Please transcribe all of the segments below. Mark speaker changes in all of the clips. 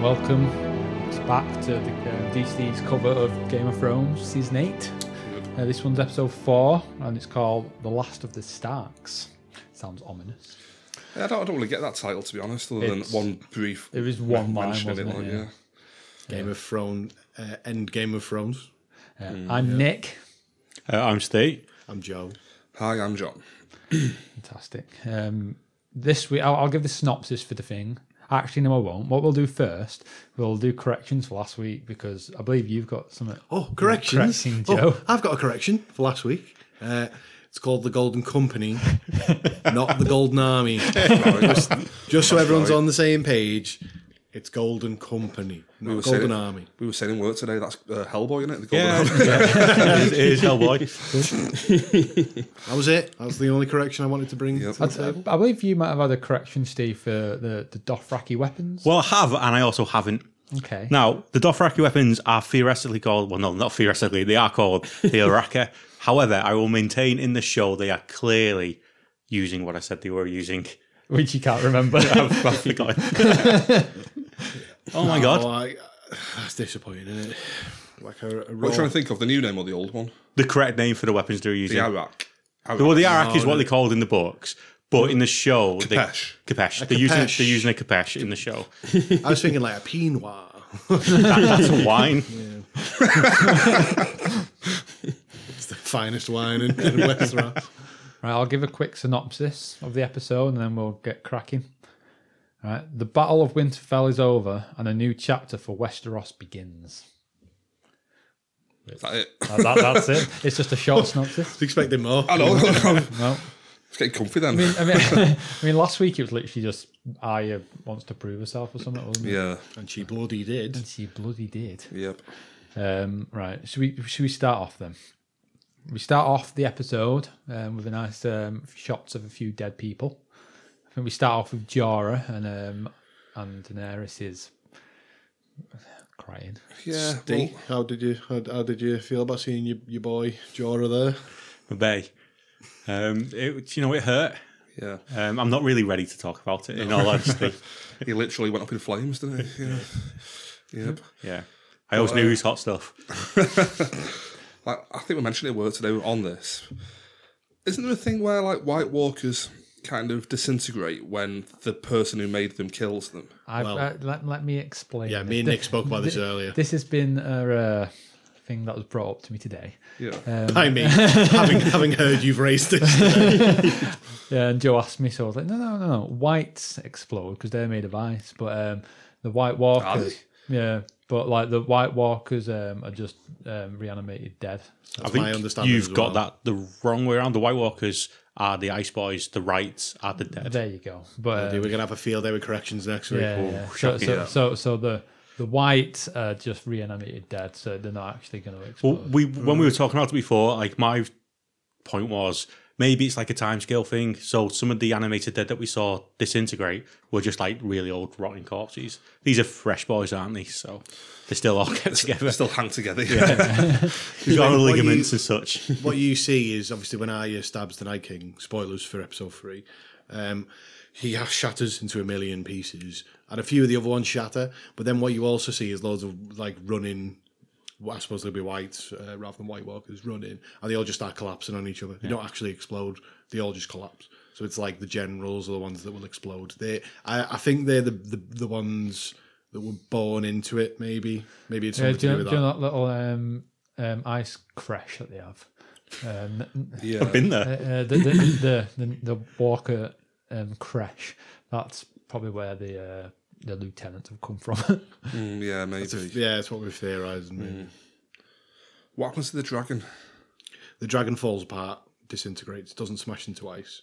Speaker 1: welcome back to the, uh, DC's cover of Game of Thrones season eight. Uh, this one's episode four, and it's called "The Last of the Starks." Sounds ominous.
Speaker 2: Yeah, I don't, I don't really get that title to be honest, other
Speaker 1: It's-
Speaker 2: than one brief.
Speaker 1: It was one line,
Speaker 2: mention in
Speaker 1: wasn't it?
Speaker 2: like,
Speaker 1: Yeah.
Speaker 3: Game of Thrones, uh, end Game of Thrones.
Speaker 1: Uh, I'm Nick.
Speaker 4: Uh, I'm Steve.
Speaker 3: I'm Joe.
Speaker 2: Hi, I'm John.
Speaker 1: Fantastic. Um, this week, I'll, I'll give the synopsis for the thing. Actually, no, I won't. What we'll do first, we'll do corrections for last week because I believe you've got something.
Speaker 3: Oh, corrections.
Speaker 1: Correcting
Speaker 3: Oh,
Speaker 1: Joe.
Speaker 3: I've got a correction for last week. Uh, it's called the Golden Company, not the Golden Army. just, just so everyone's on the same page, it's Golden Company, not
Speaker 2: were
Speaker 3: Golden
Speaker 2: saying-
Speaker 3: Army.
Speaker 2: We were saying in work today that's uh, Hellboy, isn't it? The Golden
Speaker 4: Yeah,
Speaker 2: Arm.
Speaker 4: it is- it is Hellboy.
Speaker 3: That was it. That was the only correction I wanted to bring
Speaker 2: Yep.
Speaker 3: to the
Speaker 1: I
Speaker 3: table.
Speaker 1: believe you might have had a correction, Steve, for the, the Dothraki weapons.
Speaker 4: Well, I have, and I also haven't.
Speaker 1: Okay.
Speaker 4: Now, the Dothraki weapons are theoretically called, well, no, not theoretically, they are called the Araka. However, I will maintain in the show they are clearly using what I said they were using.
Speaker 1: Which you can't remember.
Speaker 4: I've forgotten. oh my
Speaker 3: Oh,
Speaker 4: god.
Speaker 3: I, that's disappointing, isn't it? Like a, a
Speaker 2: What are you trying
Speaker 3: raw,
Speaker 2: to think of? The new name or the old one?
Speaker 4: The correct name for the weapons they're
Speaker 2: The
Speaker 4: using.
Speaker 2: Arak. Arak.
Speaker 4: Well, the Arak is what they called in the books, but in the show, they-
Speaker 2: Kapesh.
Speaker 4: Kapesh. They're using,
Speaker 3: Kapesh.
Speaker 4: they're using a Kapesh in the show.
Speaker 3: I was thinking like a Pinoir.
Speaker 4: That's a wine.
Speaker 3: it's the finest wine in, in Westeros.
Speaker 1: Right, I'll give a quick synopsis of the episode and then we'll get cracking. All right, the Battle of Winterfell is over and a new chapter for Westeros begins.
Speaker 2: Is that it?
Speaker 1: That- that- that's it. It's just a short synopsis.
Speaker 3: was expecting more.
Speaker 2: I know. it's
Speaker 1: No,
Speaker 2: getting comfy then.
Speaker 1: I mean, I mean, last week it was literally just Arya wants to prove herself or something. Wasn't it?
Speaker 2: yeah.
Speaker 3: And she bloody did.
Speaker 1: She bloody did.
Speaker 2: Yep.
Speaker 1: Um, right. Should we should we start off then? We start off the episode um, with a nice um, shots of a few dead people. I think we start off with Jorah and um, and Daenerys is crying.
Speaker 2: Yeah.
Speaker 3: Dee,
Speaker 2: well,
Speaker 3: how did you how, how did you feel about seeing your, your boy Jorah there?
Speaker 4: Bay. Um, it, you know, it hurt.
Speaker 2: yeah.
Speaker 4: Um, I'm not really ready to talk about it, in all honesty.
Speaker 2: He literally went up in flames, didn't he? Yeah. Yep.
Speaker 4: Yeah. I always knew
Speaker 3: uh,
Speaker 4: he was hot stuff.
Speaker 2: Like, I think we mentioned it at work today on this. Isn't there a thing where like White Walkers kind of disintegrate when the person who made them kills them?
Speaker 1: I,
Speaker 3: Well-
Speaker 1: I- let, let me explain.
Speaker 3: Yeah,
Speaker 1: this.
Speaker 3: me and Nick spoke about this earlier.
Speaker 1: This has been a uh, thing that was brought up to me today.
Speaker 2: Yeah.
Speaker 4: Uh,
Speaker 3: I mean, having having heard you've raised this,
Speaker 1: Yeah, and Joe asked me, so I was like, no, no, no, no. Whites explode because they're made of ice, but um, the White Walkers, yeah, but like the White Walkers um, are just um, reanimated dead.
Speaker 4: I think
Speaker 3: my understanding
Speaker 4: you've
Speaker 3: as
Speaker 4: got
Speaker 3: well.
Speaker 4: that the wrong way around. The White Walkers are the Ice Boys, the Rights are the dead.
Speaker 1: There you go. But
Speaker 3: we're
Speaker 1: um,
Speaker 3: gonna have a field day with corrections next week.
Speaker 1: yeah, yeah. So, so, so, so the the white are just reanimated dead, so they're not actually going to explode.
Speaker 4: Well, we when we
Speaker 3: Mm.
Speaker 4: were talking about it before, like my point was maybe it's like a timescale thing. So some of the animated dead that we saw disintegrate were just like really old rotting corpses. These are fresh boys, aren't they? So they still all get together.
Speaker 2: They still hang together. Yeah.
Speaker 4: They've got
Speaker 3: What you-
Speaker 4: all the ligaments and such.
Speaker 3: What you see is obviously when Arya stabs the Night King. Spoilers for episode three. Um, he has shatters into a million pieces, and a few of the other ones shatter. But then what you also see is loads of like running. well, I suppose they'll be whites uh, rather than White Walkers running, and they all just start collapsing on each other. They don't actually explode; they all just collapse. So it's like the generals are the ones that will explode. They, I, I think they're the, the the ones that were born into it. Maybe, maybe it's
Speaker 1: Uh,
Speaker 3: something
Speaker 1: do, you
Speaker 3: to
Speaker 1: know, do
Speaker 3: do with
Speaker 1: you
Speaker 3: that.
Speaker 1: know that little um, um, ice crash that they have? Um,
Speaker 2: yeah.
Speaker 4: Been there.
Speaker 1: uh, the, the, the, the, the Walker um, crash. That's probably where the uh, the lieutenants have come from.
Speaker 2: Mm, yeah, maybe.
Speaker 3: Yeah, it's what we're theorising. maybe.
Speaker 2: What happens to the dragon?
Speaker 3: The dragon falls apart, disintegrates, doesn't smash into ice.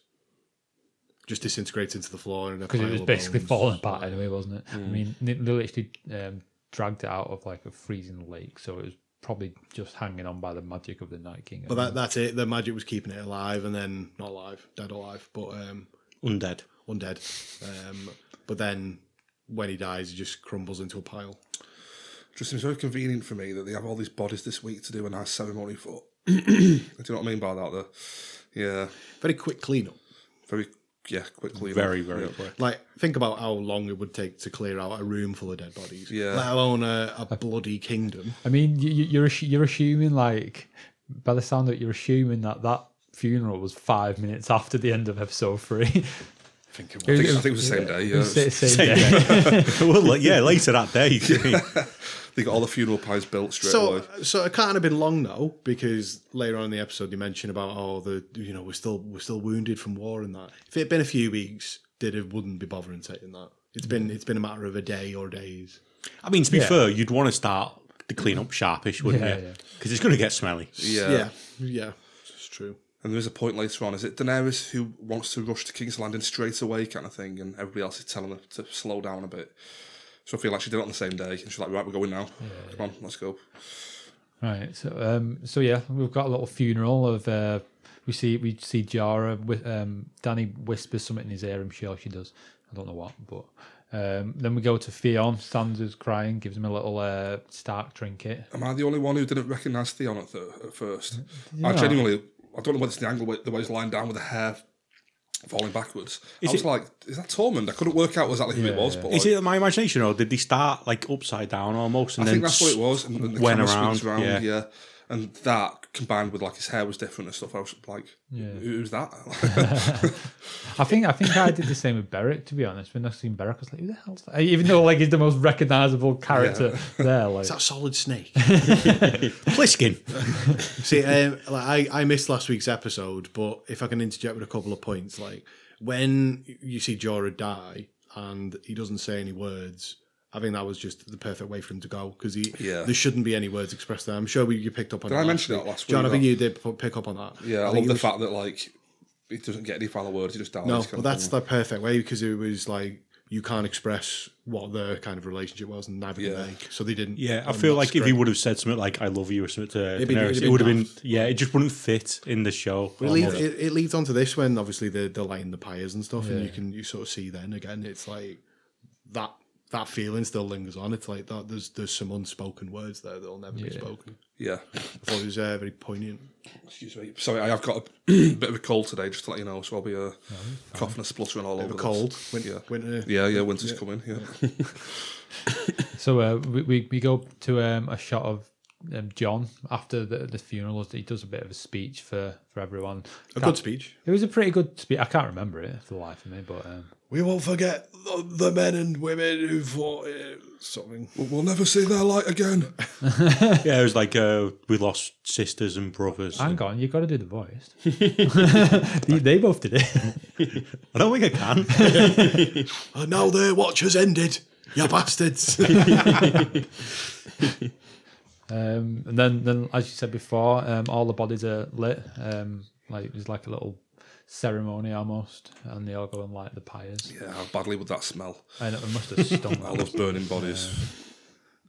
Speaker 3: Just disintegrates into the floor and
Speaker 1: because it was basically falling apart anyway, wasn't it? I mean, they they literally um, dragged it out of like a freezing lake, so it was probably just hanging on by the magic of the Night King.
Speaker 3: But that, that's it. The magic was keeping it alive, and then not alive, dead alive, but um,
Speaker 4: Undead.
Speaker 3: undead. Um, but then when he dies, he just crumbles into a pile.
Speaker 2: Just seems very convenient for me that they have all these bodies this week to do a nice ceremony for. do you know what I mean by that? Though? Yeah,
Speaker 3: Very quick cleanup.
Speaker 2: very yeah, quickly. enough.
Speaker 4: Very, very
Speaker 2: Yeah.
Speaker 4: quick.
Speaker 3: Like, think about how long it would take to clear out a room full of dead bodies.
Speaker 2: Yeah.
Speaker 3: Let alone a, a bloody kingdom.
Speaker 1: I mean, you, you- you're assu- you're assuming like by the sound of it, you're assuming that that funeral was five minutes after the end of episode three.
Speaker 3: Think
Speaker 1: It
Speaker 2: I
Speaker 3: about
Speaker 1: was-
Speaker 2: think, I think it was the same day.
Speaker 1: it
Speaker 2: Yeah,
Speaker 1: was the same
Speaker 4: Same
Speaker 1: day.
Speaker 4: well, like, yeah, later that day.
Speaker 2: they got all the funeral pies built straight
Speaker 3: So,
Speaker 2: away.
Speaker 3: so it can't have been long though, because later on in the episode you mentioned about oh the you know we're still we're still wounded from war and that. If it had been a few weeks, did it wouldn't be bothering taking that. It's been it's been a matter of a day or days.
Speaker 4: I mean, to be
Speaker 1: Yeah.
Speaker 4: fair, you'd want to start the clean up sharpish, wouldn't
Speaker 1: Yeah,
Speaker 4: you?
Speaker 1: yeah.
Speaker 4: Because it's going to get smelly.
Speaker 2: Yeah.
Speaker 3: yeah, yeah, it's true.
Speaker 2: and there is a point later on. Is it Daenerys who wants to rush to King's Landing straight away, kind of thing, and everybody else is telling her to slow down a bit. So I feel like she did it on the same day, and she's like, "Right, we're going now. Come on, let's go."
Speaker 1: Right. So, um, so yeah, we've got a little funeral of. Uh, we see we see Jara. With, um, Danny whispers something in his ear. I'm sure she does. I don't know what, but um, then we go to Theon. Sansa's crying. Gives him a little uh, Stark trinket.
Speaker 2: Am I the only one who didn't recognise Theon at, the, at first? I
Speaker 1: Yeah.
Speaker 2: genuinely, I don't know whether it's the angle, the way he's lying down with the hair falling backwards. I was
Speaker 4: it-
Speaker 2: like, "Is that Tormund?" I couldn't work out exactly who it
Speaker 1: Yeah,
Speaker 2: was,
Speaker 1: yeah.
Speaker 2: but
Speaker 4: Is
Speaker 2: like,
Speaker 4: it my imagination, or did they start like upside down almost? And
Speaker 2: I
Speaker 4: then
Speaker 2: think that's what it was. And, and the
Speaker 4: went
Speaker 2: camera swings
Speaker 4: around,
Speaker 2: around,
Speaker 4: yeah.
Speaker 2: yeah. And that combined with like his hair was different and stuff. I was like,
Speaker 1: Yeah.
Speaker 2: "Who- "Who's that?"
Speaker 1: I think I think I did the same with Beric. To be honest, when I seen Beric, I was like, "Who the hell's that?" Uh, Even though like he's the most recognizable character there. Like,
Speaker 3: Is that solid snake?
Speaker 4: Pliskin.
Speaker 3: See, um, like I, I missed last week's episode, but if I can interject with a couple of points, like when you see Jorah die and he doesn't say any words, I think that was just the perfect way for him to go because he
Speaker 2: Yeah.
Speaker 3: there shouldn't be any words expressed there. I'm sure we, you picked up on.
Speaker 2: Did
Speaker 3: that
Speaker 2: I mention
Speaker 3: week.
Speaker 2: that last
Speaker 3: John,
Speaker 2: week,
Speaker 3: I think
Speaker 2: that-
Speaker 3: you did p- pick up on that.
Speaker 2: yeah, I,
Speaker 3: think
Speaker 2: love
Speaker 3: it
Speaker 2: the
Speaker 3: was-
Speaker 2: fact that like he doesn't get any final words; he just dies.
Speaker 3: No,
Speaker 2: kind
Speaker 3: but
Speaker 2: of
Speaker 3: that's
Speaker 2: thing.
Speaker 3: the perfect way because it was like you can't express what their kind of relationship was, and neither did
Speaker 2: Yeah.
Speaker 3: they. So they didn't.
Speaker 4: Yeah, I
Speaker 3: on
Speaker 4: feel
Speaker 3: that
Speaker 4: like if he
Speaker 3: script.
Speaker 4: would have said something like "I love you" or something to
Speaker 3: It'd be-
Speaker 4: Daenerys,
Speaker 3: it'd
Speaker 4: it
Speaker 3: be
Speaker 4: would have been
Speaker 3: daft.
Speaker 4: yeah, it just wouldn't fit in the show.
Speaker 3: It leads,
Speaker 4: almost.
Speaker 3: it, it leads on to this when obviously they're, they're lighting the pyres and stuff, and you
Speaker 1: Yeah.
Speaker 3: can you sort of see then again it's like that that feeling still lingers on. It's like that there's there's some unspoken words there that'll never be
Speaker 1: Yeah.
Speaker 3: spoken.
Speaker 2: yeah.
Speaker 3: I thought it was uh, very poignant.
Speaker 2: Excuse me. Sorry, I have got a bit of a cold today, just to let you know. So I'll be uh, coughing and spluttering all over.
Speaker 3: The
Speaker 2: this.
Speaker 3: cold uh, win-
Speaker 2: Yeah.
Speaker 3: winter.
Speaker 2: Yeah, yeah. Winter's coming. Yeah.
Speaker 1: So uh, we, we we go to um, a shot of um, John after the, the funeral. He does a bit of a speech for for everyone.
Speaker 3: A good speech.
Speaker 1: It was a pretty good speech. I can't remember it for the life of me, but um,
Speaker 3: We won't forget the, the men and women who fought uh, something.
Speaker 2: we'll, we'll never see their light again.
Speaker 4: yeah, it was like uh, we lost sisters and brothers. I
Speaker 1: hang on, you got to do the voice. they, they both did it.
Speaker 4: don't think I can.
Speaker 3: And now their watch has ended. You bastards.
Speaker 1: Um, and then then as you said before, um, all the bodies are lit. Um, like there's like a little ceremony almost, and they all go and light the pyres.
Speaker 2: Yeah. How badly would that smell?
Speaker 1: And it must have stung.
Speaker 2: I love burning bodies.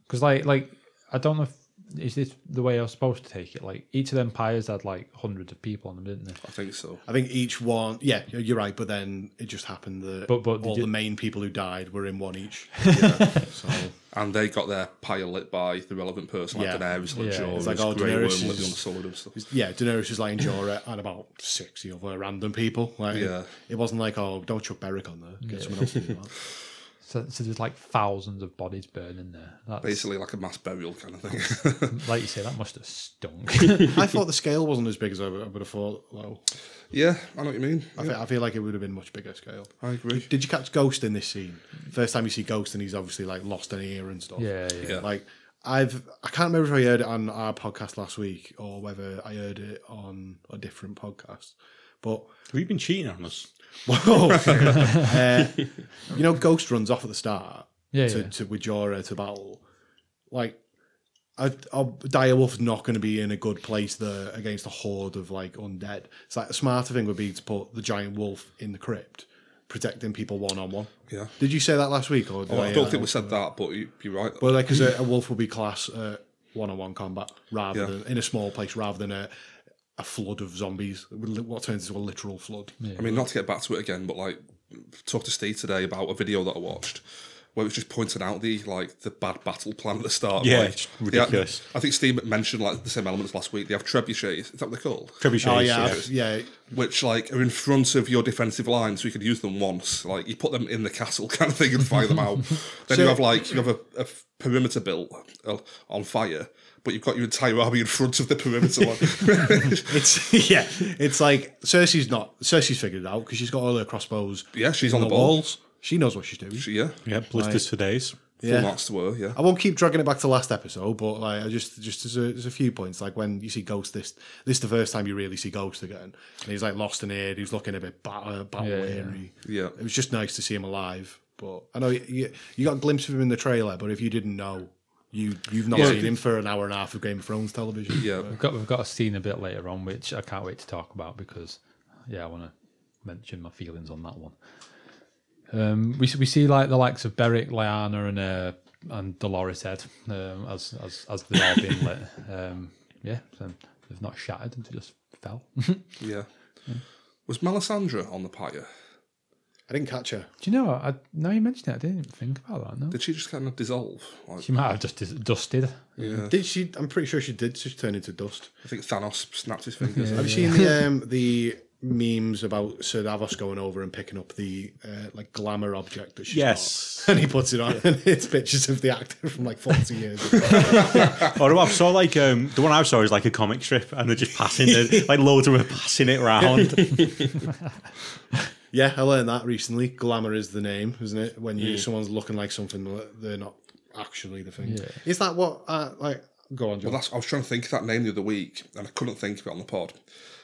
Speaker 1: Because like like I don't know if is this the way I was supposed to take it? Like each of them pyres had like hundreds of people on them, didn't they?
Speaker 2: I think so.
Speaker 3: I think each one, yeah, you're you're right. But then it just happened that
Speaker 1: But- but did
Speaker 3: all
Speaker 1: you-
Speaker 3: the main people who died were in one each. So
Speaker 2: And they got their pyre lit by the relevant person, like
Speaker 3: Yeah.
Speaker 2: Daenerys, like
Speaker 1: Yeah,
Speaker 2: Jorah,
Speaker 1: it's
Speaker 3: like, oh,
Speaker 2: Grey Worm,
Speaker 3: Daenerys
Speaker 2: lit on the
Speaker 3: is-
Speaker 2: sword and stuff.
Speaker 3: yeah, Daenerys was like Jorah and about sixty other random people. Like,
Speaker 2: Yeah.
Speaker 3: it wasn't like oh, don't chuck Beric on there. Get someone else to do that.
Speaker 1: So, so there's like thousands of bodies burning there. That's,
Speaker 2: Basically, like a mass burial kind of thing.
Speaker 1: like you say, that must have stunk.
Speaker 3: I thought the scale wasn't as big as I would, I would have thought. Well,
Speaker 2: yeah, I know what you mean.
Speaker 3: I, feel, I feel like it would have been much bigger scale.
Speaker 2: I agree.
Speaker 3: Did you catch Ghost in this scene? First time you see Ghost, and he's obviously like lost an ear and stuff.
Speaker 1: yeah, yeah.
Speaker 2: Yeah.
Speaker 3: Like I've I can't remember if I heard it on our podcast last week or whether I heard it on a different podcast. But
Speaker 4: Have you been cheating on us?
Speaker 3: whoa, uh, you know, Ghost runs off at the start
Speaker 1: Yeah,
Speaker 3: to,
Speaker 1: yeah.
Speaker 3: to with Jorah to battle. Like, a, a direwolf's not going to be in a good place there against a horde of like undead. It's like the smarter thing would be to put the giant wolf in the crypt, protecting people one on one.
Speaker 2: Yeah.
Speaker 3: Did you say that last week or? Did
Speaker 2: Well, Oh, I
Speaker 3: hear
Speaker 2: don't
Speaker 3: that
Speaker 2: think we
Speaker 3: last
Speaker 2: said that, but you, you're right.
Speaker 3: but like, 'cause a, a wolf will be class uh, one-on-one combat rather
Speaker 2: Yeah.
Speaker 3: than in a small place rather than a, a flood of zombies. What turns into a literal flood.
Speaker 2: I mean, not to get back to it again, but like, talked to Steve today about a video that I watched where it was just pointing out the like the bad battle plan at the start.
Speaker 4: Yeah,
Speaker 2: like,
Speaker 4: it's
Speaker 2: they had-
Speaker 4: ridiculous.
Speaker 2: I think Steve mentioned like the same elements last week. They have trebuchets. Is that what they're called?
Speaker 4: Trebuchets.
Speaker 3: Oh yeah,
Speaker 4: yeah.
Speaker 3: I've- yeah.
Speaker 2: which like are in front of your defensive line, so you could use them once. Like you put them in the castle kind of thing and fire them out. then you have like you have a, a f- perimeter built uh, on fire, but you've got your entire army in front of the perimeter. line.
Speaker 3: It's yeah. It's like Cersei's not. Cersei's figured it out because she's got all her crossbows.
Speaker 2: yeah, she's
Speaker 3: in
Speaker 2: on the, ball.
Speaker 3: walls. She knows what she's doing.
Speaker 2: She, yeah,
Speaker 4: Yeah, blisters for days.
Speaker 2: full
Speaker 3: yeah. Oh.
Speaker 2: marks to her. Yeah,
Speaker 3: I won't keep dragging it back to last episode, but like I just just there's a, there's a few points like when you see Ghost this this is the first time you really see Ghost again, and he's like lost and here, he's looking a bit battle, battle
Speaker 1: Yeah,
Speaker 3: weary.
Speaker 2: yeah.
Speaker 3: It was just nice to see him alive. But I know you, you, you got a glimpse of him in the trailer, but if you didn't know, you you've not
Speaker 2: Yeah.
Speaker 3: seen him for an hour and a half of Game of Thrones television.
Speaker 2: Yeah,
Speaker 1: We've got we've got a scene a bit later on which I can't wait to talk about because yeah, I want to mention my feelings on that one. Um, we s- we see like the likes of Beric, Lyanna, and uh, and Dolores Head um, as as as they've all been lit. Um, yeah, so they've not shattered; they just fell. Do
Speaker 2: yeah. Was Melisandre on the pyre?
Speaker 3: I didn't catch her.
Speaker 1: you know? what? I now you mentioned it, I didn't even think about that. No,
Speaker 2: Did she just kind of dissolve? Like,
Speaker 1: she might have just dis- dusted.
Speaker 2: yeah.
Speaker 3: Did she? I'm pretty sure she did just turn into dust.
Speaker 2: I think Thanos snapped his fingers.
Speaker 3: Have you seen the um, the memes about Sir Davos going over and picking up the uh, like glamour object that she's
Speaker 4: Yes.
Speaker 3: got, and he puts it on, and it's pictures of the actor from like forty years. ago.
Speaker 4: Or I saw like um, the one I saw is like a comic strip, and they're just passing it, like loads of them are passing it around.
Speaker 3: yeah, I learned that recently. Glamour is the name, isn't it? When you someone's looking like something, that they're not actually the thing.
Speaker 1: Yeah.
Speaker 3: Is that what? Uh, like, go on, John.
Speaker 2: Well, that's, I was trying to think of that name the other week, and I couldn't think of it on the pod.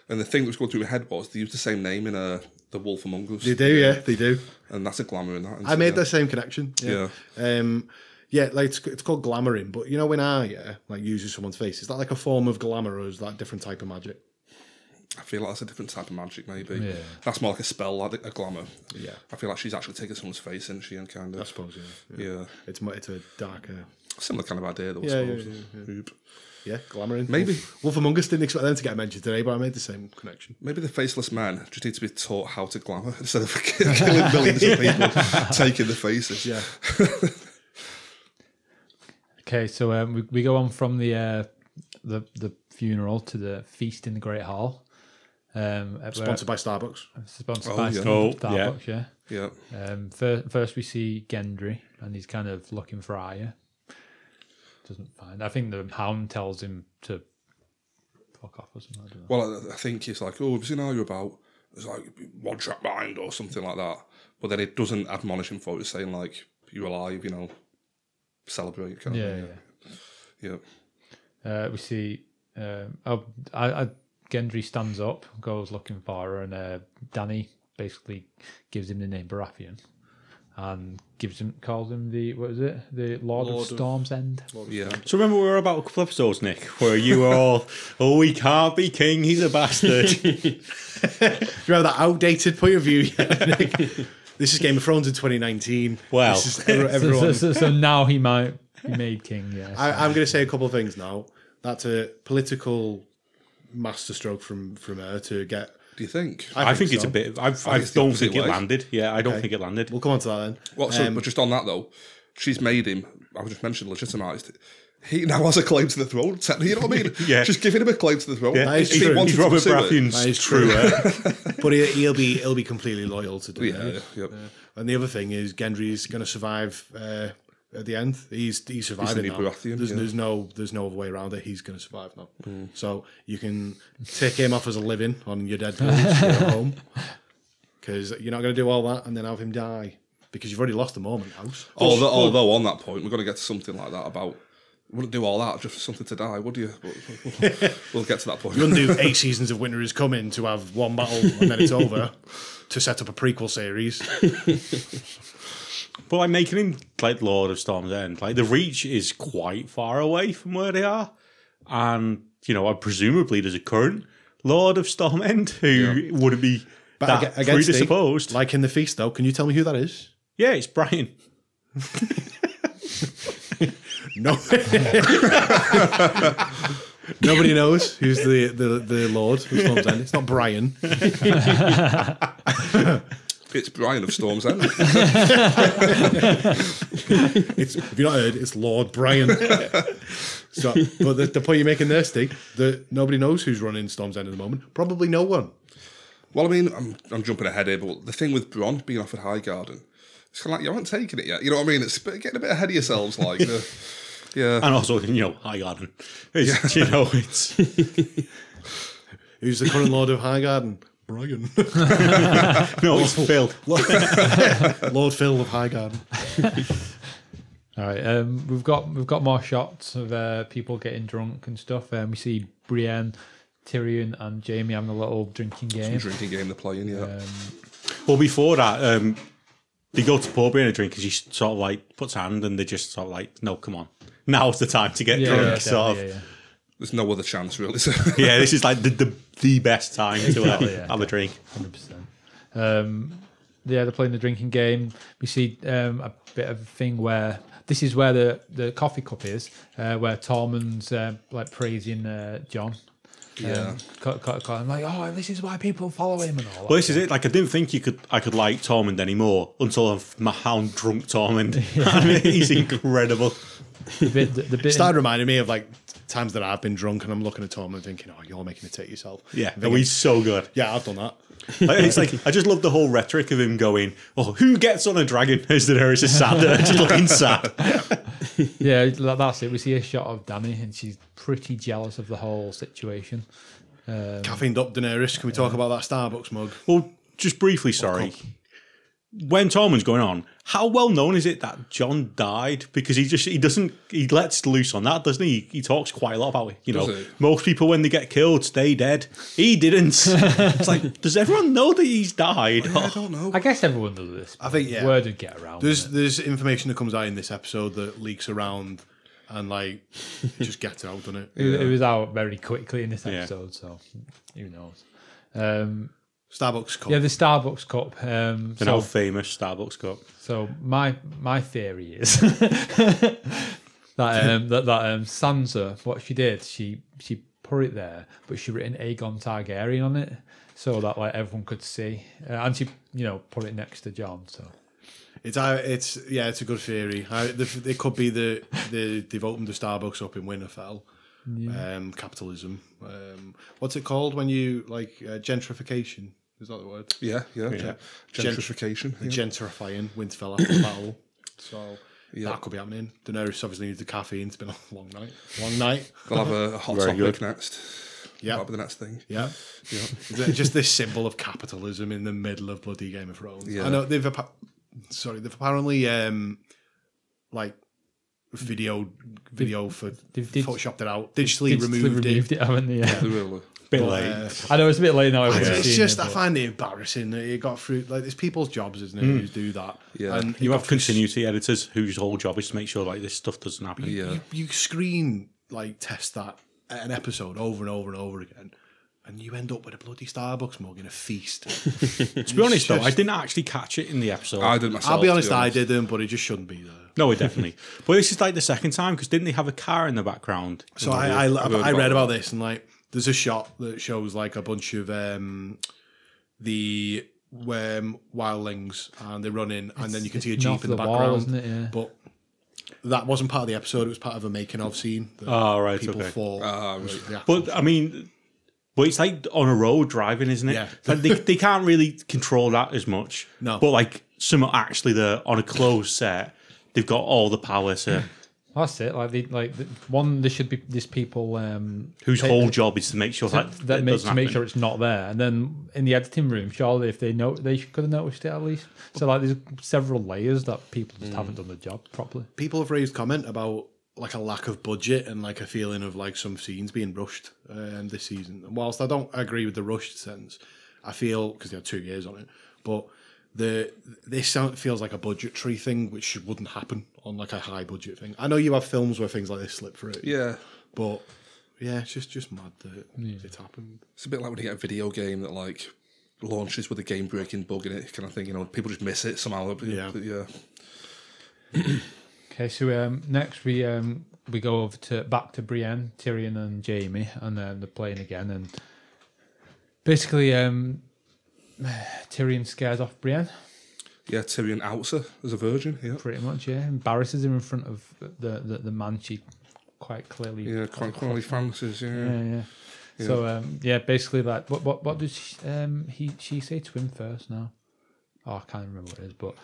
Speaker 2: And the thing that was going through my head was they used the same name in uh, The Wolf Among Us.
Speaker 3: they do, yeah, they do.
Speaker 2: And that's a glamour in that. isn't
Speaker 3: I
Speaker 2: it?
Speaker 3: made
Speaker 2: yeah.
Speaker 3: the same connection. Yeah. Um, yeah, like it's, it's called glamouring, but you know when Arya like uses someone's face, is that like a form of glamour or is that a different type of magic?
Speaker 2: I feel like that's a different type of magic, maybe.
Speaker 1: Yeah.
Speaker 2: That's more like a spell, like a glamour.
Speaker 3: Yeah.
Speaker 2: I feel like she's actually taking someone's face, isn't she? And kind
Speaker 3: I
Speaker 2: of.
Speaker 3: suppose, yeah.
Speaker 2: Yeah.
Speaker 3: It's mo- it's a darker,
Speaker 2: Similar kind of idea, though, I
Speaker 3: Yeah, yeah,
Speaker 2: suppose.
Speaker 3: yeah,
Speaker 2: Oop.
Speaker 3: yeah, glamouring.
Speaker 2: Maybe.
Speaker 3: Wolf, Wolf Among Us didn't expect them to get a mention today, but I made the same connection.
Speaker 2: Maybe the faceless man just needs to be taught how to glamour instead of killing millions of people, taking the faces.
Speaker 3: Yeah,
Speaker 1: Okay, so um, we, we go on from the uh, the the funeral to the feast in the great hall. Um, at where-
Speaker 3: sponsored by Starbucks.
Speaker 1: sponsored
Speaker 2: Oh,
Speaker 1: by
Speaker 2: yeah.
Speaker 4: Oh,
Speaker 1: Starbucks. Yeah.
Speaker 2: Yeah.
Speaker 1: Um, fir- first, we see Gendry, and he's kind of looking for Arya. Doesn't find. I think the Hound tells him to fuck off or something. I don't know.
Speaker 2: Well, I- I think it's like, oh, have you seen how you're about? It's like one track mind or something like that. But then it doesn't admonish him for it, it's saying like you're alive, you know, celebrate. Kind
Speaker 1: yeah,
Speaker 2: of
Speaker 1: yeah.
Speaker 2: thing, yeah, yeah.
Speaker 1: Uh, we see. Um, oh, I, I, Gendry stands up, goes looking for her, and uh, Danny basically gives him the name Baratheon, and gives him calls him the what is it? The Lord, of
Speaker 3: Lord of-
Speaker 1: Storm's End.
Speaker 2: yeah.
Speaker 4: so remember, we were about a couple episodes, Nick, where you were all, "Oh, he can't be king. He's a bastard."
Speaker 3: Do you remember that outdated point of view? Nick? this is Game of Thrones in 2019.
Speaker 4: Wow.
Speaker 3: This is ev-
Speaker 1: So, so,
Speaker 3: everyone.
Speaker 1: so, so now he might be made king. Yes.
Speaker 3: I, I'm going to say a couple of things now. That's a political masterstroke from from her to get.
Speaker 2: Do you think?
Speaker 4: I think it's
Speaker 3: so.
Speaker 4: a bit. I, I,
Speaker 2: it's the
Speaker 4: don't
Speaker 2: opposite
Speaker 4: think it
Speaker 2: way.
Speaker 4: landed. Yeah, I don't think it landed.
Speaker 3: We'll come on to that then.
Speaker 2: Well, so, but just on that though, she's made him. I just mentioned legitimised. He now has a claim to the throne. technically, You know what I mean?
Speaker 4: Yeah.
Speaker 2: Just giving him a claim to the throne.
Speaker 4: yeah,
Speaker 3: that is
Speaker 2: If he
Speaker 3: true.
Speaker 2: wanted
Speaker 4: he's
Speaker 2: to
Speaker 4: Robert
Speaker 2: pursue it-
Speaker 3: That
Speaker 4: Baratheon's
Speaker 3: is true.
Speaker 4: truer.
Speaker 3: but he, he'll be he'll be completely loyal to do
Speaker 2: Yeah, yeah, yeah.
Speaker 3: And the other thing is Gendry's going to survive uh, at the end. He's he's surviving
Speaker 2: new
Speaker 3: now.
Speaker 2: Baratheon,
Speaker 3: there's,
Speaker 2: yeah.
Speaker 3: there's no there's no other way around it. He's going to survive now. So you can take him off as a living on your dead bills at home because you're not going to do all that and then have him die because you've already lost the moment house.
Speaker 2: Although, although on that point, we're going to get to something like that about. Wouldn't do all that just for something to die, would you? But we'll get to that point.
Speaker 3: You wouldn't do eight seasons of Winter is Coming to have one battle and then it's over to set up a prequel series.
Speaker 4: But like making him like Lord of Storm's End, like the reach is quite far away from where they are, and you know, uh, presumably there's a current Lord of Storm End who would be
Speaker 3: But
Speaker 4: that
Speaker 3: aga- against the-
Speaker 4: predisposed.
Speaker 3: Like in the feast, though, can you tell me who that is?
Speaker 4: yeah, it's Brian.
Speaker 3: No. Nobody knows who's the, the, the Lord of Storm's End. It's not Brian.
Speaker 2: It's Brian of Storm's End.
Speaker 3: it's, if you've not heard, it's Lord Brian. so, but the, the point you're making there, Steve, that nobody knows who's running Storm's End at the moment. Probably no one.
Speaker 2: Well, I mean, I'm, I'm jumping ahead here, but the thing with Bron being offered High Garden, it's kind of like you haven't taken it yet. You know what I mean? It's a bit- getting a bit ahead of yourselves, like. the- yeah.
Speaker 4: And also, you know, High Garden. It's, You know, it's
Speaker 3: Who's the current Lord of Highgarden? Brian.
Speaker 4: no, it's Phil.
Speaker 3: Lord Phil of Highgarden.
Speaker 1: All right, um, we've got we've got more shots of uh, people getting drunk and stuff. Um, we see Brienne, Tyrion, and Jamie having a little drinking game.
Speaker 2: Drinking game they're playing, yeah.
Speaker 4: Well, before that, um, they go to pour beer and a drink, and she sort of like puts her hand, and they just sort of like, no, come on, now's the time to get drunk.
Speaker 1: yeah,
Speaker 4: sort
Speaker 1: yeah,
Speaker 4: of.
Speaker 1: yeah.
Speaker 2: There's no other chance, really. So.
Speaker 4: Yeah. this is like the the, the best time to uh,
Speaker 1: Exactly, yeah.
Speaker 4: have a drink.
Speaker 1: hundred percent. Um, yeah, they're playing the drinking game. We see um, a bit of a thing where this is where the, the coffee cup is, uh, where Tormund's uh, like praising uh, John.
Speaker 2: Yeah.
Speaker 1: Um, I'm like, oh, this is why people follow him and all.
Speaker 4: Well,
Speaker 1: That.
Speaker 4: this is it. Like, I didn't think you could, I could like Tormund anymore until I've my hound drunk Tormund. I mean, he's incredible.
Speaker 1: The bit, the, the bit
Speaker 3: Started reminding me of like times that I've been drunk and I'm looking at Tom and thinking, oh, you're making a tit of yourself.
Speaker 4: Yeah,
Speaker 3: And
Speaker 4: oh,
Speaker 3: thinking,
Speaker 4: he's so good.
Speaker 3: yeah, I've done that.
Speaker 4: Like, it's like I just love the whole rhetoric of him going, "Oh, who gets on a dragon?" As Daenerys is sad, just looking sad.
Speaker 1: yeah, tha- that's it. We see a shot of Danny, and she's pretty jealous of the whole situation.
Speaker 3: Caffeined up Daenerys. Can we talk about that Starbucks mug?
Speaker 4: Well, just briefly, sorry. When Tormund's going on, how well known is it that John died? Because he just he doesn't he lets loose on that, doesn't he? He talks quite a lot about it. You know,
Speaker 2: Does he?
Speaker 4: most people when they get killed stay dead. He didn't. it's like, does everyone know that he's died?
Speaker 2: I don't know.
Speaker 1: I guess everyone does this. I
Speaker 3: think, yeah.
Speaker 1: word would get around.
Speaker 3: There's there's information that comes out in this episode that leaks around and like it just gets out, doesn't it?
Speaker 1: it, it was out very quickly in this
Speaker 4: Yeah.
Speaker 1: episode, so who knows? Um,
Speaker 3: Starbucks cup.
Speaker 1: Yeah, the Starbucks cup. Um,
Speaker 4: An old
Speaker 1: so,
Speaker 4: famous Starbucks cup.
Speaker 1: so my my theory is that um, that, that um, Sansa, what she did, she she put it there, but she written Aegon Targaryen on it, so that like everyone could see, uh, and she you know put it next to John. So
Speaker 3: It's I- it's yeah, it's a good theory. I, the, it could be the, the they've opened the Starbucks up in Winterfell. Um, capitalism. Um, what's it called when you like uh, gentrification? Is that the word?
Speaker 2: Yeah, yeah. Gentrification. yeah.
Speaker 3: Gentrifying Winterfell after the battle. So that could be happening. Daenerys obviously needs the caffeine. It's been a long night. Long night.
Speaker 2: They'll have a hot
Speaker 4: Very
Speaker 2: topic
Speaker 4: good.
Speaker 2: next.
Speaker 3: Yeah.
Speaker 2: That'll be the next thing.
Speaker 3: Yeah. Is it just this symbol of capitalism in the middle of bloody Game of Thrones.
Speaker 2: Yeah.
Speaker 3: I know they've appa- sorry, they've apparently um like video video for
Speaker 1: they've dig-
Speaker 3: photoshopped it out, digitally,
Speaker 1: Digitally
Speaker 3: removed, it.
Speaker 1: it, haven't they? Yeah.
Speaker 2: They will. uh,
Speaker 4: Bit late.
Speaker 1: I know it's a bit late now. everyone's
Speaker 3: It's
Speaker 1: seen
Speaker 3: just
Speaker 1: it,
Speaker 3: I
Speaker 1: but-
Speaker 3: find it embarrassing that it got through like it's people's jobs, isn't it, who do that.
Speaker 2: Yeah.
Speaker 3: And it
Speaker 4: you
Speaker 3: got
Speaker 4: have
Speaker 3: through-
Speaker 4: continuity editors whose whole job is to make sure like this stuff doesn't happen.
Speaker 2: Yeah.
Speaker 3: you screen like test that at an episode over and over and over again. And you end up with a bloody Starbucks mug in a feast.
Speaker 4: To be honest though, I didn't actually catch it in the episode.
Speaker 2: I did myself.
Speaker 3: I'll be
Speaker 2: to
Speaker 3: honest, I didn't, but it just shouldn't be there.
Speaker 4: no, it definitely. but this is like the second time because didn't they have a car in the background?
Speaker 3: So I, I, I,
Speaker 2: heard
Speaker 3: read
Speaker 2: about
Speaker 3: about this and like there's a shot that shows like a bunch of um the um, wildlings and they're running and then you can see a
Speaker 1: it's
Speaker 3: jeep
Speaker 1: north
Speaker 3: in the,
Speaker 1: of the wall,
Speaker 3: background.
Speaker 1: isn't it? Yeah.
Speaker 3: But that wasn't part of the episode. It was part of a making of scene. That
Speaker 4: Oh, right,
Speaker 3: people
Speaker 4: okay.
Speaker 3: fall.
Speaker 2: Ah, right.
Speaker 4: But I mean, but it's like on a road driving, isn't it?
Speaker 3: Yeah.
Speaker 4: Like they, they can't really control that as much.
Speaker 3: No.
Speaker 4: But like some are actually the on a closed set, they've got all the power to
Speaker 1: That's it. Like the like the, one, there should be these people um,
Speaker 4: whose whole job is to make sure that
Speaker 1: that
Speaker 4: it
Speaker 1: makes
Speaker 4: doesn't
Speaker 1: to make
Speaker 4: happen.
Speaker 1: sure it's not there. And then in the editing room, surely if they know they could have noticed it at least. So like there's several layers that people just haven't done the job properly.
Speaker 3: people have raised comment about like a lack of budget and like a feeling of like some scenes being rushed um, this season. And whilst I don't agree with the rushed sense, I feel because they had two years on it, but the this sound feels like a budgetary thing which wouldn't happen on like a high budget thing. I know you have films where things like this slip through,
Speaker 2: Yeah.
Speaker 3: but yeah, it's just just mad that it's happened.
Speaker 2: It's a bit like when you get a video game that like launches with a game breaking bug in it, kind of thing. You know, people just miss it somehow.
Speaker 3: Yeah.
Speaker 2: yeah.
Speaker 1: Okay, so um, next we um, we go over to back to Brienne, Tyrion, and Jamie, and um, they're playing again. And basically, um, Tyrion scares off Brienne.
Speaker 2: Yeah, Tyrion outs her as a virgin. Yeah,
Speaker 1: pretty much. Yeah, embarrasses her in front of the the, the man she quite clearly.
Speaker 2: yeah, quite quite fancies. Yeah.
Speaker 1: Yeah, yeah. So um, yeah, basically like what what what does she, um he she say to him first now? Oh, I can't remember what it is, but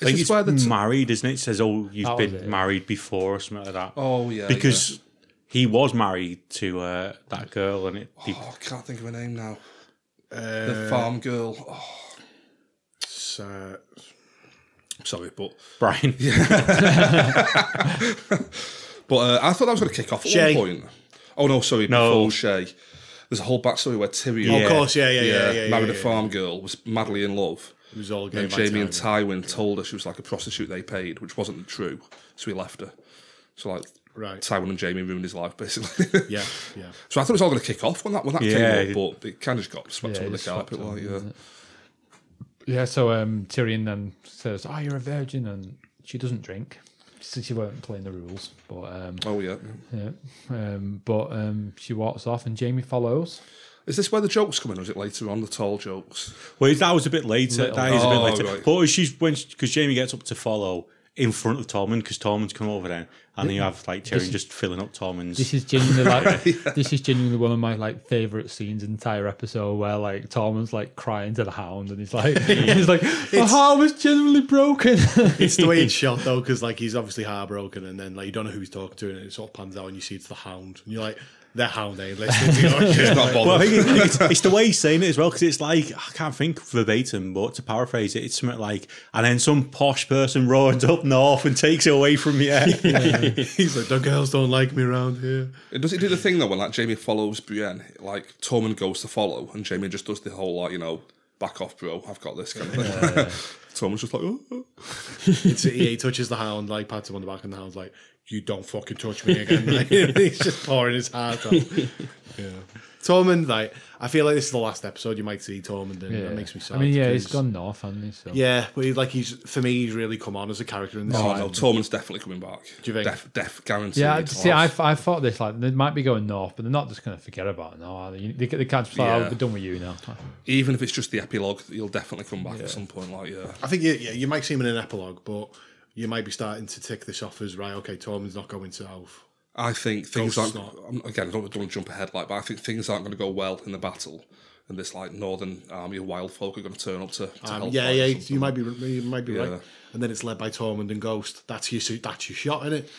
Speaker 4: I think
Speaker 2: Is
Speaker 4: it's
Speaker 2: this where the t-
Speaker 4: married, isn't it? It says, oh, you've
Speaker 1: That was
Speaker 4: been
Speaker 1: it.
Speaker 4: married before or something like that.
Speaker 2: oh yeah,
Speaker 4: because he was married to uh, that girl and it.
Speaker 2: yeah. oh, I can't think of her name now. the
Speaker 3: Uh,
Speaker 2: farm girl. Oh,
Speaker 3: So,
Speaker 2: sorry, but
Speaker 4: Brian.
Speaker 2: but uh, I thought that was going to kick off at
Speaker 3: Shay.
Speaker 2: one point. Oh no, sorry,
Speaker 4: No.
Speaker 2: before Shay. There's a whole backstory where Tyrion,
Speaker 4: Yeah.
Speaker 3: Of course, yeah, yeah, yeah, yeah. yeah,
Speaker 2: married
Speaker 3: yeah,
Speaker 2: a farm girl, was madly in love.
Speaker 3: It was all
Speaker 2: And
Speaker 3: game.
Speaker 2: Jamie and
Speaker 3: Tywin.
Speaker 2: Tywin told her she was like a prostitute they paid, which wasn't true. So he left her. So like
Speaker 3: Right.
Speaker 2: Tywin and Jamie ruined his life basically.
Speaker 3: Yeah, yeah.
Speaker 2: So I thought it was all going to kick off when that when that
Speaker 4: Yeah,
Speaker 2: came up, but it kind of just got swept
Speaker 1: Yeah,
Speaker 2: under the
Speaker 1: just swept
Speaker 2: carpet. Like,
Speaker 1: under,
Speaker 2: yeah.
Speaker 1: isn't it? yeah. So um, Tyrion then says, "Oh, you're a virgin," and she doesn't drink. So she weren't playing the rules, but um,
Speaker 2: Oh yeah.
Speaker 1: yeah, um, but um, she walks off, and Jamie follows.
Speaker 2: Is this where the jokes come in, or is it later on the tall jokes?
Speaker 4: Well, that was a bit later. That is
Speaker 2: Oh,
Speaker 4: a bit later.
Speaker 2: right.
Speaker 4: But she's when because Jamie gets up to follow in front of Tormund because Tormund's come over then, and then you have like Tyrion just filling up Tormund's.
Speaker 1: This is genuinely like this is genuinely one of my like favorite scenes in the entire episode where like Tormund's like crying to the Hound, and he's like, he's like, "The heart was genuinely broken."
Speaker 3: It's the way it's shot though, because like he's obviously heartbroken, and then like you don't know who he's talking to, and it sort of pans out, and you see it's the hound, and you're like, "The hound eh? ain't listening to you."
Speaker 2: It's not bothered.
Speaker 4: Well, I think it- it's, it's the way he's saying it as well because it's like I can't think verbatim, but to paraphrase it, it's something like, and then some posh person roars up north and takes it away from you.
Speaker 3: he's like, "The girls don't like me around here."
Speaker 2: It does it do the thing though when like Jamie follows Brienne, like Tormund goes to follow, and Jamie just does the whole like you know back off, bro. I've got this kind of thing. Tormund's just like, oh, oh.
Speaker 3: It's, he, he touches the hound, like pats him on the back, and the hound's like, "You don't fucking touch me again." Like, he's just pouring his heart out. Yeah, Tormund. Like, I feel like this is the last episode you might see Tormund, and
Speaker 1: Yeah.
Speaker 3: that makes me sad.
Speaker 1: I mean, yeah, he's
Speaker 3: because-
Speaker 1: gone north, hasn't he? So.
Speaker 3: Yeah, but he, like he's for me, he's really come on as a character in this.
Speaker 2: oh
Speaker 3: season.
Speaker 2: no, Tormund's definitely coming back.
Speaker 3: Do you think?
Speaker 2: Def, def guaranteed.
Speaker 1: Yeah, I- see,
Speaker 2: Like,
Speaker 1: I, I thought this like they might be going north, but they're not just going to forget about it now. Are they? You- They, they can't just like,
Speaker 2: Yeah.
Speaker 1: oh, we're done with you now.
Speaker 2: even if it's just the epilogue, you'll definitely come back at some point. Like, yeah,
Speaker 3: I think you, yeah, you might see him in an epilogue, but you might be starting to tick this off as right. Okay, Tormund's not going south.
Speaker 2: I think things
Speaker 3: Ghosts
Speaker 2: aren't. I'm- Again, I don't, don't want to jump ahead like, but I think things aren't going to go well in the battle, and this like northern army of wild folk are going to turn up to. to
Speaker 3: Um,
Speaker 2: help
Speaker 3: yeah,
Speaker 2: fight
Speaker 3: yeah,
Speaker 2: or
Speaker 3: you
Speaker 2: something.
Speaker 3: might be you might be
Speaker 2: Yeah.
Speaker 3: right. And then it's led by Tormund and Ghost. That's your su- that's your shot, isn't it?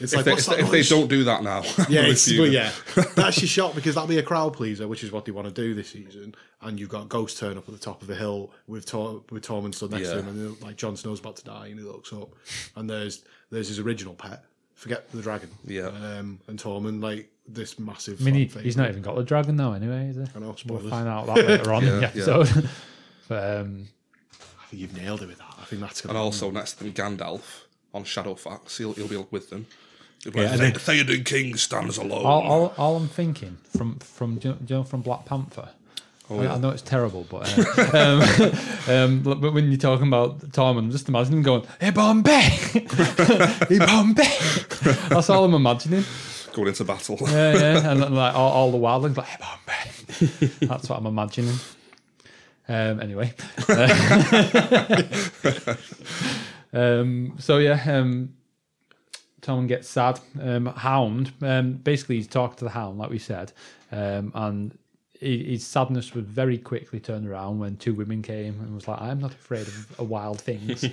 Speaker 3: It's
Speaker 2: If,
Speaker 3: like
Speaker 2: they,
Speaker 3: what's
Speaker 2: if,
Speaker 3: that
Speaker 2: they- if they
Speaker 3: noise?
Speaker 2: don't do that now,
Speaker 3: Yeah, it's, well, yeah, that's your shot because that'll be a crowd pleaser, which is what they want to do this season. And you've got Ghost turn up at the top of a hill with Tor- with Tormund stood next
Speaker 2: Yeah.
Speaker 3: to him, and they're like Jon Snow's about to die, and he looks up, and there's there's his original pet, forget the dragon,
Speaker 2: Yeah.
Speaker 3: um, and Tormund like this massive.
Speaker 1: I mean, he,
Speaker 3: thing.
Speaker 1: he's not even got the dragon though, anyway. Is he?
Speaker 3: I know,
Speaker 1: We'll
Speaker 3: spoilers.
Speaker 1: find out that later on in the
Speaker 2: Yeah, yeah.
Speaker 1: episode. but um,
Speaker 3: I think you've nailed it with that. I think that's
Speaker 2: And
Speaker 3: gonna.
Speaker 2: also next to them, Gandalf on Shadowfax. He'll, he'll be with them. He'll be
Speaker 4: Yeah,
Speaker 2: like,
Speaker 4: and
Speaker 2: "The- Theoden King stands alone.
Speaker 1: all, all, all I'm thinking from from do you know- do you know, from Black Panther. I, I know it's terrible, but uh, um, um, but when you're talking about Tom, I'm just imagining him going, "Hey Bombay, hey Bombay." That's all I'm imagining.
Speaker 2: Going into battle.
Speaker 1: Yeah, yeah, and then, like all, all the wildlings, like hey, Bombay. That's what I'm imagining. Um, anyway, um, so yeah, um, Tom gets sad. Um, hound, um, basically, he's talking to the hound, like we said, um, and he, his sadness was very quickly turned around when two women came and was like, "I'm not afraid of uh, wild things,"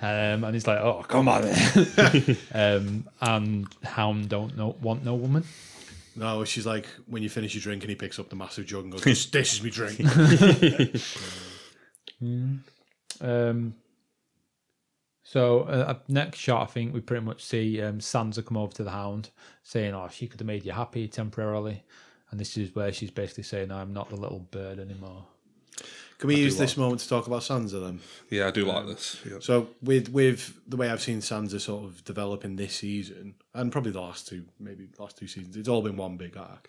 Speaker 1: um, and he's like, "Oh, come on." then." um, and hound don't know, want no woman.
Speaker 3: No, she's like when you finish your drink, and he picks up the massive jug and goes, "This, this is me drink."
Speaker 1: Um, so uh, up next shot, I think we pretty much see um, Sansa come over to the Hound, saying, "Oh, she could have made you happy temporarily," and this is where she's basically saying, "I'm not the little bird anymore."
Speaker 3: Can we use this moment to talk about Sansa then?
Speaker 2: yeah, I do like this. Yeah.
Speaker 3: So with with the way I've seen Sansa sort of developing this season, and probably the last two, maybe the last two seasons, it's all been one big arc.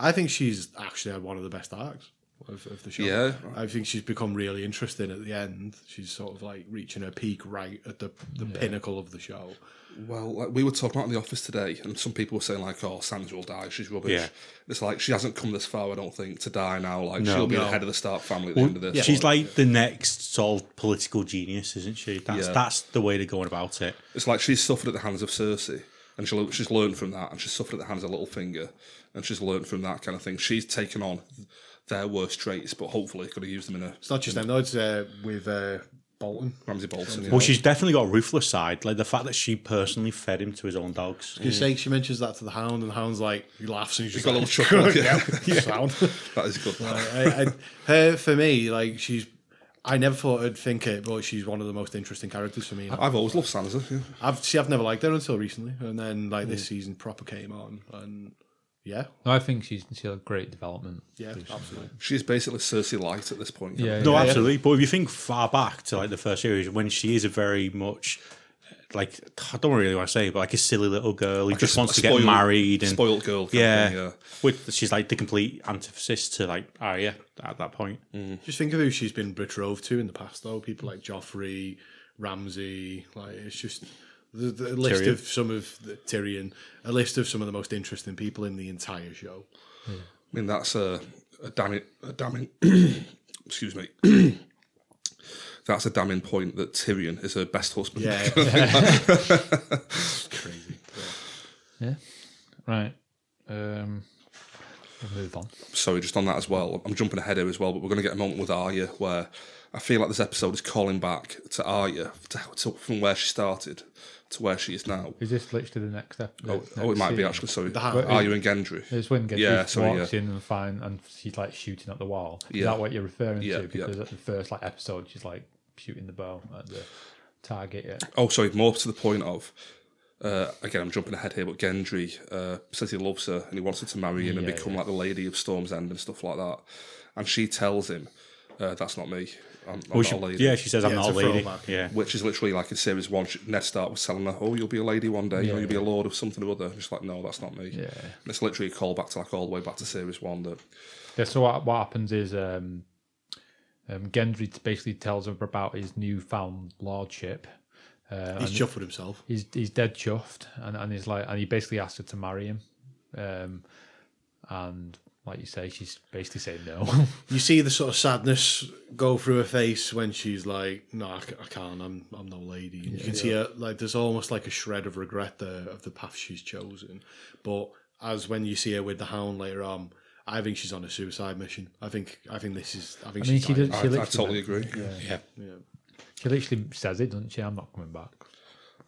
Speaker 3: I think she's actually had one of the best arcs. of, of the show.
Speaker 2: Yeah.
Speaker 3: I think she's become really interesting at the end. She's sort of like reaching her peak right at the, the pinnacle of the show.
Speaker 2: Well, like, we were talking about it in the office today, and some people were saying like, "Oh, Sandra will die. She's rubbish."
Speaker 4: Yeah.
Speaker 2: It's like she hasn't come this far. I don't think to die now. Like she'll be the head of the Stark family at the end of this.
Speaker 4: She's like the next sort of political genius, isn't she? That's
Speaker 2: Yeah.
Speaker 4: that's the way they're going about it.
Speaker 2: It's like she's suffered at the hands of Cersei, and she'll, she's learned from that, and she's suffered at the hands of Littlefinger, and she's learned from that kind of thing. She's taken on their worst traits, but hopefully could have used them in a
Speaker 3: It's not just them though. It's uh, with uh, Bolton.
Speaker 2: Ramsey Bolton. you know.
Speaker 4: Well, she's definitely got a ruthless side. Like the fact that she personally fed him to his own dogs.
Speaker 3: She say she mentions that to the hound, and the hound's like he laughs and he's just
Speaker 2: got a
Speaker 3: like,
Speaker 2: little chuckle,
Speaker 3: "Good
Speaker 2: yeah.
Speaker 3: help, sound."
Speaker 2: that is good.
Speaker 3: I, I, her for me, like she's. I never thought I'd think it, but she's one of the most interesting characters for me. Now.
Speaker 2: I've always loved Sansa. Yeah.
Speaker 3: I've see, I've never liked her until recently, and then like
Speaker 2: Mm.
Speaker 3: this season proper came on, and yeah,
Speaker 1: No, I think she's she'll have great development.
Speaker 3: yeah, absolutely.
Speaker 2: She's basically Cersei light at this point.
Speaker 1: Yeah,
Speaker 4: No,
Speaker 1: yeah.
Speaker 4: absolutely. But if you think far back to like the first series, when she is a very much like I don't really want to say, but like a silly little girl who just
Speaker 2: a
Speaker 4: wants to
Speaker 2: spoiled-
Speaker 4: get married and
Speaker 2: spoiled girl. Kind
Speaker 4: yeah,
Speaker 2: of thing, yeah.
Speaker 4: With she's like the complete antithesis to like Arya at that point.
Speaker 2: Mm,
Speaker 3: Just think of who she's been betrothed to in the past, though. People like Joffrey, Ramsay. Like it's just the, the list
Speaker 4: Tyrion.
Speaker 3: of some of the, Tyrion, a list of some of the most interesting people in the entire show.
Speaker 2: I mean, that's a, a damning, a damning. excuse me. that's a damning point that Tyrion is her best husband.
Speaker 3: Yeah, crazy.
Speaker 1: Right. Um, we'll move on.
Speaker 2: Sorry, just on that as well. I'm jumping ahead here as well, but we're going to get a moment with Arya where I feel like this episode is calling back to Arya to, to, from where she started to where she is now.
Speaker 1: Is this literally the next step?
Speaker 2: Oh, oh, it might be actually. Sorry,
Speaker 3: hand.
Speaker 2: Arya and Gendry.
Speaker 1: It's when Gendry
Speaker 2: Yeah, sorry,
Speaker 1: walks
Speaker 2: yeah.
Speaker 1: in and find and she's like shooting at the wall. Is
Speaker 2: Yeah.
Speaker 1: that what you're referring
Speaker 2: Yeah,
Speaker 1: to?
Speaker 2: yeah.
Speaker 1: Because at the first like episode, she's like shooting the bow at the target. Yeah.
Speaker 2: Oh, sorry, more to the point of. Uh, again, I'm jumping ahead here, but Gendry uh, says he loves her and he wants her to marry him and
Speaker 1: Yeah,
Speaker 2: become like the lady of Storm's End and stuff like that. And she tells him, uh, "That's not me. I'm, I'm
Speaker 4: Well,
Speaker 2: not
Speaker 4: Oh, she-
Speaker 2: a lady."
Speaker 4: yeah, she says I'm
Speaker 3: Yeah,
Speaker 4: not a
Speaker 3: it's a
Speaker 4: lady.
Speaker 3: throwback.
Speaker 4: Yeah,
Speaker 2: Which is literally like in series one, she, Ned Stark was telling her, "Oh, you'll be a lady one day. or you'll be a lord of something or other." And she's like, "No, that's not me."
Speaker 1: Yeah.
Speaker 2: And it's literally a call back to like all the way back to series one that
Speaker 1: Yeah. So what, what happens is um, um, Gendry basically tells her about his newfound lordship. Uh,
Speaker 3: He's chuffed with himself.
Speaker 1: he's he's dead chuffed, and, and he's like, and he basically asks her to marry him, um, and like you say, she's basically saying no.
Speaker 3: You see the sort of sadness go through her face when she's like, "No, I, ca- I can't. I'm, I'm no lady." And you can see her like there's almost like a shred of regret there of the path she's chosen. But as when you see her with the hound later on, I think she's on a suicide mission. I think, I think this is. I think
Speaker 1: I mean,
Speaker 3: she's
Speaker 1: she
Speaker 3: dying.
Speaker 1: does.
Speaker 2: I,
Speaker 1: She
Speaker 2: I
Speaker 1: literally,
Speaker 2: totally agree.
Speaker 4: yeah.
Speaker 1: she literally says it, doesn't she? I'm not coming back.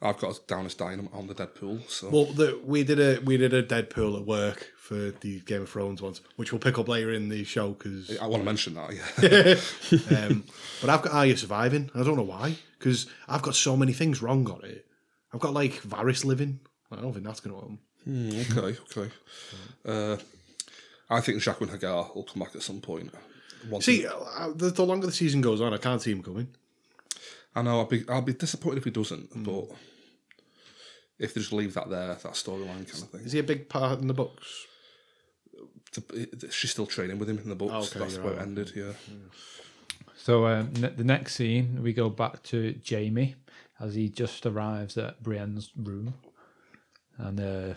Speaker 2: I've got down as dynamite on the Deadpool, so
Speaker 3: Well, the, we did a we did a Deadpool at work for the Game of Thrones ones, which we'll pick up later in the show. Because
Speaker 2: I want to mention that. Yeah,
Speaker 3: Um, but I've got Are You Surviving? and I don't know why, because I've got so many things wrong on it. I've got like Varys living. I don't think that's going to happen.
Speaker 2: okay, okay. Uh, I think Jacqueline Hagar will come back at some point. Once
Speaker 3: See, I, the, the longer the season goes on, I can't see him coming.
Speaker 2: I know I'll be I'll be disappointed if he doesn't, but if they just leave that there, that storyline kind of thing.
Speaker 3: Is he a big part in the books?
Speaker 2: The- she's still training with him in the books.
Speaker 3: okay,
Speaker 2: That's
Speaker 3: you're
Speaker 2: where it
Speaker 3: right.
Speaker 2: ended. Yeah,
Speaker 1: So um, ne- the next scene, we go back to Jamie as he just arrives at Brienne's room, and uh,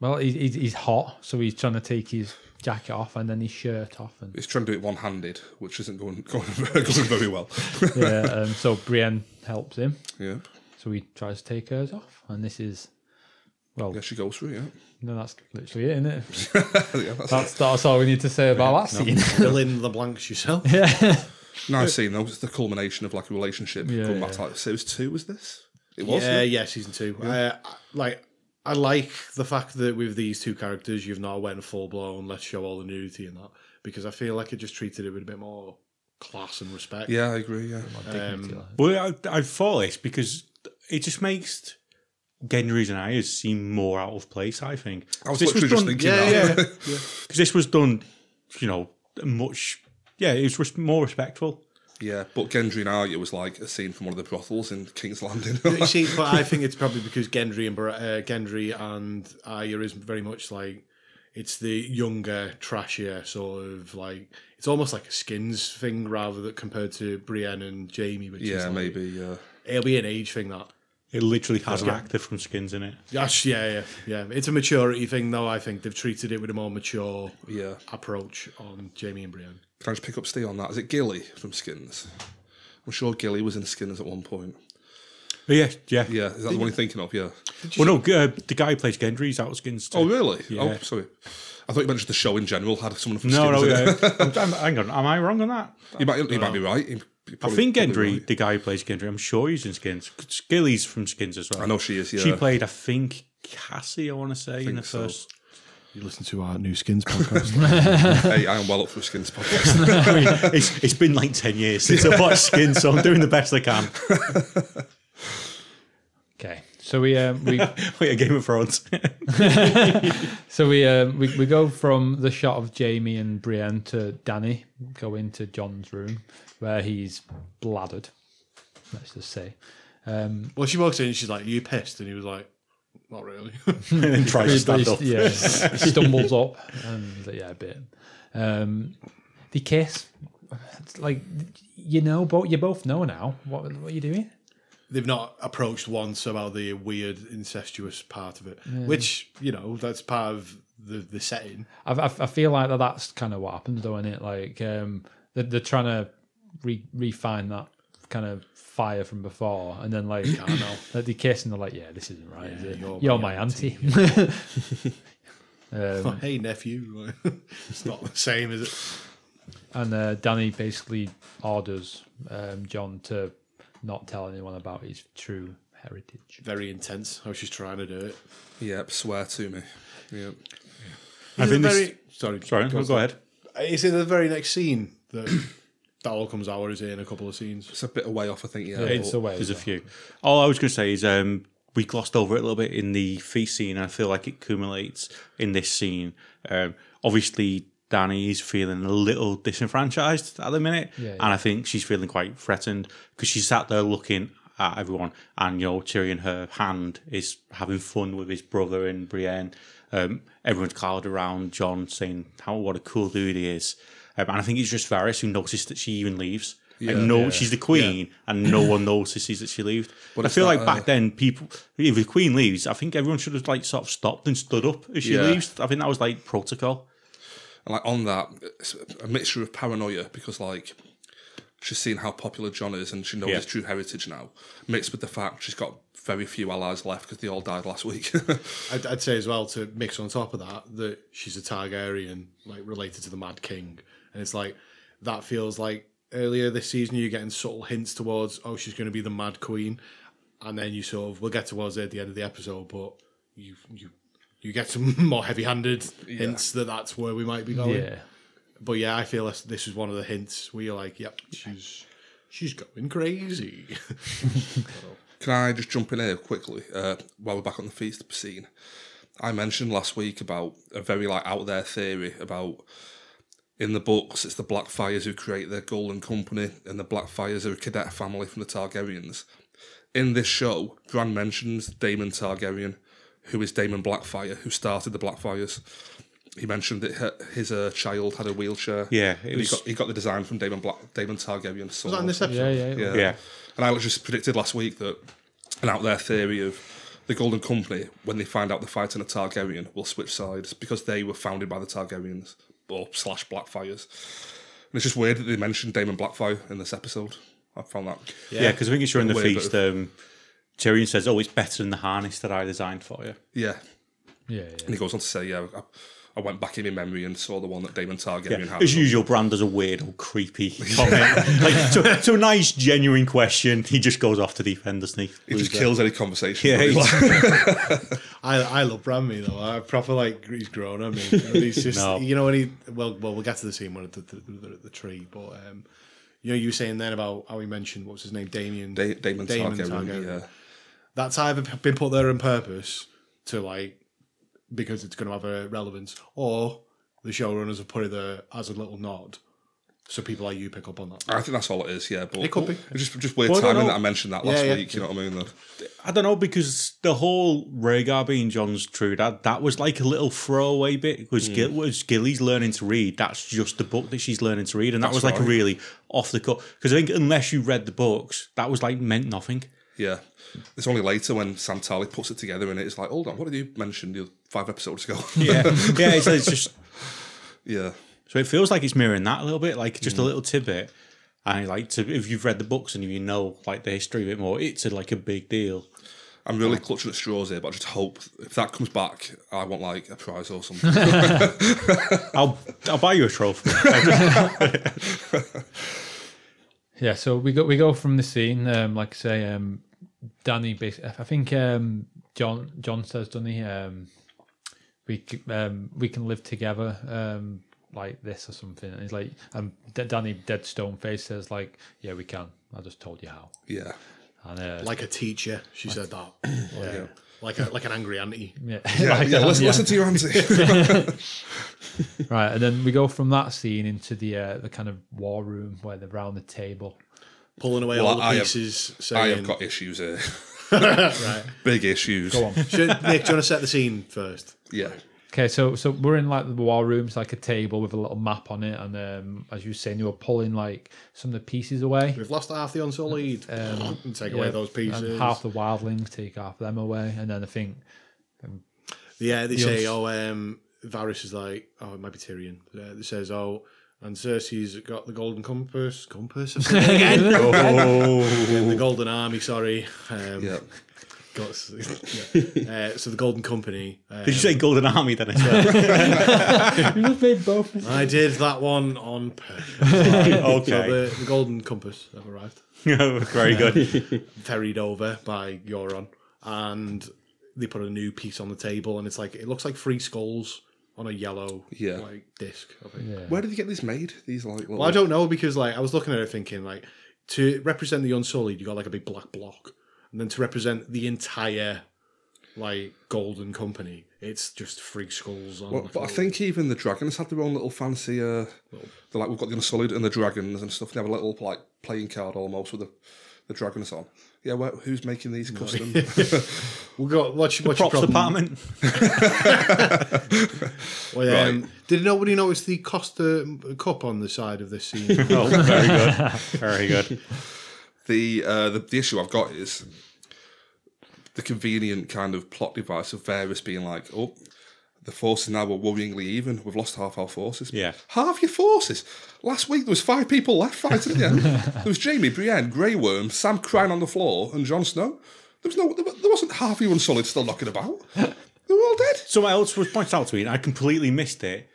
Speaker 1: well, he, he's he's hot, so he's trying to take his jacket off and then his shirt off, and
Speaker 2: he's trying to do it one handed, which isn't going going, going very well.
Speaker 1: yeah, um, so Brienne helps him.
Speaker 2: yeah,
Speaker 1: So he tries to take hers off, and this is well,
Speaker 2: yeah, she goes through. Yeah,
Speaker 1: no, that's literally it, isn't it?
Speaker 2: yeah that's
Speaker 1: That's that's all we need to say about that scene.
Speaker 3: Fill in the blanks yourself.
Speaker 2: nice scene. That was the culmination of like a relationship.
Speaker 1: Yeah,
Speaker 2: going back
Speaker 1: yeah.
Speaker 2: to like series two. Was this? It was.
Speaker 3: yeah,
Speaker 2: yeah.
Speaker 3: yeah, season two. Uh, I- like, I like the fact that with these two characters, you've not went full blown. Let's show all the nudity and that because I feel like it just treated it with a bit more class and respect.
Speaker 2: Yeah, I agree. Yeah,
Speaker 1: Dignity, like.
Speaker 4: Well, I, I for this because it just makes Gendry's and Arya's seem more out of place. I think
Speaker 2: I was
Speaker 4: this
Speaker 2: literally just
Speaker 4: done,
Speaker 2: thinking
Speaker 3: yeah,
Speaker 2: that.
Speaker 3: yeah.
Speaker 4: because this was done, you know, much. Yeah, it was res- more respectful.
Speaker 2: Yeah, but Gendry and Arya was like a scene from one of the brothels in King's Landing.
Speaker 3: You see, but I think it's probably because Gendry and Bar- uh, Gendry and Arya is very much like It's the younger, trashier sort of like it's almost like a skins thing rather than compared to Brienne and Jamie, which is
Speaker 2: Yeah,
Speaker 3: like-
Speaker 2: maybe. Yeah.
Speaker 3: it'll be an age thing that.
Speaker 4: It literally has an actor from Skins in it.
Speaker 3: Yes, yeah, yeah, yeah. It's a maturity thing though. I think they've treated it with a more mature
Speaker 2: Yeah.
Speaker 3: approach on Jamie and Brienne.
Speaker 2: Can I just pick up Steve on that? Is it Gilly from Skins? I'm sure Gilly was in Skins at one point.
Speaker 4: But yeah, yeah.
Speaker 2: Yeah, is that the one you're thinking of? Yeah.
Speaker 4: Well, no, g- uh, the guy who plays Gendry is out of Skins too.
Speaker 2: Oh, really? Oh,
Speaker 4: Yeah.
Speaker 2: sorry. I thought you mentioned the show in general had someone from
Speaker 4: no,
Speaker 2: Skins
Speaker 4: no,
Speaker 2: in it.
Speaker 4: yeah. I'm, I'm- hang on, am I wrong on that?
Speaker 2: You might, you might be right. You
Speaker 4: I
Speaker 2: probably-
Speaker 4: think
Speaker 2: probably
Speaker 4: Gendry,
Speaker 2: right.
Speaker 4: the guy who plays Gendry, I'm sure he's in Skins. Skilly's from Skins as well.
Speaker 2: I know she is, yeah.
Speaker 4: She played, I think, Cassie, I want to say, in the
Speaker 2: so.
Speaker 4: first.
Speaker 3: You listen to our new skins podcast.
Speaker 2: Hey, I am well up for Skins podcast.
Speaker 4: I mean, it's, it's been like 10 years since I watched Skins, so I'm doing the best I can.
Speaker 1: Okay, so we um, we
Speaker 4: Wait, a Game of Thrones.
Speaker 1: so we, um, we we go from the shot of Jamie and Brienne to Danny go into John's room where he's bladdered. Let's just say. Um,
Speaker 3: well, she walks in and she's like, "You pissed?" And he was like, "Not really."
Speaker 4: and then tries to stand up.
Speaker 1: yeah, stumbles up and he's like, yeah, a bit. Um, the kiss, it's like you know, both you both know now what what you're doing.
Speaker 3: They've not approached once about the weird incestuous part of it, which you know that's part of the the setting.
Speaker 1: I, I, I feel like that that's kind of what happens though, isn't it? Like um, they're, they're trying to re- refine that kind of fire from before, and then like I don't know, like they kiss and they're like, yeah, this isn't right. is it? You're,
Speaker 3: you're
Speaker 1: my
Speaker 3: my
Speaker 1: auntie. um,
Speaker 3: hey nephew, it's not the same, is it?
Speaker 1: and uh, Danny basically orders um, John to not tell anyone about his true heritage.
Speaker 3: Very intense how she's trying to do it.
Speaker 2: yep, swear to me. Yep.
Speaker 4: I
Speaker 3: Is it
Speaker 4: think this-
Speaker 3: very- sorry,
Speaker 4: Sorry, go, go ahead.
Speaker 3: It's in the very next scene that that all comes out, or is it in a couple of scenes?
Speaker 2: It's a bit away off, I think, yeah.
Speaker 1: It's
Speaker 2: but-
Speaker 1: away.
Speaker 4: There's a few. All I was going to say is um, we glossed over it a little bit in the feast scene. and I feel like it accumulates in this scene. Um, obviously, Danny is feeling a little disenfranchised at the minute,
Speaker 1: Yeah, yeah.
Speaker 4: and I think she's feeling quite threatened because she's sat there looking at everyone, and you know, Tyrion, her hand is having fun with his brother and Brienne. Um, everyone's cloud around John saying how what a cool dude he is, um, and I think it's just Varys who noticed that she even leaves. like no, she's the queen, and no one notices that uh, she leaves. But I
Speaker 2: it's
Speaker 4: feel
Speaker 2: not,
Speaker 4: like back then, people if the queen leaves, I think everyone should have like sort of stopped and stood up if she
Speaker 2: Yeah.
Speaker 4: leaves. I think that was like protocol.
Speaker 2: And like on that, it's a mixture of paranoia because like she's seen how popular John is and she knows
Speaker 4: Yeah.
Speaker 2: his true heritage now, mixed with the fact she's got very few allies left because they all died last week.
Speaker 3: I'd, I'd say as well to mix on top of that that she's a Targaryen, like related to the Mad King, and it's like that feels like earlier this season you're getting subtle hints towards oh she's going to be the Mad Queen, and then you sort of we'll get towards it at the end of the episode, but you you you get some more heavy-handed hints that that's where we might be going.
Speaker 1: Yeah.
Speaker 3: But yeah, I feel this, this is one of the hints where you're like, yep, she's she's going crazy.
Speaker 2: Can I just jump in here quickly uh, while we're back on the feast scene? I mentioned last week about a very like out there theory about in the books it's the Blackfires who create their Golden Company and the Blackfires are a cadet family from the Targaryens. In this show, Bran mentions Damon Targaryen, who is Damon Blackfire, who started the Blackfires. He mentioned that her- his uh, child had a wheelchair.
Speaker 4: Yeah, it
Speaker 2: and
Speaker 4: was-
Speaker 2: he got he got the design from Damon Black Damon Targaryen's son.
Speaker 3: was that in this episode?
Speaker 1: Yeah, yeah, yeah.
Speaker 2: Yeah.
Speaker 4: Yeah.
Speaker 2: And I just predicted last week that an out there theory of the Golden Company, when they find out they're fighting a Targaryen, will switch sides because they were founded by the Targaryens or slash Blackfires. And it's just weird that they mentioned Damon Blackfire in this episode. I found that.
Speaker 4: Yeah, because I think it's during the
Speaker 2: Weird, but-
Speaker 4: feast. Um, Tyrion says, "Oh, it's better than the harness that I designed for you."
Speaker 2: Yeah.
Speaker 1: yeah,
Speaker 2: And he goes on to say, yeah, I, I went back in my memory and saw the one that Damon Targaryen had.
Speaker 4: As usual, Brand does a weird, old creepy comment. like, to, to a nice, genuine question, he just goes off to deep end, doesn't he?
Speaker 2: He just kills any conversation.
Speaker 4: Yeah,
Speaker 2: He's like-
Speaker 3: I, I love Branmy though. I proper like he's grown on me. And He's just
Speaker 4: No.
Speaker 3: you know when he well well we'll get to the scene when the the, the, the tree, but um, you know you were saying then about how he mentioned what was his name Damien
Speaker 2: Da- Damon, Targaryen, yeah.
Speaker 3: That's either been put there on purpose to like because it's going to have a relevance, or the showrunners have put it there as a little nod So people like you pick up on that.
Speaker 2: I think that's all it is, yeah. But
Speaker 3: It could be.
Speaker 2: It's Just, just weird
Speaker 4: Well, I don't
Speaker 2: timing
Speaker 4: know.
Speaker 2: that I mentioned that last
Speaker 3: Yeah, yeah.
Speaker 2: week. You know what I mean? That-
Speaker 4: I don't know because the whole Rhaegar being John's true dad that was like a little throwaway bit because Gil, was Gilly's learning to read. That's just the book that she's learning to read, and that was like a
Speaker 2: right.
Speaker 4: really off the cut. Because I think unless you read the books, that was like meant nothing.
Speaker 2: yeah. It's only later when Santali puts it together and it's like, hold on, what did you mention the other- five episodes ago?
Speaker 4: Yeah, yeah. It's, it's just
Speaker 2: yeah.
Speaker 4: so it feels like it's mirroring that a little bit, like
Speaker 3: Mm.
Speaker 4: just a little tidbit. And like to, if you've read the books and you know like the history a bit more, it's a, like a big deal.
Speaker 2: I'm really clutching at straws here, but I just hope if that comes back, I want like a prize or something.
Speaker 4: I'll I'll buy you a trophy.
Speaker 1: Yeah, so we go we go from the scene. Um, like I say, um, Danny. bas- I think um, John John says, doesn't he? Um, we c- um, we can live together um, like this or something. And he's like, and D- Danny dead stone face says like, yeah, we can. I just told you how.
Speaker 2: yeah.
Speaker 1: And uh,
Speaker 3: Like a teacher, she said that. yeah. Like a, like an angry auntie.
Speaker 1: yeah,
Speaker 2: Yeah,
Speaker 1: like
Speaker 2: yeah,
Speaker 1: that,
Speaker 2: listen,
Speaker 1: yeah.
Speaker 2: listen to your auntie.
Speaker 1: right. And then we go from that scene into the uh, the kind of war room where they're round the table.
Speaker 3: Pulling away
Speaker 2: Well,
Speaker 3: all the
Speaker 2: I have-
Speaker 3: pieces, saying,
Speaker 2: I have got issues here. Big issues.
Speaker 1: Go on.
Speaker 3: Should, Nick, do you want to set the scene first?
Speaker 2: Yeah.
Speaker 1: Okay, so so we're in like the war rooms, like a table with a little map on it, and um, as you were saying, you were pulling like some of the pieces away.
Speaker 3: We've lost half the Unsullied. and take away
Speaker 1: Um, Yeah,
Speaker 3: those pieces.
Speaker 1: And half the wildlings take half of them away, and then I think
Speaker 3: Yeah, they say,
Speaker 1: uns-
Speaker 3: oh, um, Varys is like, oh, it might be Tyrion. Uh, it says, oh, and Cersei's got the golden compass. Compass? I said it again.
Speaker 1: Oh.
Speaker 3: And the golden army, sorry. Um,
Speaker 2: Yeah.
Speaker 3: got, yeah. Uh, so the golden company. Um,
Speaker 4: Did you say Golden Army then? as well?
Speaker 1: you just made both. mistakes.
Speaker 3: I did that one on purpose. So
Speaker 4: okay,
Speaker 3: the, the golden compass have arrived.
Speaker 4: very good.
Speaker 3: ferried over by Euron, and they put a new piece on the table, and it's like it looks like three skulls on a yellow
Speaker 2: Yeah.
Speaker 3: like disc. Of it.
Speaker 2: Where did you get these made? These like little...
Speaker 3: Well, I don't know because like I was looking at it thinking like to represent the Unsullied, you got like a big black block, and then to represent the entire like Golden Company, it's just three skulls on.
Speaker 2: Well,
Speaker 3: like,
Speaker 2: but I
Speaker 3: a-
Speaker 2: think even the dragons had their own little fancy. Uh, they're like we've got the Unsullied and the dragons and stuff. They have a little like playing card almost with the the dragons on. Yeah, where, who's making these custom?
Speaker 3: we got what's, what's your
Speaker 4: Props
Speaker 3: problem?
Speaker 4: department.
Speaker 3: Well, um, Did nobody notice the Costa cup on the side of this scene?
Speaker 4: Oh, very good. Very good.
Speaker 2: the, uh, the the issue I've got is the convenient kind of plot device of Varys being like, oh. The forces now are worryingly even. We've lost half our forces.
Speaker 4: Yeah.
Speaker 2: half your forces. Last week there was five people left fighting at the end. there was Jamie, Brienne, Grey Worm, Sam crying on the floor, and Jon Snow. There was no, there wa- there wasn't half of you solid still knocking about. They were all dead.
Speaker 4: Someone else was pointed out to me, and I completely missed it.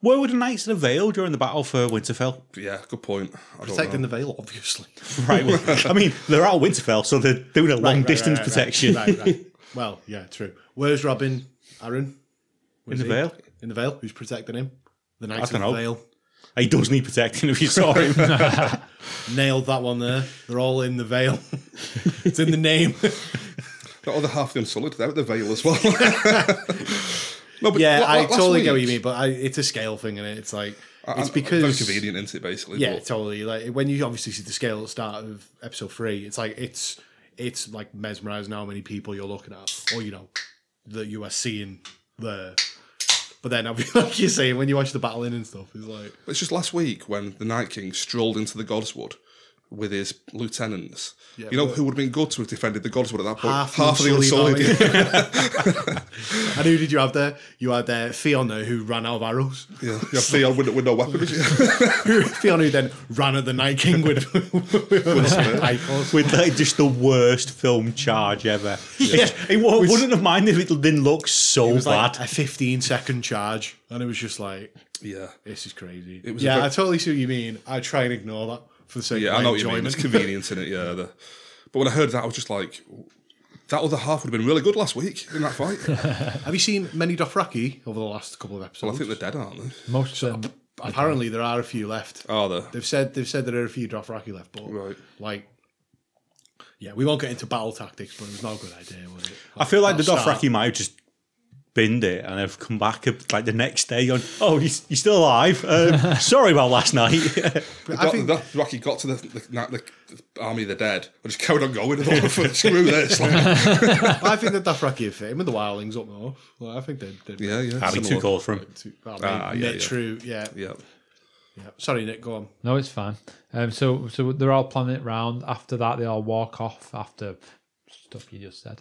Speaker 4: Where were the Knights of the Vale during the Battle for Winterfell?
Speaker 2: Yeah, good point. I don't
Speaker 3: Protecting
Speaker 2: know.
Speaker 3: the veil, obviously.
Speaker 4: Right. well, I mean, they're out of Winterfell, so they're doing a long
Speaker 3: right,
Speaker 4: distance
Speaker 3: right,
Speaker 4: protection
Speaker 3: Right, right. well, yeah, true. Where's Robin Aaron?
Speaker 4: in the Vale.
Speaker 3: In the Vale? Who's protecting him? The Knight of the
Speaker 4: dunno.
Speaker 3: Vale.
Speaker 4: He does need protecting if you saw him.
Speaker 3: Nailed that one there. They're all in the Vale. it's in the name.
Speaker 2: The other half of the unsolid, they're at the veil as well. no, but
Speaker 3: yeah,
Speaker 2: la- la-
Speaker 3: I
Speaker 2: last
Speaker 3: totally get what you
Speaker 2: week-
Speaker 3: mean, but I, it's a scale thing, and it's like
Speaker 2: I-
Speaker 3: it's
Speaker 2: I'm-
Speaker 3: because
Speaker 2: very convenient, isn't it? Basically,
Speaker 3: Yeah,
Speaker 2: But,
Speaker 3: totally. Like when you obviously see the scale at the start of episode three, it's like it's it's like mesmerizing how many people you're looking at, or you know, that you are seeing there. But then, obviously, like you're saying, when you watch the battling and stuff, it's like
Speaker 2: but it's just last week when the Night King strolled into the Godswood with his lieutenants. you know
Speaker 3: but-
Speaker 2: who would have been good to have defended the Godswood at that point?
Speaker 3: Half the
Speaker 2: half of the
Speaker 3: Unsullied
Speaker 2: unsolid. yeah.
Speaker 3: And who did you have there? You had uh, Fiona, who ran out of arrows.
Speaker 2: Yeah, yeah, Theon with, with no weapons.
Speaker 3: Fiona, who then ran at the Night King with, with rifles.
Speaker 4: With like, just the worst film charge ever. Yeah. He wa- wouldn't have minded if it didn't look so
Speaker 3: It was
Speaker 4: bad.
Speaker 3: like a 15 second charge, and it was just like,
Speaker 2: yeah.
Speaker 3: this is crazy.
Speaker 2: was
Speaker 3: yeah,
Speaker 2: a
Speaker 3: I
Speaker 2: ve-
Speaker 3: totally see what you mean. I try and ignore that for the sake
Speaker 2: Yeah,
Speaker 3: of
Speaker 2: I
Speaker 3: my
Speaker 2: know what you mean.
Speaker 3: enjoyment.
Speaker 2: It's convenience in it, yeah. The, but when I heard that, I was just like, that other half would have been really good last week in that fight. well,
Speaker 3: have you seen many Dothraki over the last couple of
Speaker 2: I
Speaker 3: episodes?
Speaker 2: think they're dead, aren't they?
Speaker 1: Most of them,
Speaker 3: Apparently, there are a few left.
Speaker 2: Are they?
Speaker 3: They've said they've said there are a few Dothraki left, but
Speaker 2: Right.
Speaker 3: like, yeah, we won't get into battle tactics, but it was not a good idea, was it?
Speaker 4: I feel like the
Speaker 3: At start.
Speaker 4: Dothraki might have just binned it, and I've come back uh, like the next day going, "Oh, you, you're still alive? Um, sorry about last night."
Speaker 2: But I think that Rocky got to the, the, na- the, the army of the dead and just carried on going. And all for screw this. Like,
Speaker 3: I think the Dothraki are fitting with the Wildlings up north. Like, I think they're, they're
Speaker 2: yeah, yeah.
Speaker 4: I'd be too
Speaker 2: similar.
Speaker 4: cold for him.
Speaker 3: Too, well,
Speaker 2: Ah,
Speaker 3: mate,
Speaker 2: yeah,
Speaker 3: Nick,
Speaker 2: yeah.
Speaker 3: True, yeah, yeah.
Speaker 2: Yeah,
Speaker 3: Sorry, Nick, go on.
Speaker 1: No, it's fine. Um, so so they're all planning it round. After that, they all walk off after stuff you just said.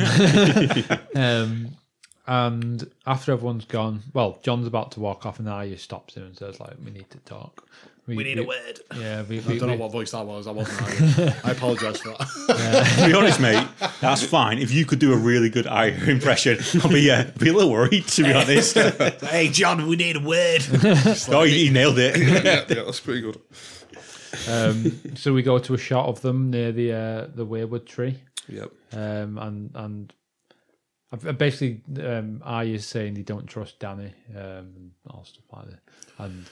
Speaker 1: Um, um, and after everyone's gone, well, John's about to walk off, and Arya stops him and says, "Like, we need to talk. We, need a word." Yeah, we, we,
Speaker 3: I don't
Speaker 1: we-
Speaker 3: know what voice that was. I wasn't. Irish. I apologise for that.
Speaker 4: to be honest, mate, that's fine. If you could do a really good Irish impression, I'll be, uh, be a little worried, to be honest.
Speaker 3: hey, John, we need a word.
Speaker 4: oh, he, he nailed it.
Speaker 2: yeah, yeah. That's pretty good.
Speaker 1: um, so we go to a shot of them near the uh, the Weirwood tree.
Speaker 2: Yeah,
Speaker 1: um, and and I've- I've basically um, Arya's saying they don't trust Danny, um, all stuff like that. And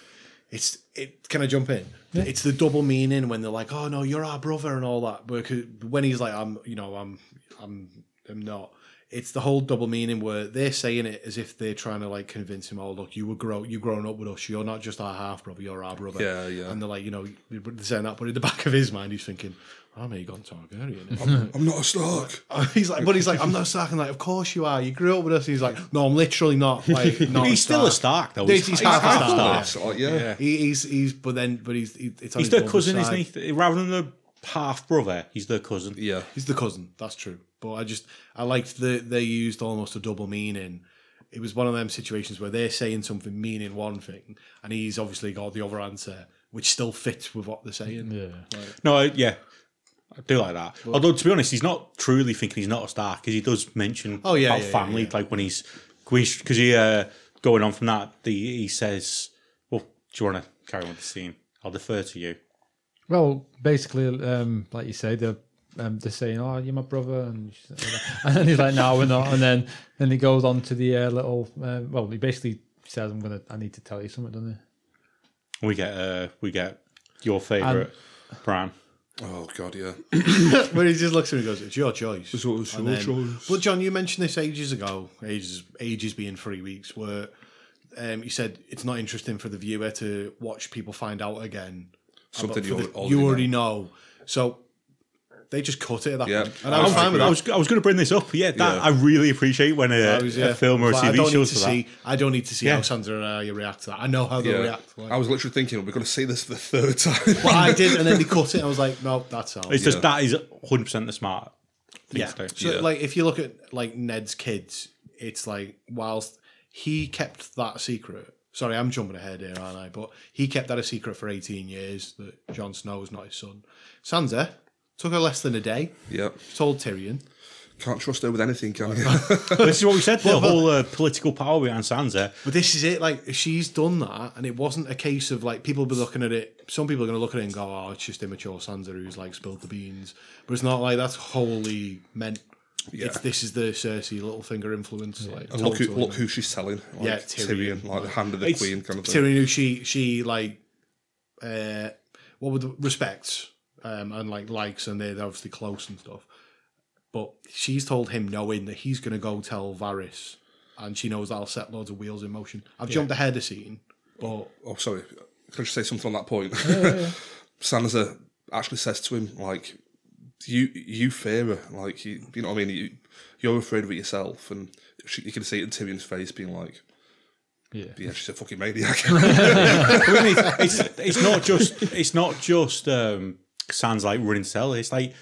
Speaker 3: It's it. Can I jump in? It's the double meaning when they're like, "Oh no, you're our brother" and all that. But c- when he's like, "I'm," you know, "I'm," "I'm," "I'm not." It's the whole double meaning where they're saying it as if they're trying to like convince him, "Oh look, you were grow, you grown up with us. You're not just our half brother. You're our brother."
Speaker 2: Yeah, yeah.
Speaker 3: And they're like, you know, they're saying that, but in the back of his mind, he's thinking, "Oh, "I'm Aegon Targaryen."
Speaker 2: I'm not a Stark.
Speaker 3: he's like, but he's like, "I'm no Stark." And like, of course you are. You grew up with us. He's like, "No, I'm literally not." Like, not
Speaker 4: He's still a Stark, though.
Speaker 3: He's, he's half a
Speaker 4: half
Speaker 3: Stark.
Speaker 2: It's like, yeah.
Speaker 3: He, he's he's but then but he's he, it's on
Speaker 4: He's
Speaker 3: his
Speaker 4: their
Speaker 3: mother's
Speaker 4: cousin,
Speaker 3: side.
Speaker 4: isn't he? Rather than the half brother, he's their cousin.
Speaker 2: yeah.
Speaker 3: He's the cousin. That's true. But I just I liked that they used almost a double meaning. It was one of them situations where they're saying something meaning one thing, and he's obviously got the other answer, which still fits with what they're saying.
Speaker 1: yeah,
Speaker 4: No, I, yeah, I do like that. Although to be honest, he's not truly thinking he's not a star because he does mention
Speaker 3: Oh, yeah,
Speaker 4: about
Speaker 3: yeah, yeah,
Speaker 4: family,
Speaker 3: yeah.
Speaker 4: like when he's because he uh, going on from that. The, he says, "Well, do you want to carry on with the scene? I'll defer to you."
Speaker 1: well, basically, um, like you say, they're um, they're saying, "Oh, you're my brother," and, she's- and then he's like, "No, we're not." And then then he goes on to the uh, little. Uh, well, he basically says, "I'm gonna. I need to tell you something," doesn't he?
Speaker 4: We get uh, we get your favorite Bran.
Speaker 2: Oh God, yeah.
Speaker 3: Where he just looks at him and goes, "It's your choice."
Speaker 2: It's your- it's
Speaker 3: And
Speaker 2: your
Speaker 3: then-
Speaker 2: choice.
Speaker 3: But John, you mentioned this ages ago. Ages, ages being three weeks. Where um, you said it's not interesting for the viewer to watch people find out again
Speaker 2: Something
Speaker 3: for
Speaker 2: you
Speaker 3: the-
Speaker 2: already,
Speaker 3: you already know. So they just cut it at that
Speaker 2: Yeah.
Speaker 3: point. And I was
Speaker 2: I
Speaker 3: fine with
Speaker 4: Oh, I
Speaker 3: that.
Speaker 4: was I was going to bring this up. Yeah, that
Speaker 2: Yeah.
Speaker 4: I really appreciate when a,
Speaker 3: I was,
Speaker 4: a
Speaker 3: yeah.
Speaker 4: film or a
Speaker 3: Like, I
Speaker 4: TV
Speaker 3: don't need
Speaker 4: shows
Speaker 3: to
Speaker 4: for that.
Speaker 3: see. I don't need to see
Speaker 4: Yeah.
Speaker 3: how Sandra and Arya react to that. I know how they
Speaker 2: Yeah.
Speaker 3: will react. Like,
Speaker 2: I was literally thinking we're going to see this for the third time.
Speaker 3: but I did, and then they cut it. I was like, no, that's how.
Speaker 4: It's just that is hundred percent the smart thing
Speaker 3: yeah.
Speaker 4: to do.
Speaker 3: So
Speaker 2: Yeah.
Speaker 3: like, if you look at like Ned's kids, it's like whilst he kept that secret. Sorry, I'm jumping ahead here, aren't I? But he kept that a secret for 18 years that Jon Snow is not his son. Sansa took her less than a day.
Speaker 2: yeah,
Speaker 3: Told Tyrion.
Speaker 2: can't trust her with anything, can you?
Speaker 4: this is what we said. The whole uh, political power behind Sansa.
Speaker 3: But this is it. Like she's done that, and it wasn't a case of like people be looking at it. Some people are going to look at it and go, "Oh, it's just immature Sansa who's like spilled the beans." But it's not like that's wholly meant. It's this is the Cersei Littlefinger influence. Like
Speaker 2: And look, who,
Speaker 3: total.
Speaker 2: look who she's telling. Like,
Speaker 3: Yeah, Tyrion.
Speaker 2: Tyrion, like the hand of the
Speaker 4: It's
Speaker 2: queen, kind of thing.
Speaker 3: Tyrion, who she she like, uh, what would the, respects um, and like likes, and they're, they're obviously close and stuff. But she's told him knowing that he's going to go tell Varys, and she knows that'll set loads of wheels in motion. I've jumped ahead a scene, but.
Speaker 2: Oh, sorry. Can I just say something on that point? Sansa actually says to him, like, you you fear her. Like, you, you know what I mean? You, you're afraid of it yourself. And she, you can see it in Tyrion's face being like,
Speaker 1: Yeah.
Speaker 2: yeah, she's a fucking maniac.
Speaker 4: I mean, it's, it's it's not just it's not just um Sans like running cell. It's like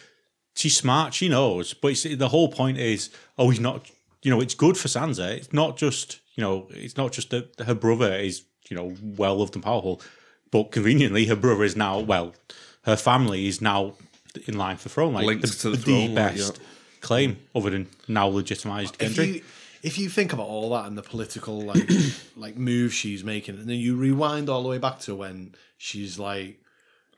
Speaker 4: she's smart, she knows, but it's, the whole point is oh he's not you know it's good for Sansa. It's not just you know it's not just that her brother is you know well loved and powerful, but conveniently her brother is now well her family is now in line for throne like
Speaker 2: Linked to the throne, like,
Speaker 4: best
Speaker 2: yeah.
Speaker 4: claim other than now legitimized
Speaker 3: if
Speaker 4: Gendry.
Speaker 3: you if you think about all that and the political like like move she's making, and then you rewind all the way back to when she's like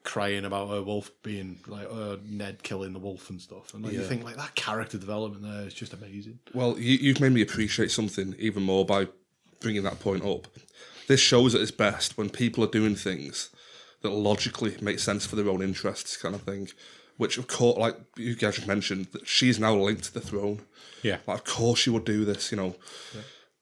Speaker 3: crying about her wolf being like uh, Ned killing the wolf and stuff, and like you think like that character development there is just amazing.
Speaker 2: Well, you, you've made me appreciate something even more by bringing that point up. This shows at its best when people are doing things that logically make sense for their own interests, kind of thing. which of course, like you guys have mentioned, that she's now linked to the throne.
Speaker 4: Yeah.
Speaker 2: Like, of course she would do this, you know.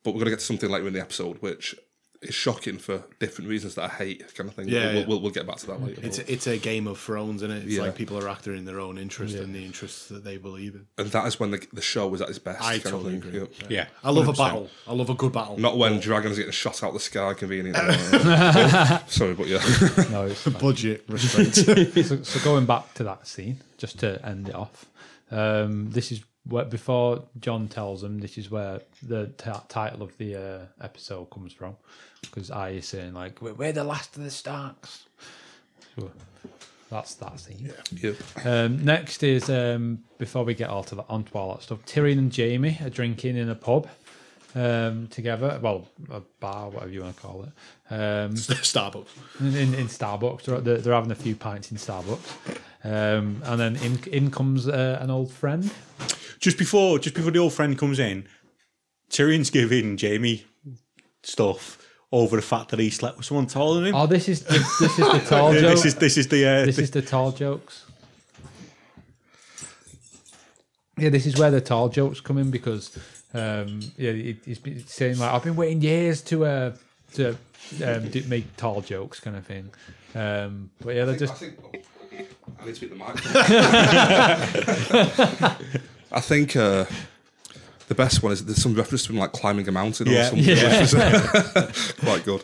Speaker 2: But we're gonna get to something later in the episode, which is shocking for different reasons that I hate, kind of thing.
Speaker 3: Yeah,
Speaker 2: we'll,
Speaker 3: yeah.
Speaker 2: We'll, we'll get back to that later.
Speaker 3: It's
Speaker 2: but-
Speaker 3: it's a Game of Thrones, and it? it's
Speaker 2: Yeah.
Speaker 3: like people are acting in their own interest and the interests that they believe in.
Speaker 2: and that is when the, the show was at its best.
Speaker 3: I
Speaker 2: kind of
Speaker 3: totally
Speaker 2: thing,
Speaker 3: agree.
Speaker 2: yeah.
Speaker 4: Yeah.
Speaker 3: I love a battle. I love a good battle.
Speaker 2: Not when dragons getting shot out the sky conveniently. Oh, sorry, but yeah.
Speaker 1: No, it's fine.
Speaker 3: budget restraints.
Speaker 1: so, so going back to that scene, just to end it off, um, this is where before John tells them this is where the t- title of the uh, episode comes from, because I is saying like we're, we're the last of the Starks. So that's that scene.
Speaker 2: Yep.
Speaker 1: Um, next is um, before we get all to that, onto all that stuff. Tyrion and Jamie are drinking in a pub um, together. Well, a bar, whatever you want to call it. Um,
Speaker 3: Starbucks.
Speaker 1: in, in, in Starbucks. They're, they're, they're having a few pints in Starbucks, um, and then in, in comes uh, an old friend.
Speaker 4: Just before just before the old friend comes in, Tyrion's giving Jamie stuff over the fact that he slept with someone taller than him. Uh,
Speaker 1: Oh, this is the, this is the tall joke.
Speaker 4: this is this is the, uh,
Speaker 1: this
Speaker 4: the-
Speaker 1: is the tall jokes. Yeah, this is where the tall jokes come in because um, yeah, it, it's been saying like I've been waiting years to uh, to um, do, make tall jokes kind of thing. Um, but yeah, they're
Speaker 2: I
Speaker 1: just
Speaker 2: think, oh, I need to hit the mic. I think uh, the best one is there's some reference to him like climbing a mountain or
Speaker 4: Yeah.
Speaker 2: something.
Speaker 1: Yeah.
Speaker 2: Which is uh, quite good.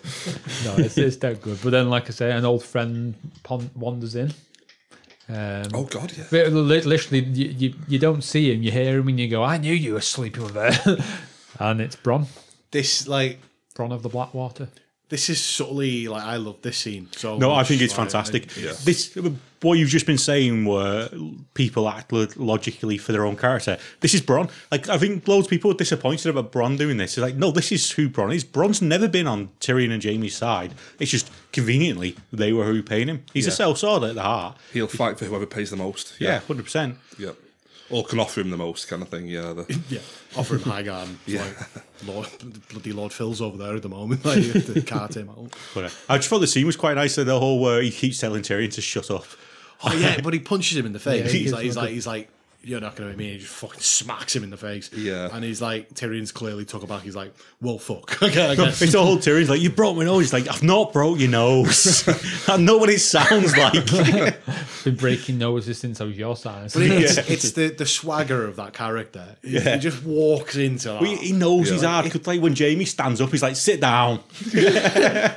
Speaker 1: no, it's, it's that good. But then, like I say, an old friend pon- wanders in. Um,
Speaker 2: Oh God, yeah.
Speaker 1: But li- literally, you, you, you don't see him, you hear him, and you go, I knew you were sleeping with her. and it's Bron,
Speaker 3: This like
Speaker 1: Bron of the Blackwater.
Speaker 3: this is subtly like I love this scene. So
Speaker 4: No, I
Speaker 3: much,
Speaker 4: think it's
Speaker 3: like,
Speaker 4: fantastic.
Speaker 3: I-
Speaker 4: This what you've just been saying were people act lo- logically for their own character. This is Bron. Like I think loads of people are disappointed about Bron doing this. It's like no, this is who Bron is. Bron's never been on Tyrion and Jamie's side. It's just conveniently they were who paying him. He's a self sword at the heart.
Speaker 2: He'll fight for whoever pays the most.
Speaker 4: Yeah, hundred percent.
Speaker 2: Yeah. Or can offer him the most kind of thing. Yeah. The,
Speaker 3: yeah, offer him high garden. yeah, like, Lord, bloody Lord Phil's over there at the moment. Like, you have to cart him out.
Speaker 4: But uh, I just thought the scene was quite nice. though, The whole where he keeps telling Tyrion to shut up.
Speaker 3: Oh yeah, but he punches him in the face.
Speaker 1: Yeah, he gives
Speaker 3: he's like,
Speaker 1: him
Speaker 3: he's
Speaker 1: a
Speaker 3: like, he's like, you're not gonna make me. And he just fucking smacks him in the face.
Speaker 2: Yeah.
Speaker 3: and he's like, Tyrion's clearly took aback. He's like, well, fuck. Okay, I guess.
Speaker 4: It's all Tyrion's like, you broke my nose. He's like, I've not broke your nose. I know what it sounds like.
Speaker 1: Been breaking noses since I was your size.
Speaker 3: But it's, it's the, the swagger of that character. He- He just walks into that.
Speaker 4: He, he knows
Speaker 2: Yeah.
Speaker 4: he's hard. Because like when Jamie stands up, he's like, "Sit down."
Speaker 2: he,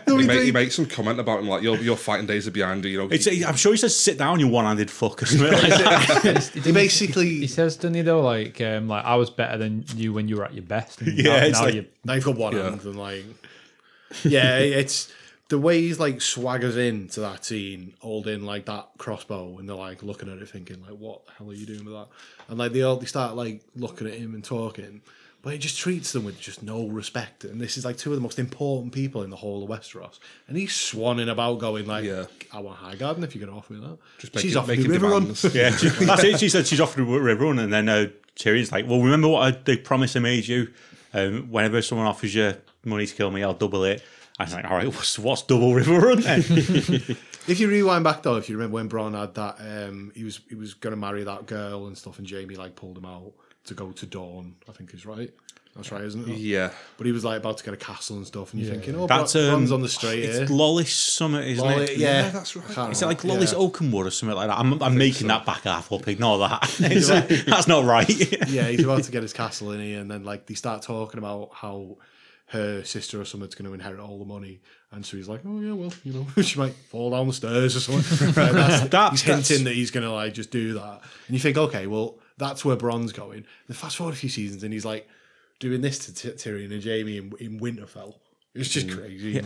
Speaker 2: ma- he makes some comment about him like your your fighting days are behind you. You know.
Speaker 4: It's, I'm sure he says, "Sit down, you one-handed fuck." or something like that.
Speaker 3: he basically.
Speaker 1: He says, doesn't he, though, like, um, like I was better than you when you were at your best. And
Speaker 4: Yeah, it's like-
Speaker 1: you-
Speaker 3: Now you've got one
Speaker 2: Yeah.
Speaker 3: hand and like Yeah, it's the way he's like swaggers in to that scene, holding like that crossbow, and they're like looking at it thinking, like, what the hell are you doing with that? And like they all they start like looking at him and talking. But he just treats them with just no respect. And this is like two of the most important people in the whole of Westeros. And he's swanning about going like
Speaker 2: Yeah.
Speaker 3: I want High Garden if you're gonna offer me that. Just
Speaker 2: making-
Speaker 3: She's off the
Speaker 2: making
Speaker 3: river run.
Speaker 2: demands.
Speaker 4: yeah, she, that's it. She said she's offered to everyone, and then uh, Tyrion's like, "Well, remember what I, the promise I made you? Um, whenever someone offers you money to kill me, I'll double it." I was like, "All right, what's, what's double River Run then?"
Speaker 3: If you rewind back though, if you remember when Braun had that, um, he was he was going to marry that girl and stuff, and Jamie like pulled him out to go to Dawn. I think is right. That's right, isn't it?
Speaker 2: yeah.
Speaker 3: But he was like about to get a castle and stuff, and you're thinking, oh,
Speaker 4: That's
Speaker 3: That's,
Speaker 4: um,
Speaker 3: Braun's on the straight here.
Speaker 4: It's Lawless Summit, isn't
Speaker 3: Lolly-
Speaker 4: it?
Speaker 3: yeah.
Speaker 2: that's right.
Speaker 3: I can't
Speaker 4: Is it like
Speaker 3: remember.
Speaker 4: Lolly's
Speaker 3: yeah.
Speaker 4: Oakenwood or something like that? I'm, I'm making that back half up. Ignore that. It's like, that's not right.
Speaker 3: yeah, he's about to get his castle in here, and then like they start talking about how her sister or someone's going to inherit all the money, and so he's like, oh yeah, well, you know, she might fall down the stairs or something. Right, that's-
Speaker 4: That-
Speaker 3: he's
Speaker 4: that's-
Speaker 3: hinting that he's going to like just do that, and you think, okay, well, that's where Bron's going. Then fast forward a few seasons, and he's like doing this to Ty- Tyrion and Jamie in, in Winterfell. It's just crazy. like-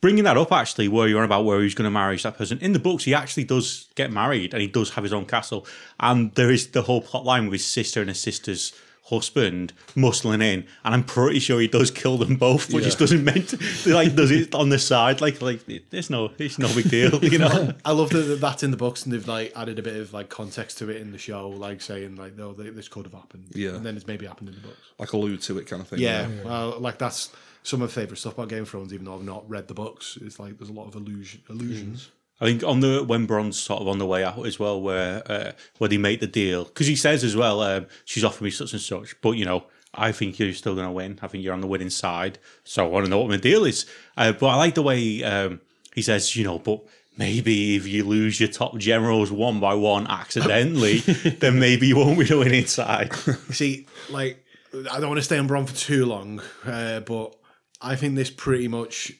Speaker 4: bringing that up actually where you're on about where he's going to marry that person in the books he actually does get married and he does have his own castle and there is the whole plot line with his sister and his sister's husband muscling in and i'm pretty sure he does kill them both but just doesn't meant like does it on the side like like it's no it's no big deal you know
Speaker 3: I love that that that's in the books, and they've like added a bit of like context to it in the show, like saying like, no, th- this could have happened,
Speaker 2: Yeah.
Speaker 3: and then it's maybe happened in the books.
Speaker 2: Like allude to it kind of thing.
Speaker 3: Yeah, well, like that's some of my favourite stuff about Game of Thrones, even though I've not read the books. It's like there's a lot of illusion, illusions.
Speaker 4: I think on the when Bron's sort of on the way out as well, where uh, where they make the deal because he says as well, um, she's offering me such and such, but you know. I think you're still going to win. I think you're on the winning side. So I want to know what my deal is. Uh, but I like the way um, he says, you know, but maybe if you lose your top generals one by one accidentally, then maybe you won't be the winning side.
Speaker 3: See,
Speaker 2: Mm-hmm.
Speaker 3: like, I don't want to stay on Bron for too long, uh, but I think this pretty much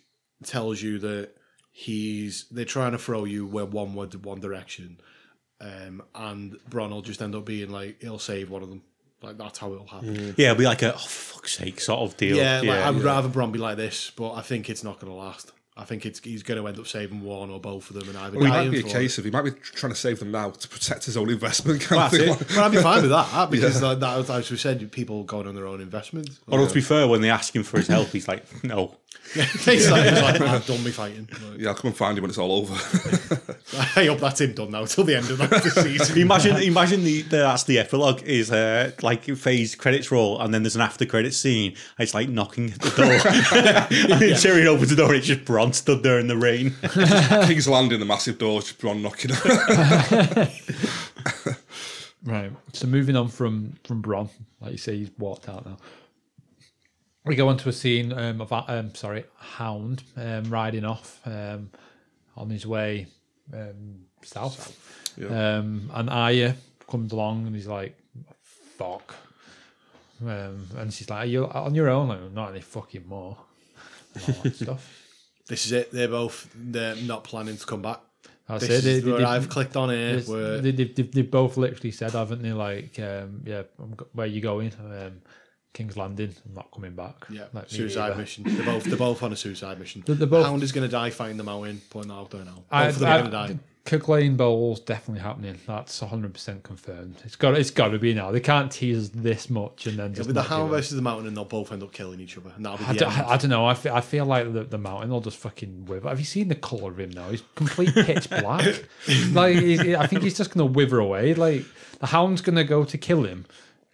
Speaker 3: tells you that he's they're trying to throw you where one would one direction, um, and Bron will just end up being like he'll save one of them. Like that's how it'll happen.
Speaker 2: Mm-hmm.
Speaker 4: yeah, it'll be like a oh, fuck's sake sort of deal.
Speaker 3: Yeah, like, I would rather Bron be like this, but I think it's not going to last. I think it's he's going to end up saving one or both of them, and either
Speaker 2: Well, he
Speaker 3: dying
Speaker 2: might be a
Speaker 3: for it.
Speaker 2: case of he might be trying to save them now to protect his own investment. Kind
Speaker 3: That's
Speaker 2: of thing.
Speaker 3: it. Well, I'd be fine with that because that, that, as we said, people going on their own investments.
Speaker 4: Although to be fair, when they ask him for his help, he's like, no.
Speaker 3: he's, like, he's like, I've done me fighting. Like,
Speaker 2: Yeah, I'll come and find you when it's all over.
Speaker 3: I hope that's him done now till the end of the season.
Speaker 4: Imagine, imagine the, the that's the epilogue is uh, like phase credits roll, and then there's an after credits scene. And it's like knocking at the door, and then Tyrion opens the door, and it's just Bron stood there in the rain.
Speaker 2: King's Landing, the massive doors, just Bron knocking.
Speaker 1: Right. So moving on from from Bron, like you say, he's walked out now. We go on to a scene um, of a- um, sorry, Hound um, riding off um, on his way um, south, um, and Arya comes along and he's like, "Fuck," um, and she's like, "Are you on your own? Like, not any fucking more." And all that stuff.
Speaker 3: this is it. They're both they're not planning to come back.
Speaker 1: That's
Speaker 3: This
Speaker 1: it. They-
Speaker 3: is
Speaker 1: they-
Speaker 3: where
Speaker 1: they-
Speaker 3: I've clicked on it.
Speaker 1: Yes,
Speaker 3: Where
Speaker 1: They, they, they, they've both literally said, haven't they? Like, um, yeah, I'm go- where you going? Um, King's Landing. I'm not coming back.
Speaker 3: yeah,
Speaker 1: Like, me
Speaker 3: suicide
Speaker 1: neither.
Speaker 3: mission. They're both they're both on a suicide mission.
Speaker 1: They're- they're both-
Speaker 3: Hound is going to die. Fighting them out in putting that out there now. Both
Speaker 1: I,
Speaker 3: of them are going to
Speaker 1: I,
Speaker 3: die.
Speaker 1: Kilclane Bowl's definitely happening. That's 100 percent confirmed. It's got it's got to be now. They can't tease us this much and then
Speaker 3: It'll
Speaker 1: just
Speaker 3: be the
Speaker 1: not do
Speaker 3: hound
Speaker 1: it.
Speaker 3: versus the mountain, and they'll both end up killing each other. And that'll be
Speaker 1: I
Speaker 3: the
Speaker 1: don't,
Speaker 3: end.
Speaker 1: I, I don't know. I feel, I feel like the, the mountain will just fucking wither. Have you seen the color of him now? He's complete pitch black. like he's, I think he's just gonna wither away. Like the hound's gonna go to kill him.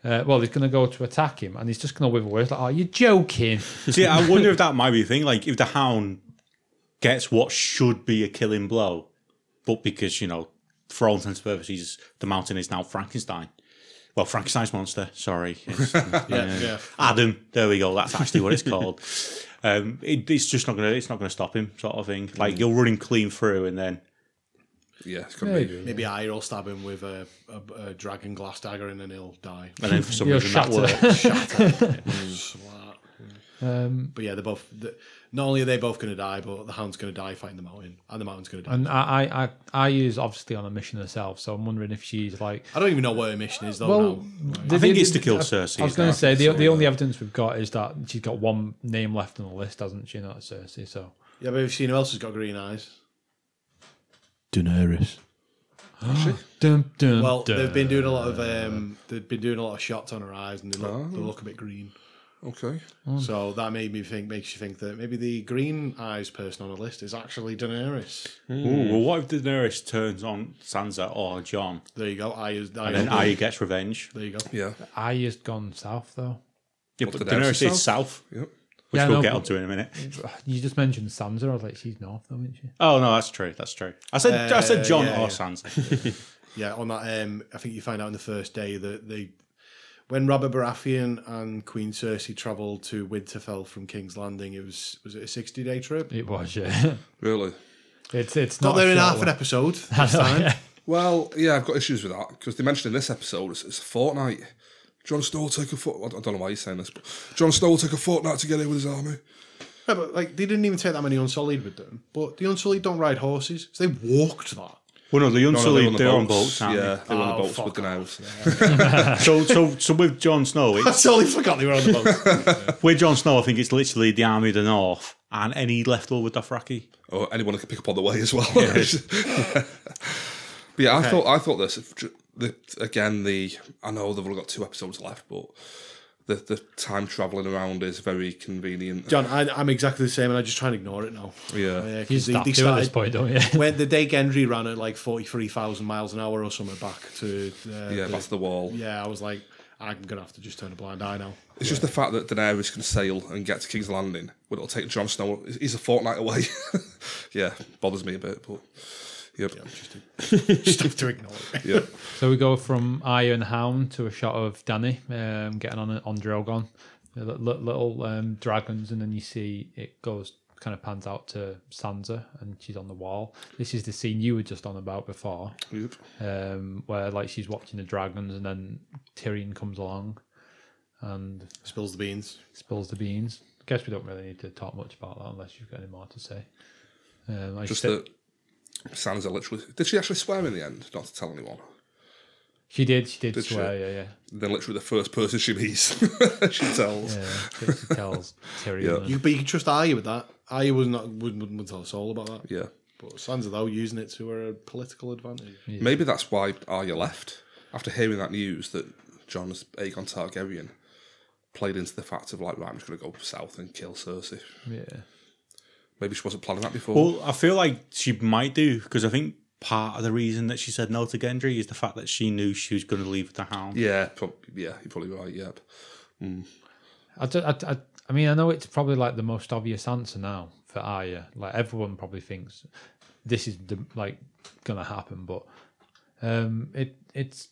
Speaker 1: Uh, well, he's gonna go to attack him, and he's just gonna wither away. It's like, oh, you're joking.
Speaker 4: See, I wonder if that might be the thing. Like, if the hound gets what should be a killing blow, but because, you know, for all intents and purposes, the mountain is now Frankenstein. Well, Frankenstein's monster, sorry. It's,
Speaker 3: yeah, yeah.
Speaker 4: Adam, there we go. That's actually what it's called. Um, it, it's just not gonna. It's not gonna stop him, sort of thing. Like you're running clean through, and then
Speaker 2: yeah, it's gonna be.
Speaker 3: Maybe I will stab him with a, a, a dragon glass dagger, and then he'll die.
Speaker 4: and then for some
Speaker 1: You're
Speaker 4: reason that
Speaker 1: shatter. Um,
Speaker 4: works.
Speaker 3: Swat. but yeah, they're both. The, not only are they both going to die, but the hound's going to die fighting the mountain, and the mountain's going to die.
Speaker 1: And I, I, I, I is obviously on a mission herself, so I'm wondering if she's like
Speaker 3: I don't even know what her mission is though. now.
Speaker 1: the-
Speaker 4: I think
Speaker 1: the-
Speaker 4: it's to kill
Speaker 1: I-
Speaker 4: Cersei,
Speaker 1: I was
Speaker 4: isn't
Speaker 1: going
Speaker 4: it?
Speaker 1: to say the, the only evidence we've got is that she's got one name left on the list, hasn't she? Not Cersei. So
Speaker 3: Yeah, but have you seen who else has got green eyes? Daenerys.
Speaker 1: dun, dun,
Speaker 3: Well,
Speaker 1: dun.
Speaker 3: they've been doing a lot of um, they've been doing a lot of shots on her eyes, and they look
Speaker 1: Oh.
Speaker 3: they look a bit green.
Speaker 2: Okay.
Speaker 3: So that made me think, makes you think that maybe the green eyes person on the list is actually Daenerys.
Speaker 4: Ooh, well, what if Daenerys turns on Sansa or Jon,
Speaker 3: There you go. Eyes, eyes
Speaker 4: and then Arya gets revenge?
Speaker 3: There you go.
Speaker 2: Yeah.
Speaker 1: I has gone south though.
Speaker 4: Yeah, but
Speaker 2: Daenerys
Speaker 4: Daenerys
Speaker 2: herself?
Speaker 4: is south,
Speaker 2: Yep.
Speaker 4: which
Speaker 1: Yeah, I
Speaker 4: we'll
Speaker 1: know,
Speaker 4: get
Speaker 1: but-
Speaker 4: onto in a minute.
Speaker 1: You just mentioned Sansa. I was like, she's north though, isn't she?
Speaker 4: Oh no, that's true. That's true. I said I
Speaker 3: Uh,
Speaker 4: said John
Speaker 3: yeah,
Speaker 4: or
Speaker 3: yeah.
Speaker 4: Sansa.
Speaker 3: Yeah, on that, um, I think you find out on the first day that they, when Robert Baratheon and Queen Cersei travelled to Winterfell from King's Landing, it was was it a sixty day trip?
Speaker 1: It was. Yeah.
Speaker 2: Really.
Speaker 1: it's it's
Speaker 3: Not
Speaker 1: not,
Speaker 3: there in
Speaker 1: a
Speaker 3: half
Speaker 1: short
Speaker 3: an
Speaker 1: one.
Speaker 3: episode this time.
Speaker 2: Well, yeah, I've got issues with that because they mentioned in this episode it's, it's a fortnight. Jon Snow will take a fort. I don't know why he's saying this, but Jon Snow will take a fortnight to get here with his army.
Speaker 3: Yeah, but like they didn't even take that many Unsullied with them. But the Unsullied don't ride horses, so they walked that.
Speaker 4: well, no, the
Speaker 2: No, no,
Speaker 4: Unsullied
Speaker 2: the
Speaker 4: they're on
Speaker 2: boats.
Speaker 4: boats. aren't
Speaker 2: yeah, they were on
Speaker 3: Oh,
Speaker 2: the boats
Speaker 3: fuck
Speaker 2: with the knives.
Speaker 4: they? So so so with Jon Snow,
Speaker 3: I
Speaker 4: it's,
Speaker 3: totally forgot they were on the boat.
Speaker 4: with Jon Snow, I think it's literally the army of the North and any leftover Dothraki.
Speaker 2: Or anyone who could pick up on the way as well. but yeah, I thought I thought this if ju- the, again. The I know they've only got two episodes left, but the the time traveling around is very convenient.
Speaker 3: John, I, I'm exactly the same, and I just try and ignore it now.
Speaker 2: Yeah.
Speaker 3: Uh, 'cause
Speaker 1: You just
Speaker 3: they,
Speaker 1: have
Speaker 3: they
Speaker 1: to at this
Speaker 3: started,
Speaker 1: point, don't you?
Speaker 3: when the day Gendry ran at like forty three thousand miles an hour or something back to uh,
Speaker 2: yeah,
Speaker 3: the-
Speaker 2: that's the wall.
Speaker 3: yeah, I was like, I'm gonna have to just turn a blind eye now.
Speaker 2: It's just the fact that Daenerys can sail and get to King's Landing, but it'll take Jon Snow. He's a fortnight away. yeah, bothers me a bit, but Yep.
Speaker 3: Just have to ignore it.
Speaker 2: Yep.
Speaker 1: So we go from Iron Hound to a shot of Danny um, getting on on Drogon, The li- li- little um, dragons, and then you see it goes kind of pans out to Sansa, and she's on the wall. This is the scene you were just on about before,
Speaker 2: yep.
Speaker 1: um, where like she's watching the dragons, and then Tyrion comes along and
Speaker 3: Spills the beans.
Speaker 1: spills the beans. guess we don't really need to talk much about that unless you've got any more to say. Um, like you
Speaker 2: Just
Speaker 1: said-
Speaker 2: that Sansa literally. Did she actually swear in the end? Not to tell anyone.
Speaker 1: she did, she did,
Speaker 2: she?
Speaker 1: swear, yeah, yeah.
Speaker 2: Then literally the first person she meets, she tells.
Speaker 1: Yeah, she tells Tyrion.
Speaker 2: Yeah.
Speaker 1: and-
Speaker 3: You, but you can trust Arya with that. Arya was not wouldn't, wouldn't tell us all about that.
Speaker 2: Yeah.
Speaker 3: But Sansa though using it to her political advantage.
Speaker 2: Maybe that's why Arya left after hearing that news that John's Aegon Targaryen played into the fact of like, right, I'm just going to go south and kill Cersei.
Speaker 1: yeah.
Speaker 2: Maybe she wasn't planning that before.
Speaker 4: Well, I feel like she might do because I think part of the reason that she said no to Gendry is the fact that she knew she was going to leave the Hound.
Speaker 2: yeah, prob- yeah, you're probably right. Yep.
Speaker 1: I, don't- I, I, I mean, I know it's probably like the most obvious answer now for Arya. Like everyone probably thinks this is the, like gonna happen, but um, it it's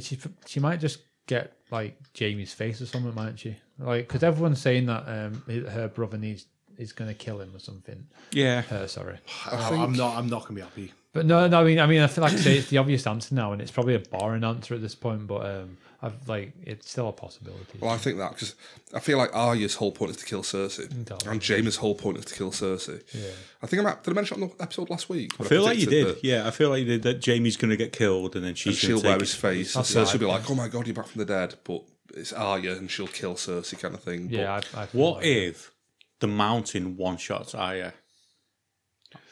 Speaker 1: she she might just get like Jamie's face or something, might she? Like because everyone's saying that um, her brother needs is gonna kill him or something.
Speaker 4: Yeah.
Speaker 1: Her, sorry.
Speaker 3: I, am not. I'm not gonna be happy.
Speaker 1: But no, no, I mean, I mean, I feel like I say it's the obvious answer now, and it's probably a boring answer at this point. But um, I've like it's still a possibility.
Speaker 2: Well, I think that because I feel like Arya's whole point is to kill Cersei,
Speaker 1: Totally.
Speaker 2: and Jaime's whole point is to kill Cersei. Yeah. I think I might, did I mention it on the episode last week?
Speaker 4: I feel like you did. yeah, I feel like you did, that Jamie's going to get killed and then she's going
Speaker 2: she'll
Speaker 4: to take
Speaker 2: wear
Speaker 4: his
Speaker 2: his face. And
Speaker 1: That's what
Speaker 2: Cersei will be
Speaker 1: I-
Speaker 2: like, "Oh my god, you're back from the dead," but it's Arya, and she'll kill Cersei, kind of thing.
Speaker 1: yeah, I, I feel
Speaker 4: What
Speaker 1: like-
Speaker 4: if the mountain one shots Arya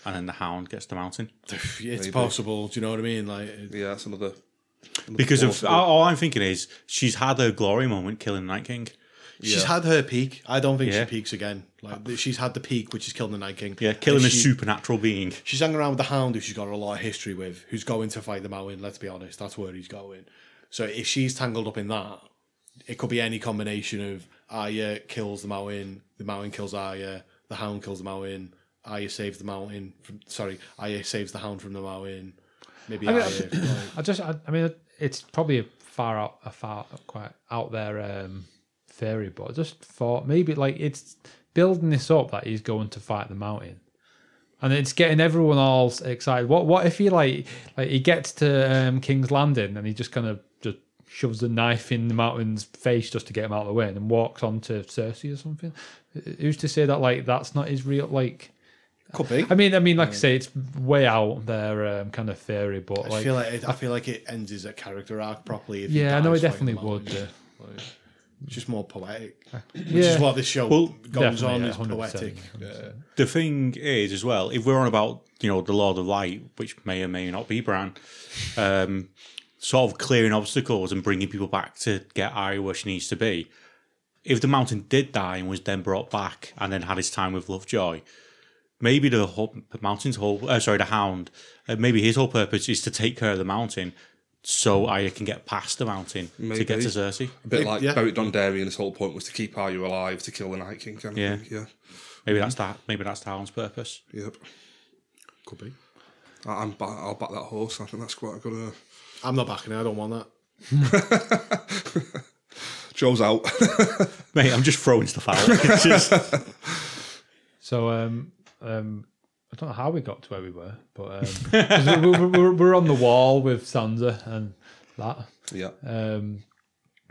Speaker 4: and then the Hound gets the mountain?
Speaker 3: It's possible. Do you know what I mean? Like,
Speaker 2: but, yeah, that's another.
Speaker 4: Because of
Speaker 2: Possible.
Speaker 4: all all I'm thinking is she's had her glory moment killing the Night King.
Speaker 3: she's had her peak. I don't think
Speaker 4: Yeah.
Speaker 3: she peaks again. Like, th- she's had the peak, which is killing the Night King.
Speaker 4: Yeah, killing
Speaker 3: And
Speaker 4: a
Speaker 3: she-
Speaker 4: supernatural being.
Speaker 3: She's hanging around with the Hound, who she's got a lot of history with, who's going to fight the Mountain. Let's be honest, that's where he's going. So if she's tangled up in that, it could be any combination of Arya kills the Mountain, the Mountain kills Arya, the Hound kills the Mountain, Arya saves the Mountain. From, sorry, Arya saves the Hound from the Mountain. Maybe
Speaker 1: mean,
Speaker 3: Arya. like-
Speaker 1: I just, I, I mean, it's probably a far out, a far quite out there um, theory, but I just thought maybe like it's building this up that he's going to fight the mountain, and it's getting everyone all s- excited. What, what if he like, like he gets to um, King's Landing and he just kind of just shoves a knife in the mountain's face just to get him out of the way, and then walks on to Cersei or something? Who's to say that like that's not his real like?
Speaker 3: could be.
Speaker 1: I mean, I mean, like I say, it's way out there um, kind of theory, but
Speaker 3: I
Speaker 1: like
Speaker 3: feel like it, I feel like it ends his character arc properly. If he
Speaker 1: Yeah, I know it
Speaker 3: dies fighting
Speaker 1: definitely
Speaker 3: the
Speaker 1: would.
Speaker 3: Mountain.
Speaker 1: Yeah,
Speaker 3: Like, it's just more poetic, which
Speaker 1: yeah.
Speaker 3: is what this show goes
Speaker 1: definitely,
Speaker 3: on
Speaker 1: yeah,
Speaker 3: is
Speaker 1: 100%,
Speaker 3: poetic.
Speaker 1: yeah,
Speaker 3: Yeah.
Speaker 4: The thing is, as well, if we're on about you know the Lord of Light, which may or may not be Bran, um, sort of clearing obstacles and bringing people back to get Arya where she needs to be. If the Mountain did die and was then brought back and then had his time with Lovejoy, maybe the, whole, the Mountain's whole, uh, sorry, the Hound, uh, maybe his whole purpose is to take care of the Mountain. So Arya can get past the mountain to get
Speaker 2: Maybe.
Speaker 4: to Cersei.
Speaker 2: A bit like
Speaker 3: yeah.
Speaker 2: Beric Dondarrion's whole point was to keep Arya alive to kill the Night King. Kind of
Speaker 4: Yeah.
Speaker 2: thing. yeah,
Speaker 4: Maybe that's that. Maybe that's the Hound's purpose.
Speaker 2: yep.
Speaker 3: Could be.
Speaker 2: I, I'm, ba- I'll back that horse. I think that's quite a good. Uh,
Speaker 3: I'm not backing it. I don't want that.
Speaker 2: Joe's out.
Speaker 4: Mate, I'm just throwing stuff out. It's just-
Speaker 1: So um, um, I don't know how we got to where we were, but um, 'cause we- we- we- we're, we're on the wall with Sansa and that.
Speaker 2: yeah,
Speaker 1: Um,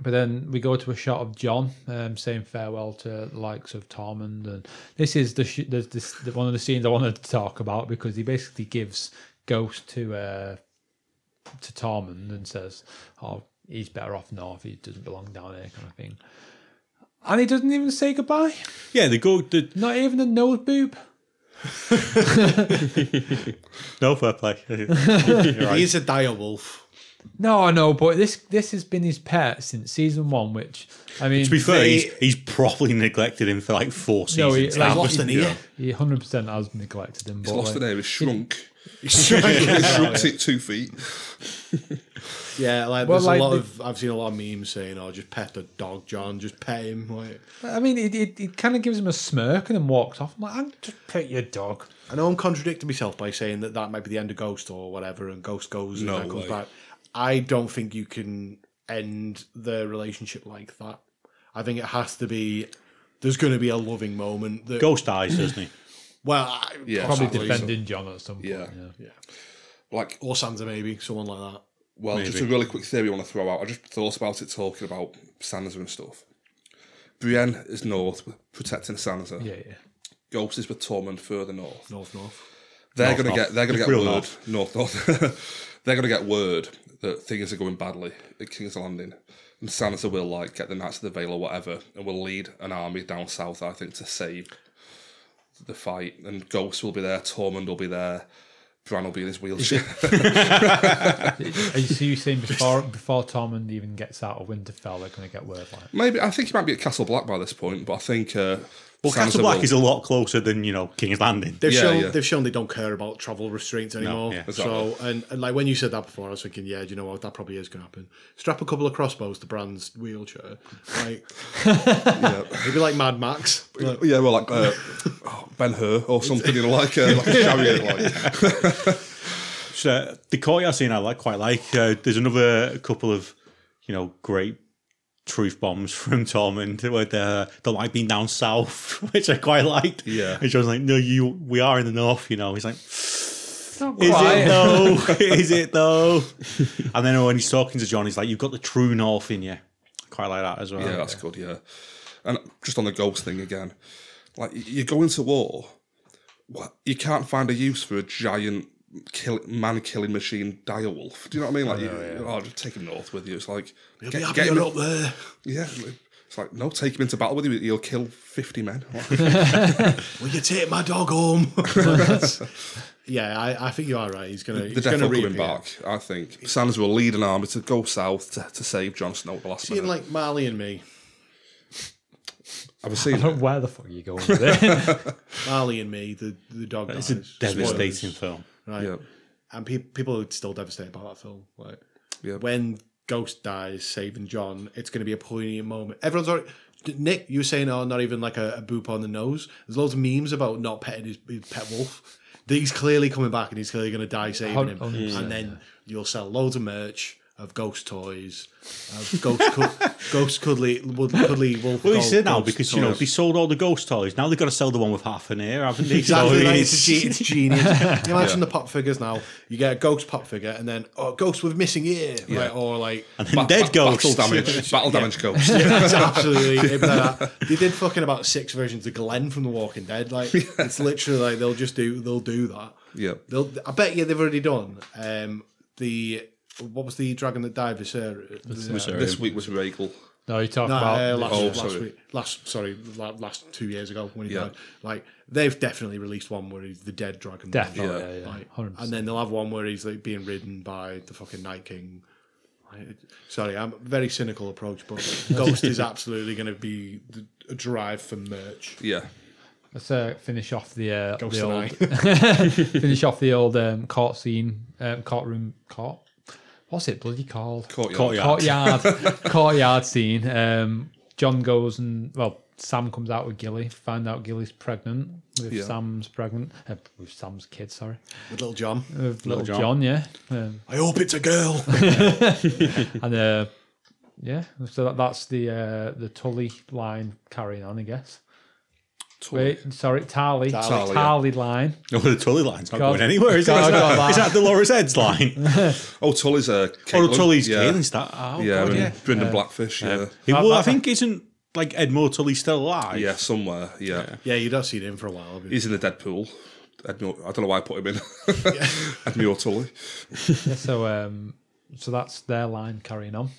Speaker 1: but then we go to a shot of John um, saying farewell to the likes of Tormund, and this is the, sh- the, this the one of the scenes I wanted to talk about because he basically gives Ghost to uh, to Tormund and says, "Oh, he's better off north. He doesn't belong down here," kind of thing. And he doesn't even say goodbye.
Speaker 4: yeah, the go the
Speaker 1: Not even a nose boob.
Speaker 4: No fair play.
Speaker 3: He is a dire wolf.
Speaker 1: No, I know, but this this has been his pet since season one. Which I mean,
Speaker 4: to be fair,
Speaker 3: They-
Speaker 4: he's, he's properly neglected him for like four
Speaker 1: No, he-
Speaker 4: seasons.
Speaker 1: like,
Speaker 4: now.
Speaker 1: what-
Speaker 3: Lost an ear.
Speaker 1: he hundred percent has neglected him. But
Speaker 2: lost
Speaker 1: like,
Speaker 2: an ear. He's shrunk. It shrinks it two feet.
Speaker 3: Yeah, like
Speaker 1: Well,
Speaker 3: there's
Speaker 1: like
Speaker 3: a lot
Speaker 1: the-
Speaker 3: of I've seen a lot of memes saying, "Oh, just pet the dog, John. Just pet him." Like,
Speaker 1: I mean, it, it, it kind of gives him a smirk and then walks off. I'm like, I'm just pet your dog.
Speaker 3: I know I'm contradicting myself by saying that that might be the end of Ghost or whatever, and Ghost goes
Speaker 2: No
Speaker 3: and then comes
Speaker 2: way.
Speaker 3: back. I don't think you can end the relationship like that. I think it has to be. There's going to be a loving moment. That,
Speaker 4: Ghost dies, doesn't he?
Speaker 3: Well, I,
Speaker 2: Yeah.
Speaker 1: Probably
Speaker 2: Absolutely.
Speaker 1: defending John at some point. Yeah.
Speaker 2: Yeah. Like,
Speaker 3: or Santa maybe someone like that.
Speaker 2: well, just a really quick theory I want to throw out. I just thought about it talking about Sansa and stuff. Brienne is north, protecting Sansa.
Speaker 1: Yeah, yeah.
Speaker 2: Ghost is with Tormund further north.
Speaker 3: North North.
Speaker 2: They're
Speaker 4: North,
Speaker 2: gonna
Speaker 4: north.
Speaker 2: get. They're gonna
Speaker 4: It's
Speaker 2: get
Speaker 4: real
Speaker 2: word. North, north. they're gonna get word that things are going badly at King's Landing, and Sansa will like get the Knights of the Vale or whatever, and will lead an army down south. I think to save the fight, and Ghost will be there. Tormund will be there. Bran will be in his wheelchair.
Speaker 1: Are you, so you saying before before Tormund even gets out of Winterfell, they're going to get word like
Speaker 2: Maybe I think he might be at Castle Black by this point, but I think. Uh,
Speaker 4: Well,
Speaker 2: Sansa
Speaker 4: Castle Black
Speaker 2: will-
Speaker 4: is a lot closer than you know King's Landing.
Speaker 3: They've
Speaker 2: Yeah,
Speaker 3: shown
Speaker 2: yeah.
Speaker 3: they've shown they don't care about travel restraints anymore.
Speaker 4: yeah.
Speaker 2: Exactly.
Speaker 3: So and, and like when you said that before, I was thinking, yeah, do you know what? That probably is going to happen. Strap a couple of crossbows to Bran's wheelchair, like it'd be like Mad Max. Like,
Speaker 2: Yeah, well, like uh, Ben Hur or something, you know, like, uh, like a chariot, like
Speaker 4: So, the courtyard scene I like quite like. Uh, there's another couple of you know great truth bombs from uh, Tormund where they don't like being down south, which I quite liked.
Speaker 2: Yeah.
Speaker 4: and John's like, no, you we are in the north. You know, he's like, is
Speaker 1: quite.
Speaker 4: it though? is it though? and then when he's talking to John, he's like, you've got the true north in you. Quite like that as well.
Speaker 2: Yeah, that's good. Yeah, and just on the ghost thing again, like y- you go into war, what you can't find a use for a giant kill, man killing machine dire wolf. Do you know what I mean? Like, you, oh, just take him north with you. It's like
Speaker 3: You'll
Speaker 2: get-
Speaker 3: be
Speaker 2: get
Speaker 3: happier
Speaker 2: him in-
Speaker 3: up there.
Speaker 2: yeah. It's like no, take him into battle with you. You'll kill fifty men.
Speaker 3: Will you take my dog home? That's- yeah, I, I think you are right. He's gonna
Speaker 2: the
Speaker 3: he's
Speaker 2: death
Speaker 3: gonna
Speaker 2: will coming
Speaker 3: reappear.
Speaker 2: back. I think Sansa will lead an army to go south to, to save Jon Snow at the last
Speaker 3: Seeing
Speaker 2: minute.
Speaker 3: like Marley and me,
Speaker 2: Have you seen? it?
Speaker 1: Where the fuck are you going with it?
Speaker 3: Marley and me, the the dog.
Speaker 4: It's a
Speaker 3: dies.
Speaker 4: devastating film.
Speaker 3: right?
Speaker 2: Yeah,
Speaker 3: and pe- people are still devastated by that film. Like
Speaker 2: Yeah.
Speaker 3: when Ghost dies, saving John, it's going to be a poignant moment. Everyone's already. Nick, you were saying, "Oh, not even like a, a boop on the nose." There's loads of memes about not petting his, his pet wolf. That He's clearly coming back, and he's clearly going to die saving him.
Speaker 1: Hun- hundred
Speaker 3: And then you'll sell loads of merch of ghost toys, of ghost, cud- ghost cuddly, wood- cuddly wolf.
Speaker 4: Well,
Speaker 3: ghost-
Speaker 4: he's in now
Speaker 3: ghost
Speaker 4: because you know
Speaker 3: toys.
Speaker 4: they sold all the ghost toys. Now they've got to sell the one with half an ear, haven't they?
Speaker 3: Exactly,
Speaker 4: So
Speaker 3: like,
Speaker 4: it's-
Speaker 3: it's, ge- it's genius. Can you imagine the pop figures now. You get a ghost pop figure, and then oh, ghost with missing ear, right? Or like
Speaker 4: and dead ghost.
Speaker 2: Battle damage. Battle damage ghost.
Speaker 3: it's absolutely. it'd be like that. They did fucking about six versions of Glenn from The Walking Dead. Like it's literally like they'll just do they'll do that.
Speaker 2: Yeah.
Speaker 3: They'll. I bet you they've already done um, the what was the dragon that died Viserys?
Speaker 2: This week was Regal.
Speaker 1: no, you talk
Speaker 3: No, uh,
Speaker 1: about
Speaker 3: last,
Speaker 2: Oh,
Speaker 3: last
Speaker 2: sorry.
Speaker 3: week, last sorry, la- last two years ago when he
Speaker 2: Yeah.
Speaker 3: died. Like they've definitely released one where he's the dead dragon.
Speaker 1: definitely.
Speaker 2: Yeah.
Speaker 1: Yeah, yeah,
Speaker 3: Like,
Speaker 1: 100%.
Speaker 3: and then they'll have one where he's like being ridden by the fucking Night King. I- Sorry, I'm very cynical approach, but Ghost is absolutely going to be the, a drive for merch.
Speaker 2: Yeah.
Speaker 1: Let's uh, finish off the uh,
Speaker 3: Ghost
Speaker 1: the
Speaker 3: and
Speaker 1: old
Speaker 3: I.
Speaker 1: finish off the old um, court scene, um, courtroom court. What's it bloody called?
Speaker 2: Courtyard.
Speaker 4: Courtyard.
Speaker 1: courtyard courtyard scene. Um, John goes and well, Sam comes out with Gilly. Find out Gilly's pregnant with
Speaker 2: Yeah.
Speaker 1: Sam's pregnant uh, with Sam's kid. Sorry,
Speaker 3: With little John,
Speaker 1: with little,
Speaker 4: John.
Speaker 1: John. Yeah, um,
Speaker 3: I hope it's a girl.
Speaker 1: and uh, yeah. So that, that's the uh, the Tully line carrying on, I guess. Wait, sorry, Tarly,
Speaker 2: Tarly,
Speaker 1: Tarly,
Speaker 2: yeah.
Speaker 1: line.
Speaker 4: No, the Tully line's not
Speaker 1: God.
Speaker 4: going anywhere, is it?
Speaker 1: God,
Speaker 4: Is
Speaker 1: God,
Speaker 4: that,
Speaker 1: that.
Speaker 4: is that Dolores Head's line?
Speaker 2: Oh, Tully's a. Uh,
Speaker 4: or
Speaker 2: Caitlyn.
Speaker 4: Tully's
Speaker 2: yeah.
Speaker 4: Caitlin's that? Oh,
Speaker 2: Yeah,
Speaker 4: God,
Speaker 2: and
Speaker 4: yeah.
Speaker 2: Brendan Blackfish. Yeah.
Speaker 4: He
Speaker 1: How
Speaker 4: will-
Speaker 1: about
Speaker 4: I think isn't like Edmore Tully still alive?
Speaker 2: yeah, somewhere. Yeah.
Speaker 3: yeah, you'd not seen him for a while. have you?
Speaker 2: He's in the Deadpool. Edmure, I don't know why I put him in. Edmure Tully.
Speaker 1: Yeah, so um, so that's their line carrying on.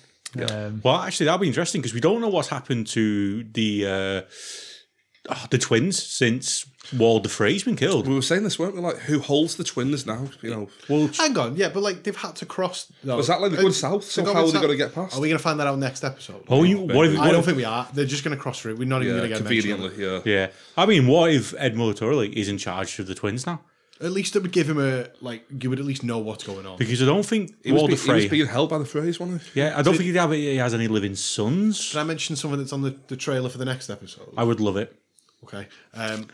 Speaker 1: Um,
Speaker 4: Well, actually, that'll be interesting because we don't know what's happened to the uh, oh, the twins since Wall the Frey's been killed.
Speaker 2: We were saying this, weren't we? Like, who holds the twins now? You know,
Speaker 4: Well,
Speaker 3: Hang on, yeah, but like they've had to cross. No.
Speaker 2: Was that like the
Speaker 3: Uh,
Speaker 2: good south? So
Speaker 3: they're
Speaker 2: how are they
Speaker 3: south.
Speaker 2: gonna get past?
Speaker 3: Are we going to find that out next episode?
Speaker 4: oh, you, what if,
Speaker 3: I
Speaker 4: what
Speaker 3: don't
Speaker 4: if,
Speaker 3: think we are. They're just going to cross through. We're not even
Speaker 2: yeah,
Speaker 3: going to get mentioned.
Speaker 2: conveniently. Yeah.
Speaker 4: yeah. I mean, what if Edmore Tully is in charge of the twins now?
Speaker 3: At least it would give him a like. You would at least know what's going on.
Speaker 4: Because I don't think
Speaker 2: He was,
Speaker 4: Walder
Speaker 2: be- he was
Speaker 4: Frey.
Speaker 2: being held by the phrase, wasn't he?
Speaker 4: yeah, I don't think he'd have, he has any living sons.
Speaker 3: Can I mention something that's on the, the trailer for the next episode?
Speaker 4: I would love it.
Speaker 3: Okay. Um,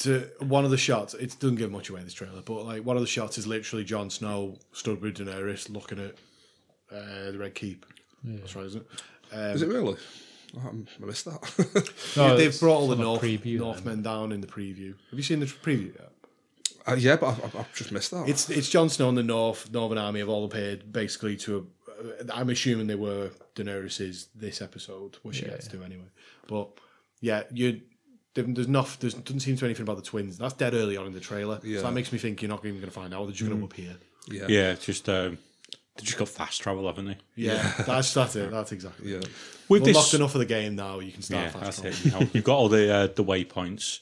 Speaker 3: to one of the shots, it doesn't give much away this trailer, but like one of the shots is literally Jon Snow stood with Daenerys looking at uh, the Red Keep. That's right, isn't it?
Speaker 2: Is it really? Oh, I missed that.
Speaker 1: No,
Speaker 3: Um, They've
Speaker 1: it's
Speaker 3: brought all the
Speaker 1: on a
Speaker 3: North,
Speaker 1: preview then.
Speaker 3: Northmen down in the preview. Have you seen the preview yet?
Speaker 2: Uh, yeah, but I've, I've just missed that.
Speaker 3: It's it's Jon Snow and the North Northern Army have all appeared basically to. A, I'm assuming they were Daenerys's this episode, which she gets to anyway. But yeah, you there- there's not there's doesn't seem to be anything about the twins. That's dead early on in the trailer, so
Speaker 2: Yeah. Mm.
Speaker 3: that makes me think you're not even going to find out. They're just going to appear.
Speaker 2: yeah.
Speaker 4: Yeah, it's just um, they just got fast travel, haven't they?
Speaker 3: Yeah, that's that's it. That's exactly.
Speaker 2: Yeah.
Speaker 3: it.
Speaker 4: With
Speaker 3: We're
Speaker 4: this,
Speaker 3: locked enough of the game now. You can start
Speaker 4: yeah,
Speaker 3: fast
Speaker 4: that's
Speaker 3: travel.
Speaker 4: it. You know, you've got all the uh, the waypoints.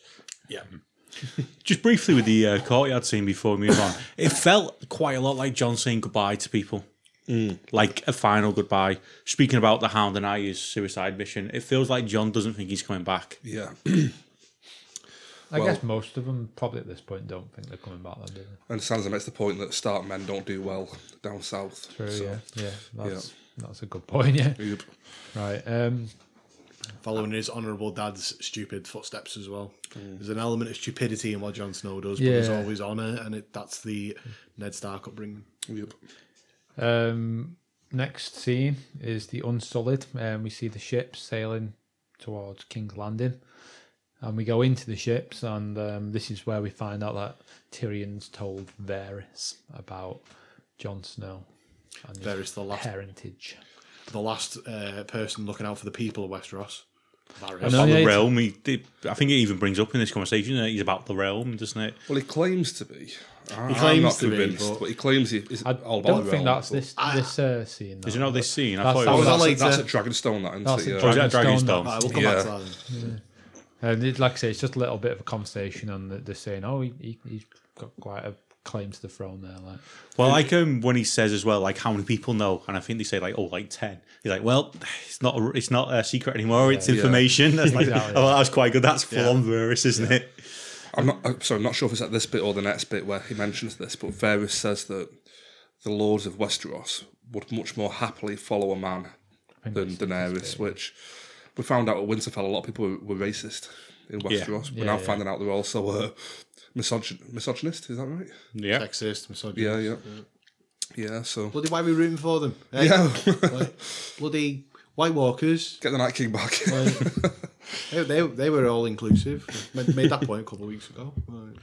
Speaker 3: Yeah,
Speaker 4: Just briefly with the uh, courtyard scene before we move on, it felt quite a lot like John saying goodbye to people,
Speaker 2: Mm.
Speaker 4: like a final goodbye. Speaking about the Hound and I, his suicide mission, it feels like John doesn't think he's coming back.
Speaker 2: Yeah.
Speaker 1: I guess most of them probably at this point don't think they're coming back. Then, do they?
Speaker 2: And Sansa makes the point that Stark men don't do well down south.
Speaker 3: Oh,
Speaker 1: True.
Speaker 2: So,
Speaker 1: yeah. Yeah. That's that's a good point. Yeah.
Speaker 2: yep.
Speaker 1: Right. Um.
Speaker 3: following his honourable dad's stupid footsteps as well.
Speaker 2: Mm.
Speaker 3: There's an element of stupidity in what Jon Snow does, but there's
Speaker 1: Yeah.
Speaker 3: always honour, and it, that's the Ned Stark upbringing.
Speaker 2: Yep.
Speaker 1: Um. Next scene is the Unsullied, and we see the ships sailing towards King's Landing, and we go into the ships, and um, this is where we find out that Tyrion's told Varys about Jon Snow and his
Speaker 3: Varys the last,
Speaker 1: parentage.
Speaker 3: the last uh, person looking out for the people of Westeros. Varys.
Speaker 1: know.
Speaker 4: About
Speaker 1: yeah,
Speaker 4: the
Speaker 1: it's-
Speaker 4: realm, he, it- I think it even brings up in this conversation that he's about the realm, doesn't it?
Speaker 2: Well, he claims to be. I, I'm
Speaker 3: He claims
Speaker 2: not
Speaker 3: to be,
Speaker 2: convinced,
Speaker 3: but-
Speaker 2: but he claims he is
Speaker 1: I
Speaker 2: all about
Speaker 1: don't
Speaker 2: Oh, the
Speaker 1: think
Speaker 2: realm,
Speaker 1: that's
Speaker 2: but-
Speaker 1: this this uh, scene.
Speaker 4: Is
Speaker 1: though.
Speaker 4: it not this scene? I
Speaker 1: That's-
Speaker 4: thought it
Speaker 1: that
Speaker 2: Oh,
Speaker 4: was.
Speaker 3: was
Speaker 2: that's,
Speaker 3: all
Speaker 2: a,
Speaker 3: like
Speaker 2: that's
Speaker 3: the-
Speaker 2: a Dragonstone, that, isn't
Speaker 1: That's
Speaker 2: it?
Speaker 1: a
Speaker 2: Yeah.
Speaker 4: Oh, is that
Speaker 1: Dragonstone.
Speaker 4: Dragonstone?
Speaker 3: Right, we'll come
Speaker 2: Yeah.
Speaker 3: back to that. Then.
Speaker 1: And it, like I say, it's just a little bit of a conversation, and they're- they're saying, "Oh, he, he, he's got quite a claim to the throne there." Like,
Speaker 4: Well, like um, when he says as well, like how many people know, and I think they say like oh, like ten. He's like, well, it's not a, it's not a secret anymore. It's information. That's like,
Speaker 1: Exactly.
Speaker 4: oh, that's quite good. That's full on Varys, isn't it?
Speaker 2: I'm not. I'm sorry, I'm not sure if it's at this bit or the next bit where he mentions this, but Varys says that the lords of Westeros would much more happily follow a man than Daenerys, which we found out at Winterfell. A lot of people were, were racist in Westeros. We're now
Speaker 1: yeah.
Speaker 2: finding out they're also uh, misogyn- misogynist. Is that right?
Speaker 4: Yeah.
Speaker 3: Sexist, misogynist.
Speaker 2: Yeah, yeah, yeah. So
Speaker 3: Bloody, why are we rooting for them? Eh?
Speaker 2: yeah,
Speaker 3: Like, bloody White Walkers.
Speaker 2: get the Night King back.
Speaker 3: Like, they, they, they were all inclusive. Made, made that point a couple of weeks ago. Like,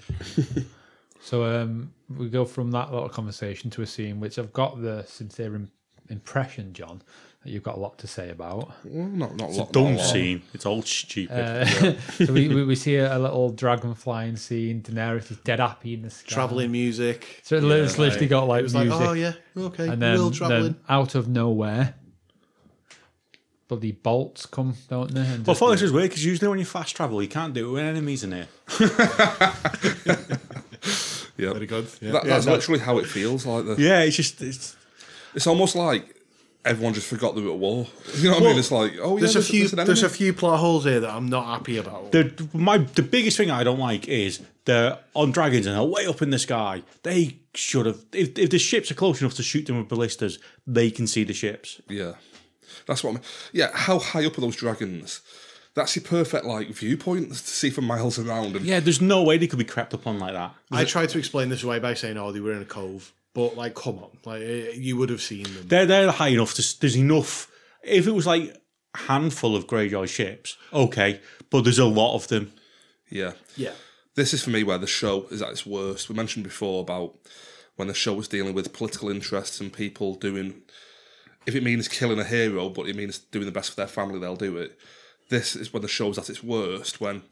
Speaker 1: so um, we go from that little conversation to a scene which I've got the sincere im- impression, John, that you've got a lot to say about.
Speaker 2: well, not not a lot.
Speaker 4: Dumb
Speaker 2: not a lot.
Speaker 4: scene. It's all stupid.
Speaker 1: Uh, so we, we, we see a, a little dragon flying scene. Daenerys is dead happy in the sky.
Speaker 3: Travelling music.
Speaker 1: So it li- it's literally got like
Speaker 3: It was
Speaker 1: music,
Speaker 3: like, oh yeah, okay,
Speaker 1: and then,
Speaker 3: real
Speaker 1: then
Speaker 3: travelling.
Speaker 1: out of nowhere, bloody bolts come, don't they? And
Speaker 4: Well, I
Speaker 1: just-
Speaker 4: thought this was weird because usually when you fast travel, you can't do it when enemies are near.
Speaker 2: Yeah.
Speaker 3: Very good. Yeah.
Speaker 2: That, that's literally how it feels. Like the,
Speaker 4: Yeah, it's just it's
Speaker 2: it's almost like everyone just forgot they were at war. You know what I mean? It's like oh yeah,
Speaker 3: there's, a few
Speaker 2: an
Speaker 3: there's a
Speaker 2: enemy.
Speaker 3: few plot holes here that I'm not happy about.
Speaker 4: the my the biggest thing I don't like is they're on dragons and they're way up in the sky. They should have if, if the ships are close enough to shoot them with ballistas, they can see the ships.
Speaker 2: Yeah, that's what I mean. Yeah, how high up are those dragons? That's your perfect like viewpoint to see for miles around. And
Speaker 4: Yeah, there's no way they could be crept upon like that.
Speaker 3: I tried to explain this away by saying, "Oh, they were in a cove," but like, come on, like eh, you would have seen them.
Speaker 4: They're they're high enough. To, there's enough. If it was like a handful of Greyjoy ships, okay, but there's a lot of them.
Speaker 2: yeah,
Speaker 3: Yeah,
Speaker 2: this is for me where the show is at its worst. We mentioned before about when the show was dealing with political interests and people doing. If it means killing a hero, but it means doing the best for their family, they'll do it. This is when the show's at its worst when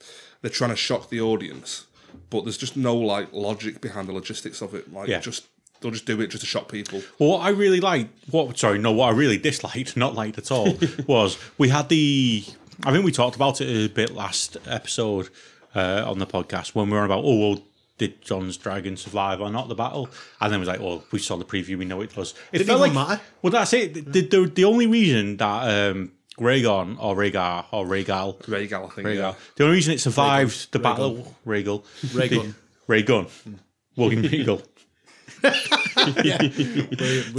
Speaker 2: they're trying to shock the audience, but there's just no like logic behind the logistics of it. Like,
Speaker 4: Yeah.
Speaker 2: just they'll just do it just to shock people.
Speaker 4: Well, what I really liked, what sorry, no, what I really disliked, not liked at all, was we had the. I think we talked about it a bit last episode uh, on the podcast when we were on about oh well, did John's dragon survive or not the battle? And then it was like, oh, we saw the preview, we know it does. It
Speaker 3: Didn't
Speaker 4: felt
Speaker 3: even
Speaker 4: like
Speaker 3: matter.
Speaker 4: well, that's it. The, the, the only reason that um, Rhaegon or Rhaegar or Rhaegal
Speaker 2: Rhaegal, I think.
Speaker 4: Rhaegal.
Speaker 2: Yeah.
Speaker 4: The only reason it survived the battle, Rhaegal.
Speaker 3: Rhaegon.
Speaker 4: The, Rhaegon. William Regal.
Speaker 3: The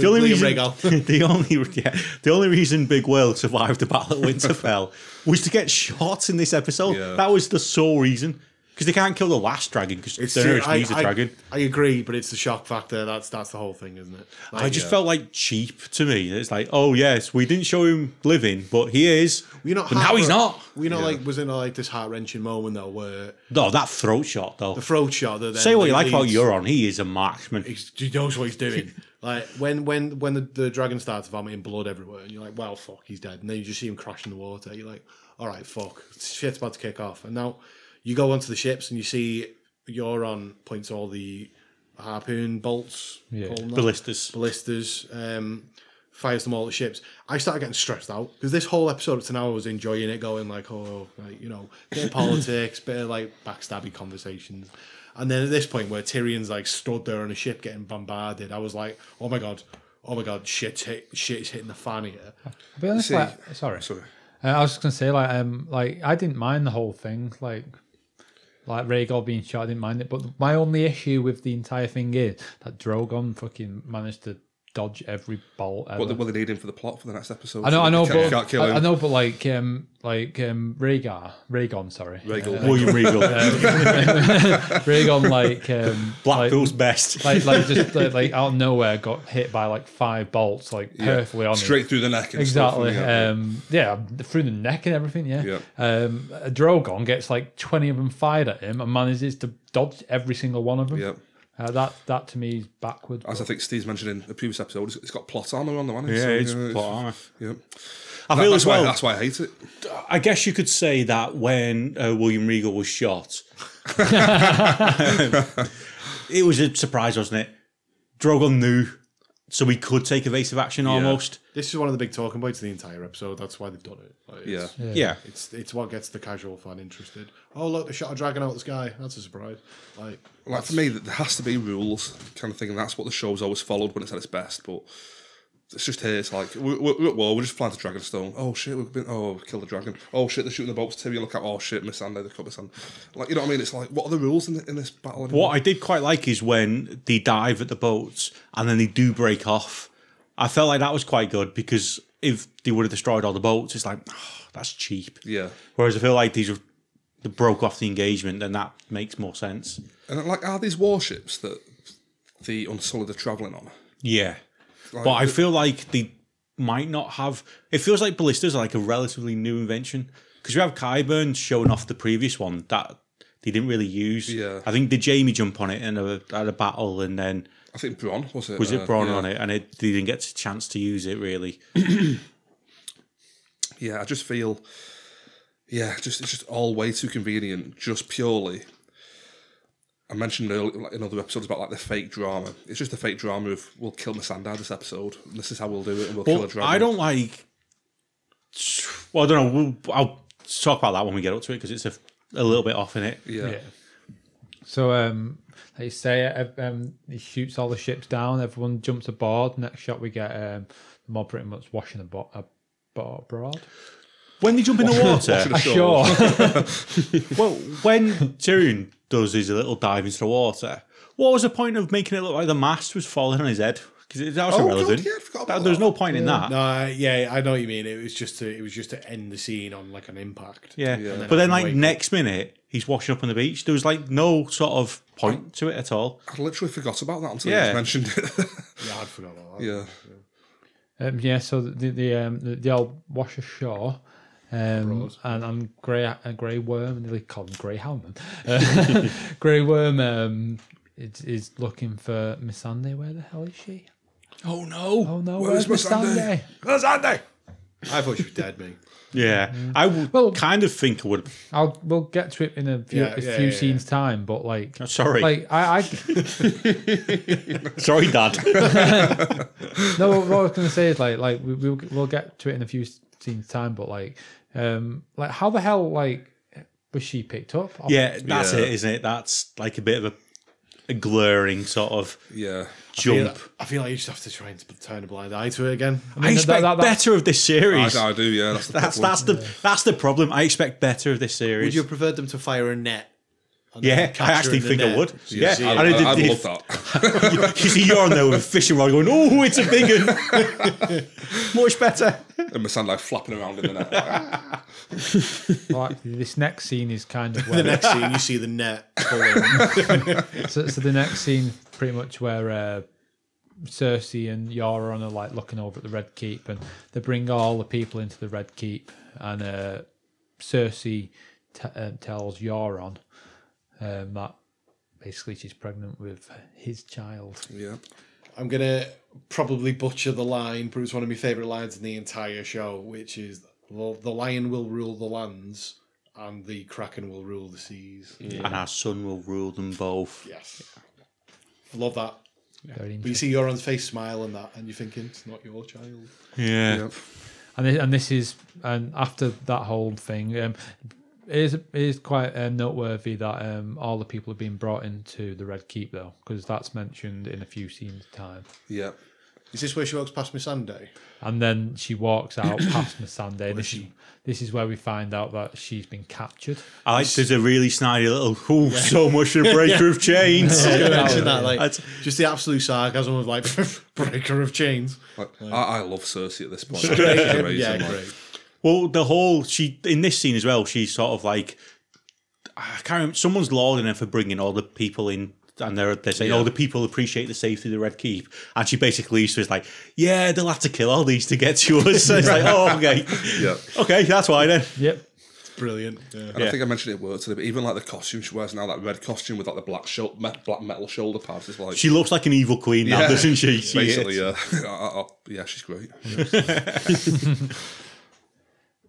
Speaker 3: only reason
Speaker 4: the only yeah, the only reason Big Will survived the Battle of Winterfell was to get shot in this episode.
Speaker 2: Yeah.
Speaker 4: That was the sole reason because they can't kill the last dragon because
Speaker 3: It's
Speaker 4: Daenerys
Speaker 3: I,
Speaker 4: needs a
Speaker 3: I-
Speaker 4: dragon.
Speaker 3: I agree, but it's the shock factor. That's that's the whole thing, isn't it? Like,
Speaker 4: I just felt like cheap to me. It's like, oh yes, we didn't show him living, but he is.
Speaker 3: you know
Speaker 4: but now he's not.
Speaker 3: You know, like was in like this heart wrenching moment though, where
Speaker 4: No, that throat shot though.
Speaker 3: the throat shot. That then
Speaker 4: Say what you like about
Speaker 3: leads-
Speaker 4: Euron, he is a marksman.
Speaker 3: He's, he knows what he's doing. like when when when the, the dragon starts vomiting blood everywhere, and you're like, "Well, fuck, he's dead." And then you just see him crash in the water. You're like, "All right, fuck, shit's about to kick off." And now you go onto the ships and you see Euron points all the harpoon bolts,
Speaker 1: Yeah.
Speaker 3: call them that?
Speaker 4: Ballistas.
Speaker 3: ballistas, um, fires them all at ships. I started getting stressed out because this whole episode up to now I was enjoying it, going like, oh, like, you know, bit of politics, bit of like backstabby conversations. And then at this point where Tyrion's like stood there on a ship getting bombarded, I was like, oh my god, oh my god, shit's hit, shit's hitting the fan here.
Speaker 1: I'll be honest,
Speaker 2: See-
Speaker 1: like, sorry.
Speaker 2: Sorry.
Speaker 1: Uh, I was just gonna say, like, um, like I didn't mind the whole thing, like, like Rhaegal being shot, I didn't mind it. But my only issue with the entire thing is that Drogon fucking managed to dodge every bolt. Ever.
Speaker 2: What they, what they need him for the plot for the next episode?
Speaker 1: I know, I know,
Speaker 2: Can't,
Speaker 1: but
Speaker 2: can't kill him.
Speaker 1: I, I know, but like, um, like um, Rhaegar, Rhaegon, sorry,
Speaker 2: Rhaegal.
Speaker 4: William Regal.
Speaker 1: Rhaegon, like, um,
Speaker 4: Blackpool's
Speaker 1: like,
Speaker 4: best.
Speaker 1: like, like, just like, like out of nowhere, got hit by like five bolts, like perfectly on him.
Speaker 2: Straight through the neck. And stuff,
Speaker 1: Exactly.
Speaker 2: and yeah.
Speaker 1: Um, yeah, through the neck and everything. Yeah.
Speaker 2: Yeah.
Speaker 1: Um, a Drogon gets like twenty of them fired at him and manages to dodge every single one of them.
Speaker 2: Yeah.
Speaker 1: Uh, that that to me is backward.
Speaker 2: As I think Steve's mentioned in the previous episode, it's- it's got plot armor on the one.
Speaker 4: yeah, it's plot armor.
Speaker 2: Yeah.
Speaker 4: I
Speaker 2: That-
Speaker 4: feel
Speaker 2: that's,
Speaker 4: as well.
Speaker 2: why, that's why I hate it.
Speaker 4: I guess you could say that when uh, William Regal was shot, it was a surprise, wasn't it? Drogon knew, so he could take evasive action almost.
Speaker 3: This is one of the big talking points of the entire episode. That's why they've done it. Like,
Speaker 2: Yeah.
Speaker 3: it's-
Speaker 4: Yeah.
Speaker 3: It's it's what gets the casual fan interested. Oh look, they shot a dragon out of the sky. That's a surprise. Like
Speaker 2: Like for me, th- there has to be rules kind of thing, and that's what the show's always followed when it's at its best. But it's just here. It's like we're, we're at war. We're just flying to Dragonstone. Oh shit! We've been. Oh, kill the dragon. Oh shit! They're shooting the boats. Tyrion look out. Oh shit! Miss Sunday. They cut Miss Sunday. Like you know what I mean? It's like what are the rules in, the, in this battle? Anymore?
Speaker 4: What I did quite like is when they dive at the boats and then they do break off. I felt like that was quite good because if they would have destroyed all the boats, it's like "Ah, that's cheap.
Speaker 2: Yeah.
Speaker 4: Whereas I feel like these are they broke off the engagement, then that makes more sense.
Speaker 2: And uh, like, are these warships that the Unsullied are traveling on?
Speaker 4: Yeah. but I feel like they might not have. It feels like ballistas are like a relatively new invention because we have Kyburn showing off the previous one that they didn't really use.
Speaker 2: Yeah.
Speaker 4: I think did Jamie jump on it in a, at a battle and then
Speaker 2: I think Bron was it?
Speaker 4: was
Speaker 2: Uh,
Speaker 4: it Braun
Speaker 2: yeah.
Speaker 4: on it and it they didn't get a chance to use it really.
Speaker 2: Yeah, I just feel, yeah, just it's just all way too convenient. Just purely, I mentioned earlier like, in other episodes about like the fake drama. It's just the fake drama of we'll kill Missandei this episode. And this is how we'll do it, and we'll kill a
Speaker 4: But
Speaker 2: dragon.
Speaker 4: I don't like. Well, I don't know. We'll, I'll talk about that when we get up to it because it's a, a little bit off in it.
Speaker 2: Yeah,
Speaker 1: Yeah. So um, they say uh, um, he shoots all the ships down. Everyone jumps aboard. Next shot, we get um, the mob pretty much washing abo- abo- abroad.
Speaker 4: When they jump in the water,
Speaker 2: Washing
Speaker 1: Ashore.
Speaker 4: Well, when Tyrion does his little dive into the water, what was the point of making it look like the mast was falling on his head? Because that was
Speaker 2: Oh,
Speaker 4: irrelevant.
Speaker 2: God, yeah, I forgot
Speaker 4: That-
Speaker 2: about
Speaker 4: there's
Speaker 2: that.
Speaker 4: no point in that.
Speaker 3: No, I- yeah, I know what you mean. It was just to it was just to end the scene on like an impact.
Speaker 4: Yeah.
Speaker 2: Yeah.
Speaker 4: But then, like,
Speaker 3: Wake up.
Speaker 4: next minute, he's washing up on the beach. There was, like, no sort of point to it at all.
Speaker 2: I literally forgot about that until
Speaker 4: Yeah.
Speaker 2: you just mentioned it.
Speaker 3: yeah, I'd forgot about that.
Speaker 2: yeah,
Speaker 1: Um, yeah, so the the um, the, the old wash ashore, um, and and grey a grey worm. They call him greyhound. Man. Uh, grey worm um, is, is looking for Miss Sunday. Where the hell is she?
Speaker 2: Oh no!
Speaker 1: Oh no,
Speaker 2: Where's
Speaker 1: where's Miss
Speaker 2: Missandei?
Speaker 1: Sunday?
Speaker 2: Missandei!
Speaker 3: I thought she was dead, me.
Speaker 4: Yeah.
Speaker 2: Mm.
Speaker 4: I would
Speaker 1: Well-
Speaker 4: kind of think I would.
Speaker 1: I'll we'll get to it in a few,
Speaker 3: Yeah,
Speaker 1: a
Speaker 3: yeah,
Speaker 1: few
Speaker 3: yeah, yeah.
Speaker 1: scenes time, but like.
Speaker 4: Sorry.
Speaker 1: Like I, I
Speaker 4: Sorry, Dad.
Speaker 1: no. What I was gonna say is like, like we, we'll we'll get to it in a few scenes time, but like, um, like how the hell like was she picked up?
Speaker 4: yeah, that's
Speaker 2: Yeah.
Speaker 4: it, isn't it? That's, like, a bit of a, a glaring sort of
Speaker 2: Yeah,
Speaker 4: jump.
Speaker 3: I feel like you just have to try and sp- turn a blind eye to it again.
Speaker 4: I, expect
Speaker 1: that- that-
Speaker 4: better of this
Speaker 2: I,
Speaker 4: series.
Speaker 2: I do. Yeah, that's the
Speaker 4: That's
Speaker 2: problem.
Speaker 4: that's the that's the problem. I expect better of this series.
Speaker 3: Would you have preferred them to fire a net? and then
Speaker 4: Yeah, I
Speaker 3: capture it
Speaker 4: actually
Speaker 3: in the
Speaker 4: think I
Speaker 3: net.
Speaker 4: would.
Speaker 3: So you
Speaker 4: Yeah,
Speaker 3: see
Speaker 4: and
Speaker 3: it.
Speaker 4: I did-
Speaker 2: I, I
Speaker 4: did-
Speaker 2: love that.
Speaker 4: you, you see, you're on there with a fishing rod going, oh, it's a big one. Much better.
Speaker 2: and my sand like flapping around in the net. Like, ah.
Speaker 1: Like, this next scene is kind of
Speaker 3: The
Speaker 1: where.
Speaker 3: next scene, you see the net pulling.
Speaker 1: so, so the next scene, pretty much where uh, Cersei and Euron are like looking over at the Red Keep, and they bring all the people into the Red Keep, and uh, Cersei t- um, tells Euron um, that basically she's pregnant with his child.
Speaker 2: yeah.
Speaker 3: I'm gonna probably butcher the line, but it's one of my favorite lines in the entire show, which is "the, the lion will rule the lands, and the kraken will rule the seas."
Speaker 4: And our son will rule them both.
Speaker 3: Yes, love that.
Speaker 1: Very
Speaker 3: But you
Speaker 1: interesting.
Speaker 3: see Euron's face smile and that, and you're thinking it's not your child.
Speaker 4: Yeah.
Speaker 1: And this, and this is and after that whole thing, um, it is it is quite um, noteworthy that um, all the people have been brought into the Red Keep though, because that's mentioned in a few scenes time.
Speaker 2: Yeah.
Speaker 3: Is this where she walks past me Sunday?
Speaker 1: And then she walks out past Missandei. This, is- this is where we find out that she's been captured.
Speaker 4: I like, there's a really snidey little, oh, so much for a breaker of chains.
Speaker 3: I was gonna mention that, like,
Speaker 4: That's-
Speaker 3: just the absolute sarcasm of like breaker of chains.
Speaker 2: Like, I, I love Cersei at this point. She's amazing,
Speaker 3: yeah,
Speaker 2: like.
Speaker 3: great.
Speaker 4: Well, the whole she in this scene as well. She's sort of like I can't. Remember, someone's lauding her for bringing all the people in, and they're they're saying, "Oh, the people appreciate the safety of the Red Keep." And she basically is like, "Yeah, they'll have to kill all these to get to us." So it's like, "Oh, okay,
Speaker 2: Yeah.
Speaker 4: okay, that's why then."
Speaker 1: Yep.
Speaker 3: Brilliant. Yeah.
Speaker 2: And
Speaker 4: Yeah.
Speaker 2: I think I mentioned it worked today, but even like the costume she wears now, that red costume with like the black shul- me- black metal shoulder pads is like
Speaker 4: She looks like an evil queen now,
Speaker 2: Yeah.
Speaker 4: doesn't she? She is.
Speaker 2: basically yeah. I- I- yeah, she's great.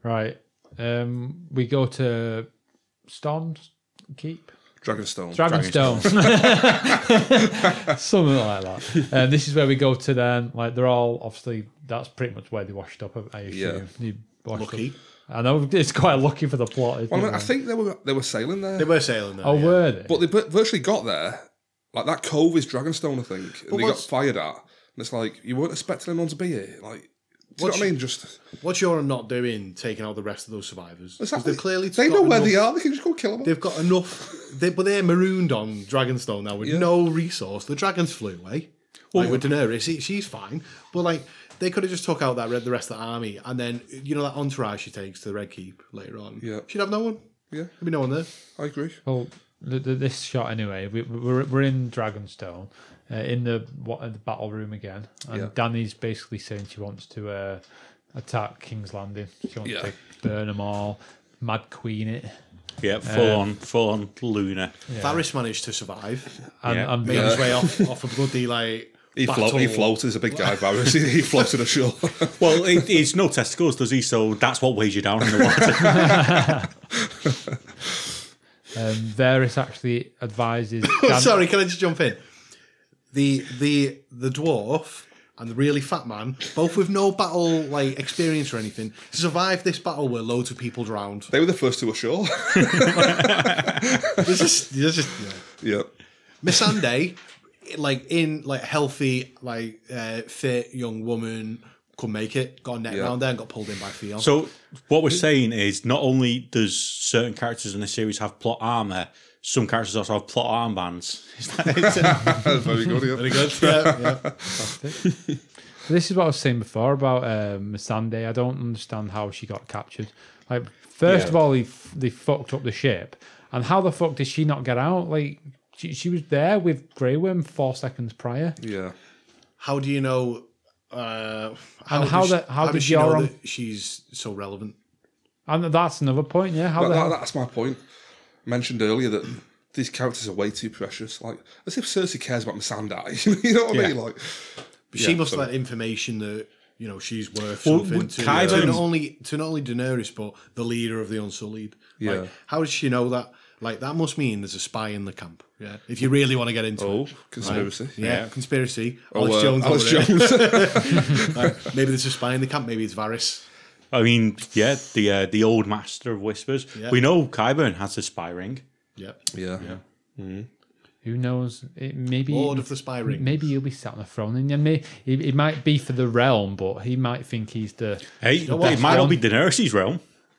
Speaker 1: Right. Um, we go to Storm's Keep.
Speaker 2: Dragonstone.
Speaker 1: Dragonstone. Something like that. Um, this is where we go to then. Like they're all obviously that's pretty much where they washed up. I assume. They washed
Speaker 3: Lucky.
Speaker 1: Up. I know it's quite lucky for the plot. Isn't
Speaker 2: well, I, mean,
Speaker 1: it?
Speaker 2: I think they were they were sailing there,
Speaker 3: They were sailing there.
Speaker 1: oh,
Speaker 3: yeah.
Speaker 1: were they?
Speaker 2: but they vi- virtually got there. Like that cove is Dragonstone, I think, and they got
Speaker 3: what's-
Speaker 2: fired at. And it's like you weren't expecting anyone to be here. Like, do you know what I mean? Just
Speaker 3: What's Euron not doing? Taking out the rest of those survivors? 'Cause
Speaker 2: exactly.
Speaker 3: they've clearly
Speaker 2: they
Speaker 3: got
Speaker 2: know where
Speaker 3: enough-
Speaker 2: they are. They can just go kill them. All.
Speaker 3: They've got enough, they, but they're marooned on Dragonstone now with no resource. The dragons flew away. Like with Daenerys, she- she's fine, but like they could have just took out that red, the rest of the army, and then you know that entourage she takes to the Red Keep later on.
Speaker 2: Yeah.
Speaker 3: she'd have no one.
Speaker 2: Yeah.
Speaker 3: There'd be no one there.
Speaker 2: I agree.
Speaker 1: Well, th th this shot anyway. We, we're we're in Dragonstone, uh, in the what the battle room again, and
Speaker 2: Yeah.
Speaker 1: Danny's basically saying she wants to uh, attack King's Landing. She wants
Speaker 2: Yeah.
Speaker 1: to burn them all, Mad Queen it,
Speaker 4: yeah, full
Speaker 2: Um,
Speaker 4: on, full on Luna.
Speaker 3: Varys managed to survive,
Speaker 1: and,
Speaker 4: Yeah.
Speaker 1: and
Speaker 3: made his way off off a bloody like.
Speaker 2: He, float, he
Speaker 3: battle.
Speaker 2: floated. He's a big guy, Varys. he, he floated ashore.
Speaker 4: Well, it, it's no testicles, does he? So that's what weighs you down in the water.
Speaker 1: um, Varys actually advises. Dan-
Speaker 3: Oh, Sorry, can I just jump in? The the the dwarf and the really fat man, both with no battle like experience or anything, survived this battle where loads of people drowned.
Speaker 2: they were the first two ashore.
Speaker 3: There's just, there's just yeah.
Speaker 2: yeah.
Speaker 3: Missandei, like in like healthy, like uh, fit young woman, could make it. Got a net
Speaker 2: Yeah.
Speaker 3: round there and got pulled in by Theon.
Speaker 4: So what we're saying is not only does certain characters in the series have plot armor, some characters also have plot armbands.
Speaker 2: Very good. Yeah.
Speaker 3: good. yeah, yeah.
Speaker 1: Fantastic. this is what I was saying before about um, Sunday. I don't understand how she got captured. Like, first of all, they, f- they fucked up the ship, and how the fuck did she not get out? Like, she, she was there with Grey Worm four seconds prior.
Speaker 2: yeah.
Speaker 3: How do you know? Uh, how
Speaker 1: And how
Speaker 3: does she-
Speaker 1: the- how
Speaker 3: does
Speaker 1: did
Speaker 3: she know
Speaker 1: Euron-
Speaker 3: that she's so relevant?
Speaker 1: And that's another point. Yeah, how
Speaker 2: But
Speaker 1: the
Speaker 2: that,
Speaker 1: hell?
Speaker 2: that's my point. I mentioned earlier that these characters are way too precious. Like, as if Cersei cares about Missandei. you know what I mean? Like,
Speaker 3: she
Speaker 2: Yeah,
Speaker 3: must
Speaker 2: so-
Speaker 3: have had information that you know she's worth
Speaker 4: Well,
Speaker 3: something
Speaker 4: would
Speaker 3: to,
Speaker 4: Kylo-
Speaker 3: to not only to not only Daenerys but the leader of the Unsullied.
Speaker 2: Yeah.
Speaker 3: Like, how does she know that? Like that must mean there's a spy in the camp. Yeah. If you really want to get into it.
Speaker 2: Oh, conspiracy.
Speaker 3: Yeah, conspiracy.
Speaker 2: Oh,
Speaker 3: Alex
Speaker 2: uh,
Speaker 3: Jones.
Speaker 2: Alex
Speaker 3: over there.
Speaker 2: Jones.
Speaker 3: Like, maybe there's a spy in the camp. Maybe it's Varys.
Speaker 4: I mean, yeah, the uh, the old master of whispers. We know Kyburn has a spy ring.
Speaker 3: Yeah.
Speaker 2: yeah.
Speaker 1: Who knows? It, maybe
Speaker 3: Lord of the Spy Ring.
Speaker 1: Maybe he'll be sat on the throne, and then may, it, it might be for the realm, but he might think he's the.
Speaker 3: Hmm?
Speaker 4: Hey, it might not be Daenerys' realm.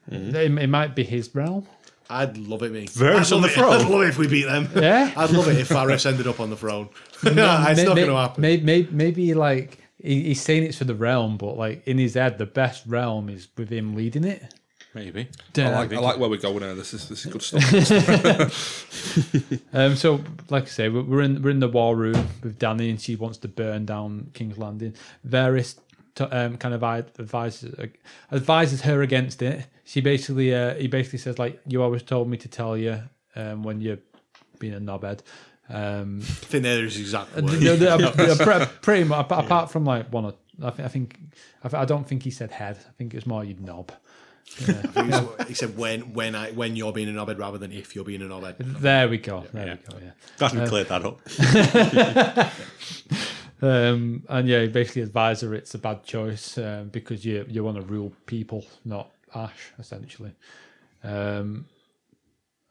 Speaker 1: It, it might be his realm.
Speaker 3: I'd love it, me.
Speaker 4: Varys
Speaker 3: I'd
Speaker 4: on
Speaker 3: love it-
Speaker 4: the
Speaker 3: I'd
Speaker 4: throne.
Speaker 3: love it if we beat them.
Speaker 1: Yeah.
Speaker 3: I'd love it if Varys ended up on the throne. Nah, it's
Speaker 1: May- may-
Speaker 3: not going to happen.
Speaker 1: may- may- maybe like he, he's saying it's for the realm, but like in his head, the best realm is with him leading it.
Speaker 4: Maybe.
Speaker 2: I like, I like where we're going here. This is this is good stuff.
Speaker 1: Um, so, like I say, we're- we're in we're in the war room with Danny, and she wants to burn down King's Landing. Varys t- um, kind of ad- advises uh, advises her against it. She basically uh, he basically says like, "You always told me to tell you um, when you're being a knobhead." Um,
Speaker 3: I think that is
Speaker 4: Uh,
Speaker 3: exactly what
Speaker 1: no, no, no, uh, pre- pretty much apart, apart from like one or I, th- I think I, th- I don't think he said head. I think it's more you knob.
Speaker 3: he said. He said when when I when you're being an obed rather than if you're being an obed.
Speaker 1: There we go. There
Speaker 4: Yeah.
Speaker 1: we go. Yeah.
Speaker 4: Glad we cleared that up.
Speaker 1: Um, and yeah, he basically advised her it's a bad choice um, because you you want to rule people, not Ash, essentially. Um,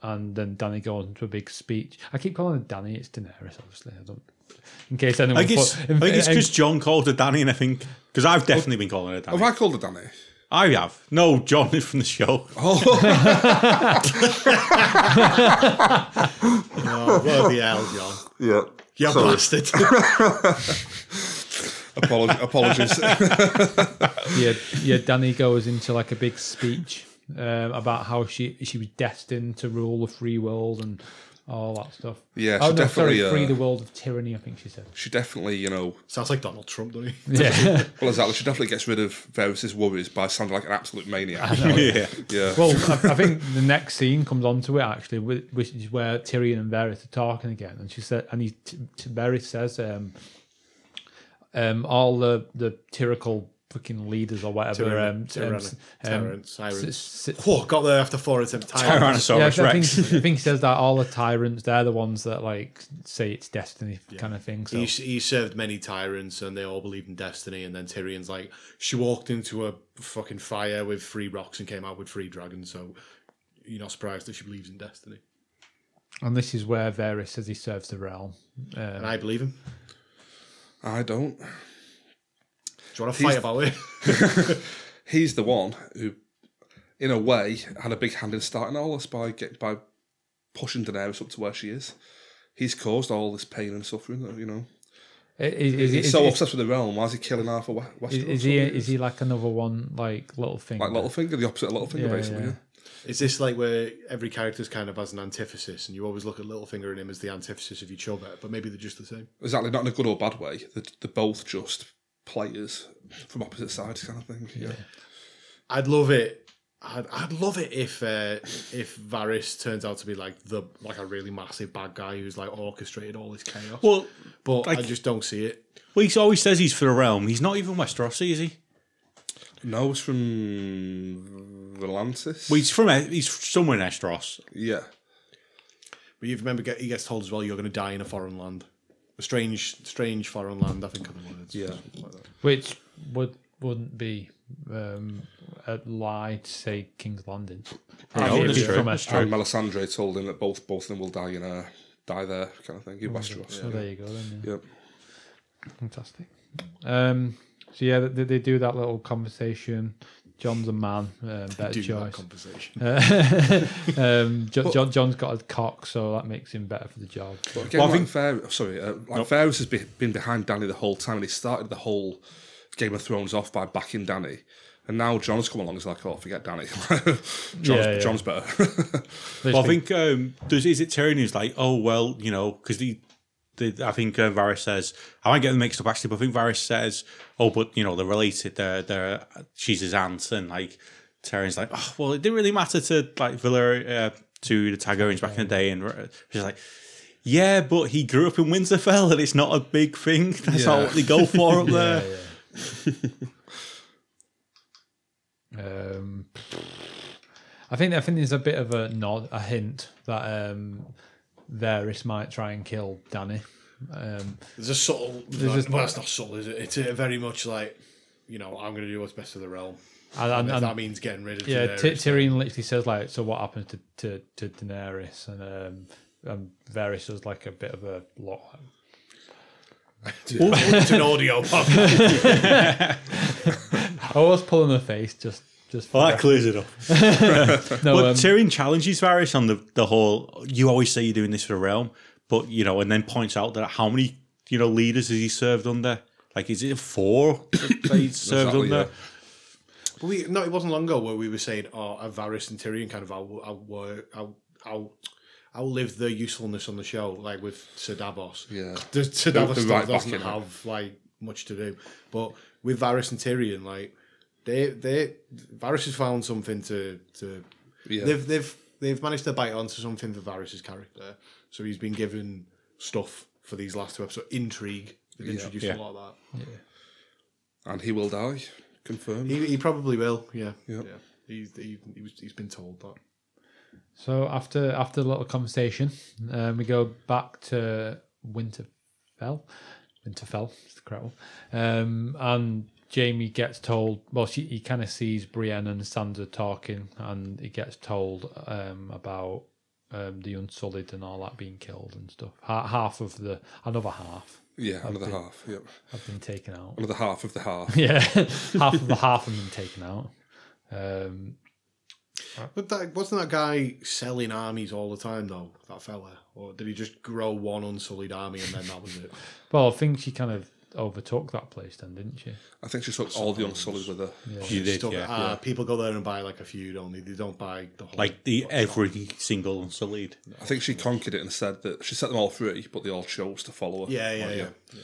Speaker 1: and then Danny goes into a big speech. I keep calling her Danny. It's Daenerys, obviously. I don't. In case anyone,
Speaker 4: I guess I
Speaker 1: thought-
Speaker 4: think it's
Speaker 1: in-
Speaker 4: because John called her Danny, and I think because I've definitely been calling her Danny.
Speaker 2: Have I called her Danny?
Speaker 4: I have. No, John is from the show.
Speaker 1: Oh,
Speaker 3: Oh, bloody hell, John!
Speaker 2: Yeah.
Speaker 3: You
Speaker 2: Sorry.
Speaker 3: bastard!
Speaker 2: Apolog- apologies.
Speaker 1: yeah, yeah, Danny goes into like a big speech um, about how she she was destined to rule the free world and all that stuff.
Speaker 2: Yeah,
Speaker 1: oh
Speaker 2: she
Speaker 1: no, sorry,
Speaker 2: definitely, uh,
Speaker 1: free the world of tyranny. I think she said.
Speaker 2: she definitely, you know,
Speaker 3: Sounds like Donald Trump, doesn't he?
Speaker 1: Yeah.
Speaker 2: well, exactly. She definitely gets rid of Varys' worries by sounding like an absolute maniac.
Speaker 4: yeah.
Speaker 2: Yeah.
Speaker 1: well, I, I think the next scene comes on to it actually, whi- which is where Tyrion and Varys are talking again, and she said, and he t- t- Varys says, um, um, all the the tyrical fucking leaders or whatever,
Speaker 3: Tyranny-
Speaker 1: um, t- um,
Speaker 3: tyranny-
Speaker 1: s-
Speaker 3: tyrants,
Speaker 1: s-
Speaker 3: tyrants.
Speaker 1: s- s-
Speaker 3: Oh, got there after four attempts. Tyrant.
Speaker 1: yeah, I
Speaker 4: Tyrannosaurus
Speaker 1: think, I
Speaker 4: Rex.
Speaker 1: think- I think he says that all the tyrants, they're the ones that like say it's destiny kind of thing. So
Speaker 3: He, he served many tyrants and they all believed in destiny. And then Tyrion's like, she walked into a fucking fire with three rocks and came out with three dragons. So you're not surprised that she believes in destiny.
Speaker 1: and this is where Varys says he serves the realm.
Speaker 3: And I believe him.
Speaker 2: I don't.
Speaker 3: Do you want to fight about it?
Speaker 2: He's the one who, in a way, had a big hand in starting all this by get, by pushing Daenerys up to where she is. He's caused all this pain and suffering. You know,
Speaker 1: Is, is,
Speaker 2: he's
Speaker 1: is-
Speaker 2: so
Speaker 1: is-
Speaker 2: obsessed with the realm. Why is he killing half of Wa- Westeros?
Speaker 1: Is, is he is he like another one like little thing?
Speaker 2: like Littlefinger, the opposite of Littlefinger,
Speaker 1: Yeah,
Speaker 2: basically.
Speaker 1: yeah.
Speaker 2: Yeah.
Speaker 3: Is this like where every character's kind of has an antithesis and you always look at Littlefinger and him as the antithesis of each other, but maybe they're just the same?
Speaker 2: Exactly, not in a good or bad way. They're, they're both just players from opposite sides, kind of thing. Yeah.
Speaker 3: I'd love it. I'd, I'd love it if uh, if Varys turns out to be like the like a really massive bad guy who's like orchestrated all this chaos.
Speaker 4: well,
Speaker 3: but I
Speaker 4: like-
Speaker 3: just don't see it.
Speaker 4: well, he always says he's for the realm. He's not even Westerosi, is he?
Speaker 2: No, it's from Volantis.
Speaker 4: Well, he's from E, he's somewhere in Westeros.
Speaker 2: yeah.
Speaker 3: But you remember get, he gets told as well you're going to die in a foreign land, a strange, strange foreign land. I think are the words.
Speaker 2: Yeah.
Speaker 1: Which would wouldn't be um, a lie to say King's Landing.
Speaker 4: No,
Speaker 1: If
Speaker 4: Oh, that's
Speaker 1: he's
Speaker 4: true,
Speaker 1: from a-
Speaker 4: that's
Speaker 2: And Melisandre told him that both both of them will die in a die there kind of thing in Westeros.
Speaker 1: So there you go. Then, yeah.
Speaker 2: Yeah.
Speaker 1: Fantastic. Um, so yeah, they, they do that little conversation. John's a man. Um, better
Speaker 3: Do that
Speaker 1: choice.
Speaker 3: conversation.
Speaker 1: um, Jo- John, John's got a cock, so that makes him better for the job.
Speaker 2: But again,
Speaker 4: Well, I
Speaker 2: like Fair, sorry, uh, like Varys has be, been behind Danny the whole time, and he started the whole Game of Thrones off by backing Danny. And now John's come along. He's like, oh, forget Danny. John's,
Speaker 1: Yeah, yeah.
Speaker 2: John's better.
Speaker 4: Well, I think um, does is it Tyrion who's like, oh well, you know, because the, the I think uh, Varys says I might get them mixed up actually, but I think Varys says, oh, but you know they're related. They're they're she's his aunt, and like Tyrion's like, oh well, it didn't really matter to like Valyria uh, to the Targaryens back in the day, and uh, she's like. Yeah, but he grew up in Winterfell, and it's not a big thing. That's not
Speaker 2: Yeah.
Speaker 4: what they go for up there.
Speaker 1: Yeah, yeah. um, I think I think there's a bit of a nod, a hint that um, Varys might try and kill Danny. Um,
Speaker 3: There's a subtle.
Speaker 1: just-
Speaker 3: well, it's not subtle, is it? It's uh very much like, you know, I'm going to do what's best for the realm.
Speaker 1: and,
Speaker 3: And,
Speaker 1: and,
Speaker 3: if
Speaker 1: and-
Speaker 3: that means getting rid of
Speaker 1: yeah,
Speaker 3: Daenerys.
Speaker 1: Ty- Tyrion literally says like, "So what happens to to, to Daenerys?" And um, and Varys does like a bit of a lot.
Speaker 3: it's an audio podcast.
Speaker 1: I was pulling her face just Just
Speaker 4: Well, that clears it up.
Speaker 1: no,
Speaker 4: But
Speaker 1: um,
Speaker 4: Tyrion challenges Varys on the, the whole, you always say you're doing this for the realm, but, you know, and then points out that how many, you know, leaders has he served under? Like, is it four that he served
Speaker 2: Exactly,
Speaker 4: under?
Speaker 2: yeah.
Speaker 3: But we, no, it wasn't long ago where we were saying, oh, uh, Varys and Tyrion kind of out, outwork, out, out, outlived their usefulness on the show, like with Sir Davos.
Speaker 2: Yeah.
Speaker 3: The, Sir
Speaker 2: They're-
Speaker 3: Davos
Speaker 2: they're
Speaker 3: still
Speaker 2: right back
Speaker 3: doesn't
Speaker 2: in it.
Speaker 3: have, like, much to do. But with Varys and Tyrion, like, they, they, Varys has found something to, to
Speaker 2: Yeah.
Speaker 3: they've, they've, they've managed to bite onto something for Varys' character. So he's been given stuff for these last two episodes. Intrigue. They've introduced
Speaker 4: Yeah.
Speaker 3: a lot of that.
Speaker 2: And he will die. Confirmed.
Speaker 3: He, he probably will, yeah.
Speaker 2: Yep.
Speaker 3: Yeah. He, he, he was, he's been told that.
Speaker 1: so after after a little conversation, um, we go back to Winterfell. Winterfell is the correct one. Um, and Jamie gets told. Well, she, he kind of sees Brienne and Sansa talking, and he gets told um, about um, the Unsullied and all that being killed and stuff. Ha- half of the another half
Speaker 2: yeah, another half. Yep.
Speaker 1: have been taken out.
Speaker 2: Another half of the half.
Speaker 1: Yeah, half of the half of them taken out. Um,
Speaker 3: But that, wasn't that guy selling armies all the time though? That fella, or did he just grow one unsullied army and then that was it?
Speaker 1: well, I think she kind of overtook that place then, didn't she?
Speaker 2: I think she took all the unsullied with her.
Speaker 4: You did,
Speaker 3: Stuff-
Speaker 4: yeah.
Speaker 3: ah, People go there and buy like a few, don't they? They don't buy the whole.
Speaker 4: Like, the every single Unsullied.
Speaker 2: I think she conquered it and said that she set them all free, but they all chose to follow her.
Speaker 3: yeah, yeah,
Speaker 2: Like,
Speaker 3: yeah. yeah.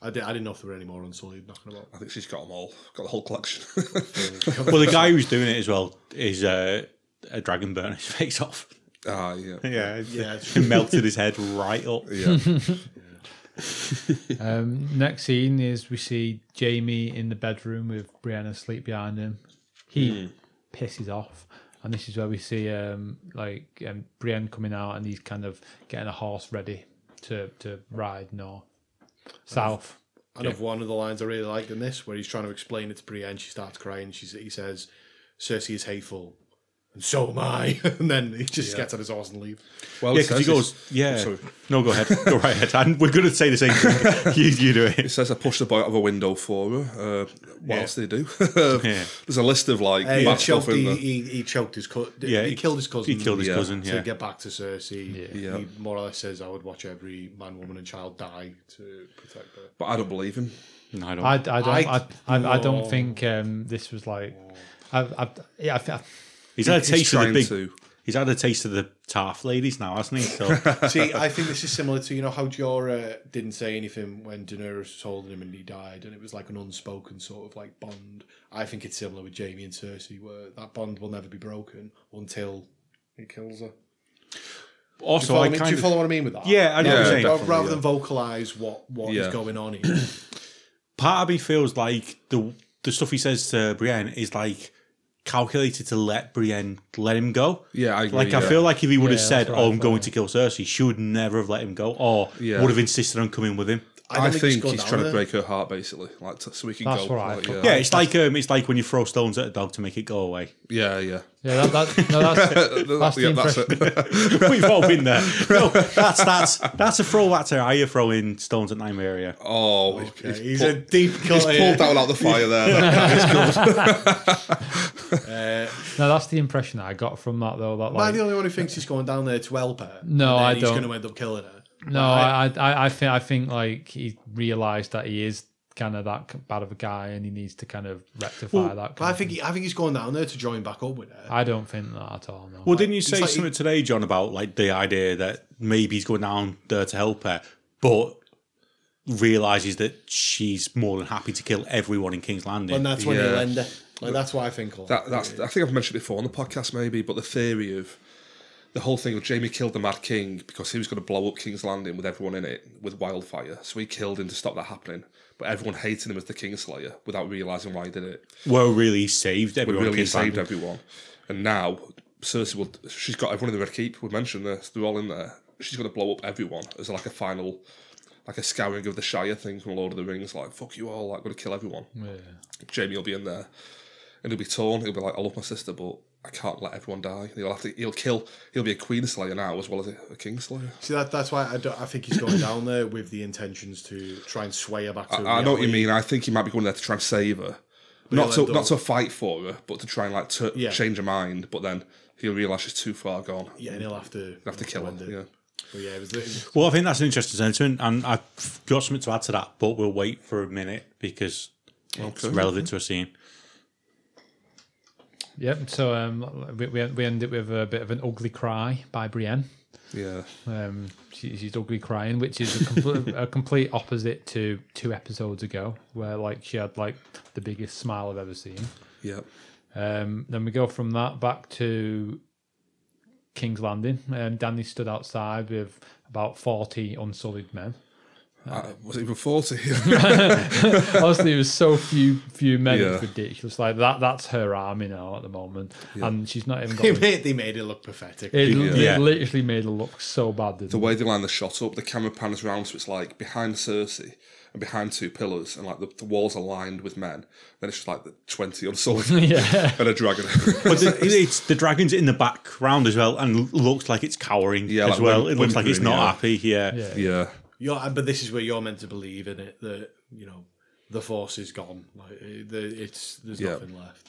Speaker 3: I, did, I didn't know if there were any more unsullied knocking about.
Speaker 2: I think she's got them all. Got the whole collection.
Speaker 4: well, the guy who's doing it as well is uh, a dragon burn his face off.
Speaker 2: ah, yeah.
Speaker 4: Yeah,
Speaker 3: Yeah,
Speaker 4: it melted his head right up.
Speaker 2: Yeah.
Speaker 1: Um, next scene is we see Jamie in the bedroom with Brienne asleep behind him. He pisses off, and this is where we see um, like um, Brienne coming out, and he's kind of getting a horse ready to to ride north, south.
Speaker 3: And of one of the lines I really liked in this, where he's trying to explain it to Brienne, she starts crying. She he says, "Cersei is hateful, and so am I." and then he just gets on his horse and leaves.
Speaker 2: Well,
Speaker 4: Yeah,
Speaker 2: it
Speaker 4: because he
Speaker 2: says-
Speaker 4: goes, yeah.
Speaker 2: sorry.
Speaker 4: No, go ahead. Go right ahead. And we're going to say the same thing. you, you do
Speaker 2: It
Speaker 4: it.
Speaker 2: says I pushed the boy out of a window for her. Uh, what else do they do?
Speaker 4: Yeah.
Speaker 2: There's a list of like
Speaker 3: Uh, He,
Speaker 2: bad
Speaker 3: choked,
Speaker 2: stuff in
Speaker 3: he,
Speaker 2: there.
Speaker 3: he, he choked his cousin.
Speaker 4: Yeah,
Speaker 3: he, killed his cousin.
Speaker 4: He killed his
Speaker 2: Yeah.
Speaker 4: cousin,
Speaker 3: to
Speaker 4: yeah.
Speaker 3: get back to Cersei.
Speaker 2: Yeah.
Speaker 3: He more or less says, "I would watch every man, woman, and child die to protect her."
Speaker 2: But I don't believe him.
Speaker 4: No, I don't.
Speaker 1: I, I don't I,
Speaker 3: I-
Speaker 1: I, I don't
Speaker 3: No.
Speaker 1: think um, this was like. I've, I've, yeah, I, thi- I,
Speaker 4: he's had a
Speaker 2: He's
Speaker 4: taste of the
Speaker 2: trying
Speaker 4: big.
Speaker 2: to.
Speaker 4: He's had a taste of the taff ladies now, hasn't he? So
Speaker 3: See, I think this is similar to you know how Jorah didn't say anything when Daenerys told him and he died, and it was like an unspoken sort of like bond. I think it's similar with Jamie and Cersei, where that bond will never be broken until he kills her. Do you,
Speaker 4: also,
Speaker 3: follow,
Speaker 4: I
Speaker 3: me? Do
Speaker 4: kind
Speaker 3: you
Speaker 4: of
Speaker 3: follow what I mean with that?
Speaker 4: yeah, I know
Speaker 2: Yeah,
Speaker 4: what you're saying.
Speaker 2: definitely.
Speaker 3: Rather, rather than vocalize what what is
Speaker 2: Yeah.
Speaker 3: going on here.
Speaker 4: Part of me feels like the the stuff he says to Brienne is like calculated to let Brienne let him go.
Speaker 2: Yeah, I agree,
Speaker 4: Like I
Speaker 2: yeah.
Speaker 4: feel like if he would have
Speaker 1: Yeah,
Speaker 4: said,
Speaker 1: that's what I
Speaker 4: "Oh, I'm
Speaker 1: thought,
Speaker 4: going to kill Cersei," she would never have let him go, or
Speaker 2: Yeah.
Speaker 4: would have insisted on coming with him.
Speaker 2: I,
Speaker 3: don't
Speaker 2: think,
Speaker 3: it's gone
Speaker 2: he's
Speaker 3: down
Speaker 2: trying
Speaker 3: there.
Speaker 2: to break her heart, basically, like t- so we can
Speaker 1: That's
Speaker 2: go.
Speaker 1: what I
Speaker 2: like,
Speaker 1: thought.
Speaker 4: Yeah,
Speaker 2: yeah,
Speaker 4: it's like um, it's like when you throw stones at a dog to make it go away.
Speaker 2: yeah, yeah.
Speaker 1: yeah, that, that, no, that's, that's the
Speaker 2: yeah, that's
Speaker 1: impression.
Speaker 2: it.
Speaker 4: We've all been there. No, that's that's that's a throwback to how you throwing stones at Nymeria.
Speaker 2: Oh, he's-
Speaker 3: Yeah,
Speaker 2: he's,
Speaker 3: he's
Speaker 2: pulled,
Speaker 3: a deep
Speaker 2: he's
Speaker 3: cut.
Speaker 2: pulled that one out the fire there.
Speaker 3: Uh,
Speaker 1: No, that's the impression that I got from that though. That
Speaker 3: Am I
Speaker 1: like,
Speaker 3: the only one who thinks he's going down there to help her?
Speaker 1: No,
Speaker 3: and then
Speaker 1: I
Speaker 3: he's
Speaker 1: don't.
Speaker 3: He's going to end up killing her.
Speaker 1: no, I, I, I think, I think like he realised that he is kind of that c- bad of a guy, and he needs to kind of rectify that.
Speaker 3: But I
Speaker 1: Kind of
Speaker 3: think he, I think he's going down there to join back up with her.
Speaker 1: I don't think that at all. No.
Speaker 4: Well, didn't you say
Speaker 3: like-
Speaker 4: something today, John, about like the idea that maybe he's going down there to help her, but realizes that she's more than happy to kill everyone in King's Landing.
Speaker 3: And that's when he'll
Speaker 2: Yeah.
Speaker 3: end it. Like, that's what I think. Of.
Speaker 2: that, that's. I think I've mentioned it before on the podcast, maybe, but the theory of the whole thing of Jamie killed the Mad King because he was going to blow up King's Landing with everyone in it with wildfire, so he killed him to stop that happening. But everyone hated him as the Kingslayer without realizing why he did it.
Speaker 4: Well, really he saved everyone. in
Speaker 2: really
Speaker 4: King's
Speaker 2: saved
Speaker 4: Landing.
Speaker 2: everyone. And now Cersei will. She's got everyone in the Red Keep. We mentioned this. They're all in there. She's going to blow up everyone as like a final, like a scouring of the Shire thing from Lord of the Rings. Like fuck you all. Like going to kill everyone. Jamie will be in there, and he'll be torn. He'll be like, I love my sister, but I can't let everyone die. And he'll have to. He'll kill. He'll be a Queen Slayer now as well as a, a King Slayer.
Speaker 3: See, that, that's why I, don't, I think he's going down there with the intentions to try and sway her back to
Speaker 2: I know what you
Speaker 3: reality.
Speaker 2: mean. I think he might be going there to try and save her. not
Speaker 3: he'll
Speaker 2: to
Speaker 3: end
Speaker 2: not
Speaker 3: up-
Speaker 2: to fight for her, but to try and like to
Speaker 3: Yeah.
Speaker 2: change her mind. But then he'll realize she's too far gone.
Speaker 3: Yeah, and he'll have to
Speaker 2: Have to kill her. Yeah.
Speaker 3: But yeah, it was the,
Speaker 4: Well, I think that's an interesting sentiment, and I've got something to add to that, but we'll wait for a minute because it's relevant to a scene.
Speaker 1: Yep. So um, we, we we end it with a bit of an ugly cry by Brienne.
Speaker 2: Yeah.
Speaker 1: Um, she, she's ugly crying, which is a, compl- a complete opposite to two episodes ago, where like she had like the biggest smile I've ever seen.
Speaker 2: Yeah.
Speaker 1: Um, then we go from that back to King's Landing. Um, Danny stood outside with about forty unsullied men.
Speaker 2: Uh, was it even forty?
Speaker 1: Honestly, it was so few few men. It's
Speaker 2: Yeah.
Speaker 1: ridiculous. Like that. That's her army now at the moment, and she's not even. Got
Speaker 3: they,
Speaker 1: it,
Speaker 3: made, they made it look pathetic.
Speaker 1: it
Speaker 4: Yeah.
Speaker 1: literally made her look so bad. Didn't
Speaker 2: the
Speaker 1: it?
Speaker 2: way they line the shot up, the camera pans round, so it's like behind Cersei and behind two pillars, and like the, the walls are lined with men. Then it's just like the twenty unsolid
Speaker 1: Yeah.
Speaker 2: and a dragon.
Speaker 4: But the, it's the dragon's in the background as well, and l- looks like it's cowering
Speaker 2: Yeah,
Speaker 4: as
Speaker 2: like
Speaker 4: well.
Speaker 2: whim-
Speaker 4: it looks like it's
Speaker 2: whimpering,
Speaker 4: not
Speaker 2: yeah.
Speaker 4: happy. Yeah.
Speaker 1: Yeah.
Speaker 2: yeah,
Speaker 3: You're, but this is where you're meant to believe in it that you know the force is gone. Like it- the, it's there's
Speaker 2: Yeah.
Speaker 3: nothing left.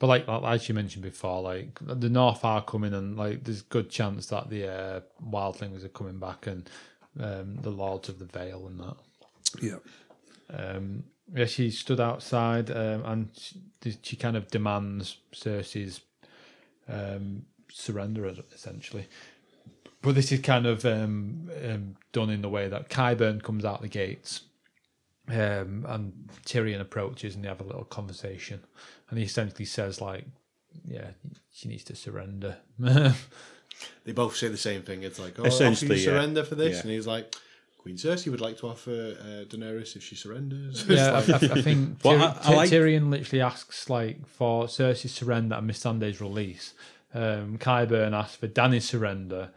Speaker 1: But like, like as you mentioned before, like the North are coming, and like there's good chance that the uh, wildlings are coming back, and um, the Lords of the Vale and that.
Speaker 2: yeah.
Speaker 1: Um, yeah, she stood outside, um, and she, she kind of demands Cersei's um, surrender, es- essentially. But this is kind of um, um, done in the way that Kyburn comes out the gates, um, and Tyrion approaches, and they have a little conversation, and he essentially says like, "Yeah, she needs to surrender."
Speaker 3: They both say the same thing. It's like, oh,
Speaker 4: Essentially,
Speaker 3: Essentially, you
Speaker 4: yeah.
Speaker 3: surrender for this,
Speaker 4: Yeah.
Speaker 3: and he's like, Queen Cersei would like to offer uh, Daenerys if she surrenders. It's
Speaker 1: yeah, I,
Speaker 3: like,
Speaker 1: I I think
Speaker 4: Well,
Speaker 1: Tyr-
Speaker 4: I- I like-
Speaker 1: Tyrion literally asks like for Cersei's surrender and Missandei's release. Um, Kyburn asks for Danny's surrender,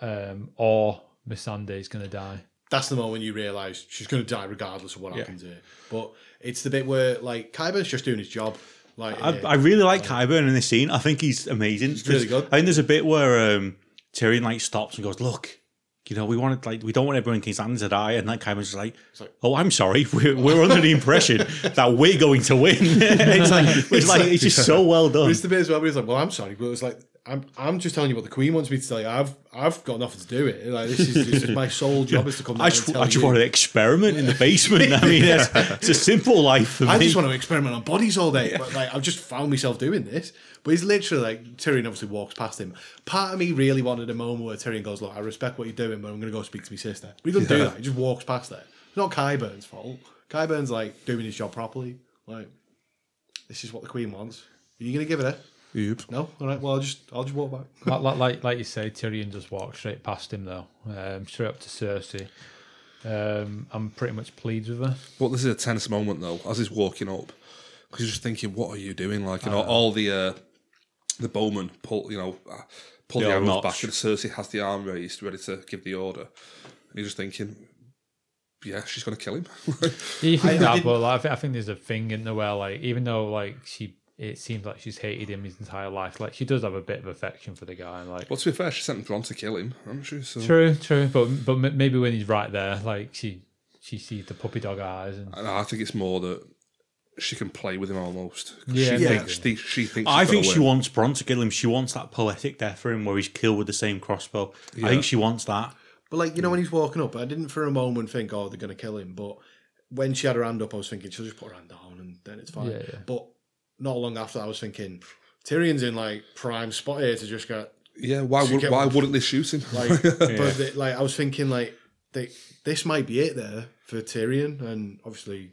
Speaker 1: um, or Missandei's gonna die.
Speaker 3: that's the moment you realise she's going to die regardless of what happens here. But it's the bit where like Kyburn's just doing his job. Like
Speaker 4: I, I really like Kyburn in this scene. I think he's amazing. He's
Speaker 3: really good.
Speaker 4: I think there's a bit where um, Tyrion like stops and goes, "Look, you know, we wanted like we don't want everyone in King's Landing to die," and like Kyburn's just like,
Speaker 3: like-
Speaker 4: "Oh, I'm sorry, we're, we're under the impression that we're going to win." it's like it's, like,
Speaker 3: like-
Speaker 4: it's just so well done.
Speaker 3: It's the bit as well where he's like, "Well, I'm sorry, but it's like I'm I'm just telling you what the Queen wants me to tell you. I've I've got nothing to do with it. Like this is, this is my sole job is to come. Down
Speaker 4: I just,
Speaker 3: and tell
Speaker 4: I just
Speaker 3: you.
Speaker 4: want to experiment in the basement. I mean, it's, it's a simple life for me.
Speaker 3: I just want to experiment on bodies all day. But like, I've just found myself doing this. But he's literally like Tyrion. Obviously, walks past him. Part of me really wanted a moment where Tyrion goes, "Look, I respect what you're doing, but I'm going to go speak to my sister." But he doesn't do that. He just walks past there. It's not Kyburn's fault. Kyburn's like doing his job properly. Like, this is what the Queen wants. Are you going to give it her?
Speaker 2: Yep.
Speaker 3: No. All right. Well, I'll just I'll just walk back.
Speaker 1: like, like- like like you say, Tyrion just walks straight past him though, um, straight up to Cersei, um, and pretty much pleads with her.
Speaker 2: But this is a tense moment though, as he's walking up, because you're just thinking, "What are you doing?" Like, you know, all the uh, the bowmen pull, you know, uh, pull the
Speaker 4: Yeah,
Speaker 2: arrows
Speaker 4: notch.
Speaker 2: back, and Cersei has the arm raised, ready to give the order. And you're just thinking, "Yeah, she's going to kill him."
Speaker 1: Yeah, you think
Speaker 3: I
Speaker 1: that,
Speaker 3: didn't-
Speaker 1: but like, I, think, I think there's a thing in the where like even though like she. It seems like she's hated him his entire life. Like she does have a bit of affection for the guy. and, Like
Speaker 2: but to be fair, she sent Bronn to kill him, haven't she? So.
Speaker 1: True, true, but but m- maybe when he's right there, like she she sees the puppy dog eyes, and
Speaker 2: And I think it's more that she can play with him almost.
Speaker 1: Yeah,
Speaker 2: she,
Speaker 1: Yeah.
Speaker 2: Thinks, she, thinks- she thinks.
Speaker 4: I
Speaker 2: she's
Speaker 4: think
Speaker 2: gonna
Speaker 4: she
Speaker 2: win.
Speaker 4: wants Bron to kill him. She wants that poetic death for him where he's killed with the same crossbow. I think she wants that.
Speaker 3: But like you know
Speaker 1: Hmm.
Speaker 3: when he's walking up, I didn't for a moment think, oh, they're gonna kill him. But when she had her hand up, I was thinking she'll just put her hand down and then it's fine.
Speaker 1: Yeah, yeah.
Speaker 3: But not long after, that, I was thinking Tyrion's in like prime spot here to just get
Speaker 2: Yeah, why
Speaker 3: She
Speaker 2: would
Speaker 3: can-
Speaker 2: why wouldn't they shoot him?
Speaker 3: like. But they, like I was thinking like they, this might be it there for Tyrion, and obviously.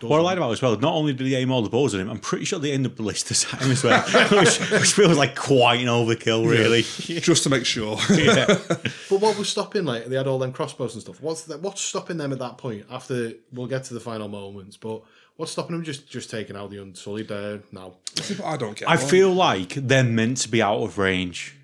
Speaker 4: What I like about it as well, not only do they aim all the balls at him, I'm pretty sure they end up ballistas at him as well, which, which feels like quite an overkill, really.
Speaker 2: just to make sure.
Speaker 3: But what was stopping like they had all them crossbows and stuff? What's that, what's stopping them at that point? After we'll get to the final moments, but what's stopping them just just taking out the unsullied there now?
Speaker 2: I don't get. why.
Speaker 4: I feel like they're meant to be out of range.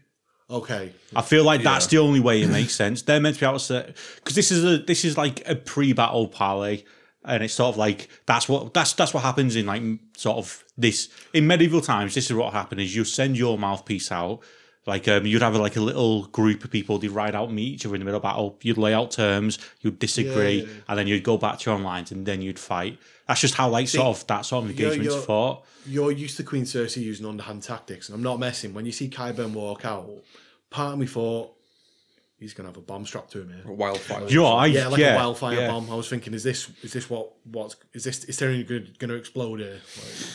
Speaker 3: Okay,
Speaker 4: I feel like that's the only way it makes sense. They're meant to be able to because this is a this is like a pre-battle parley, and it's sort of like that's what that's that's what happens in like sort of this in medieval times. This is what happened: is you send your mouthpiece out, Like um, you'd have like a little group of people. They'd ride out, meet each other in the middle of battle. You'd lay out terms. You'd disagree,
Speaker 3: yeah, yeah.
Speaker 4: and then you'd go back to your own lines, and then you'd fight. That's just how like sort of that sort of
Speaker 3: you're-
Speaker 4: engagement's
Speaker 3: you're-
Speaker 4: fought.
Speaker 3: You're used to Queen Cersei using underhand tactics, and I'm not messing. When you see Kyburn walk out, part of me thought he's gonna have a bomb strapped to him here.
Speaker 2: Wildfire.
Speaker 4: You know, I
Speaker 3: yeah, like
Speaker 4: yeah,
Speaker 3: a wildfire
Speaker 4: yeah.
Speaker 3: bomb. I was thinking, is this is this what what's is this is there anything good going to explode here?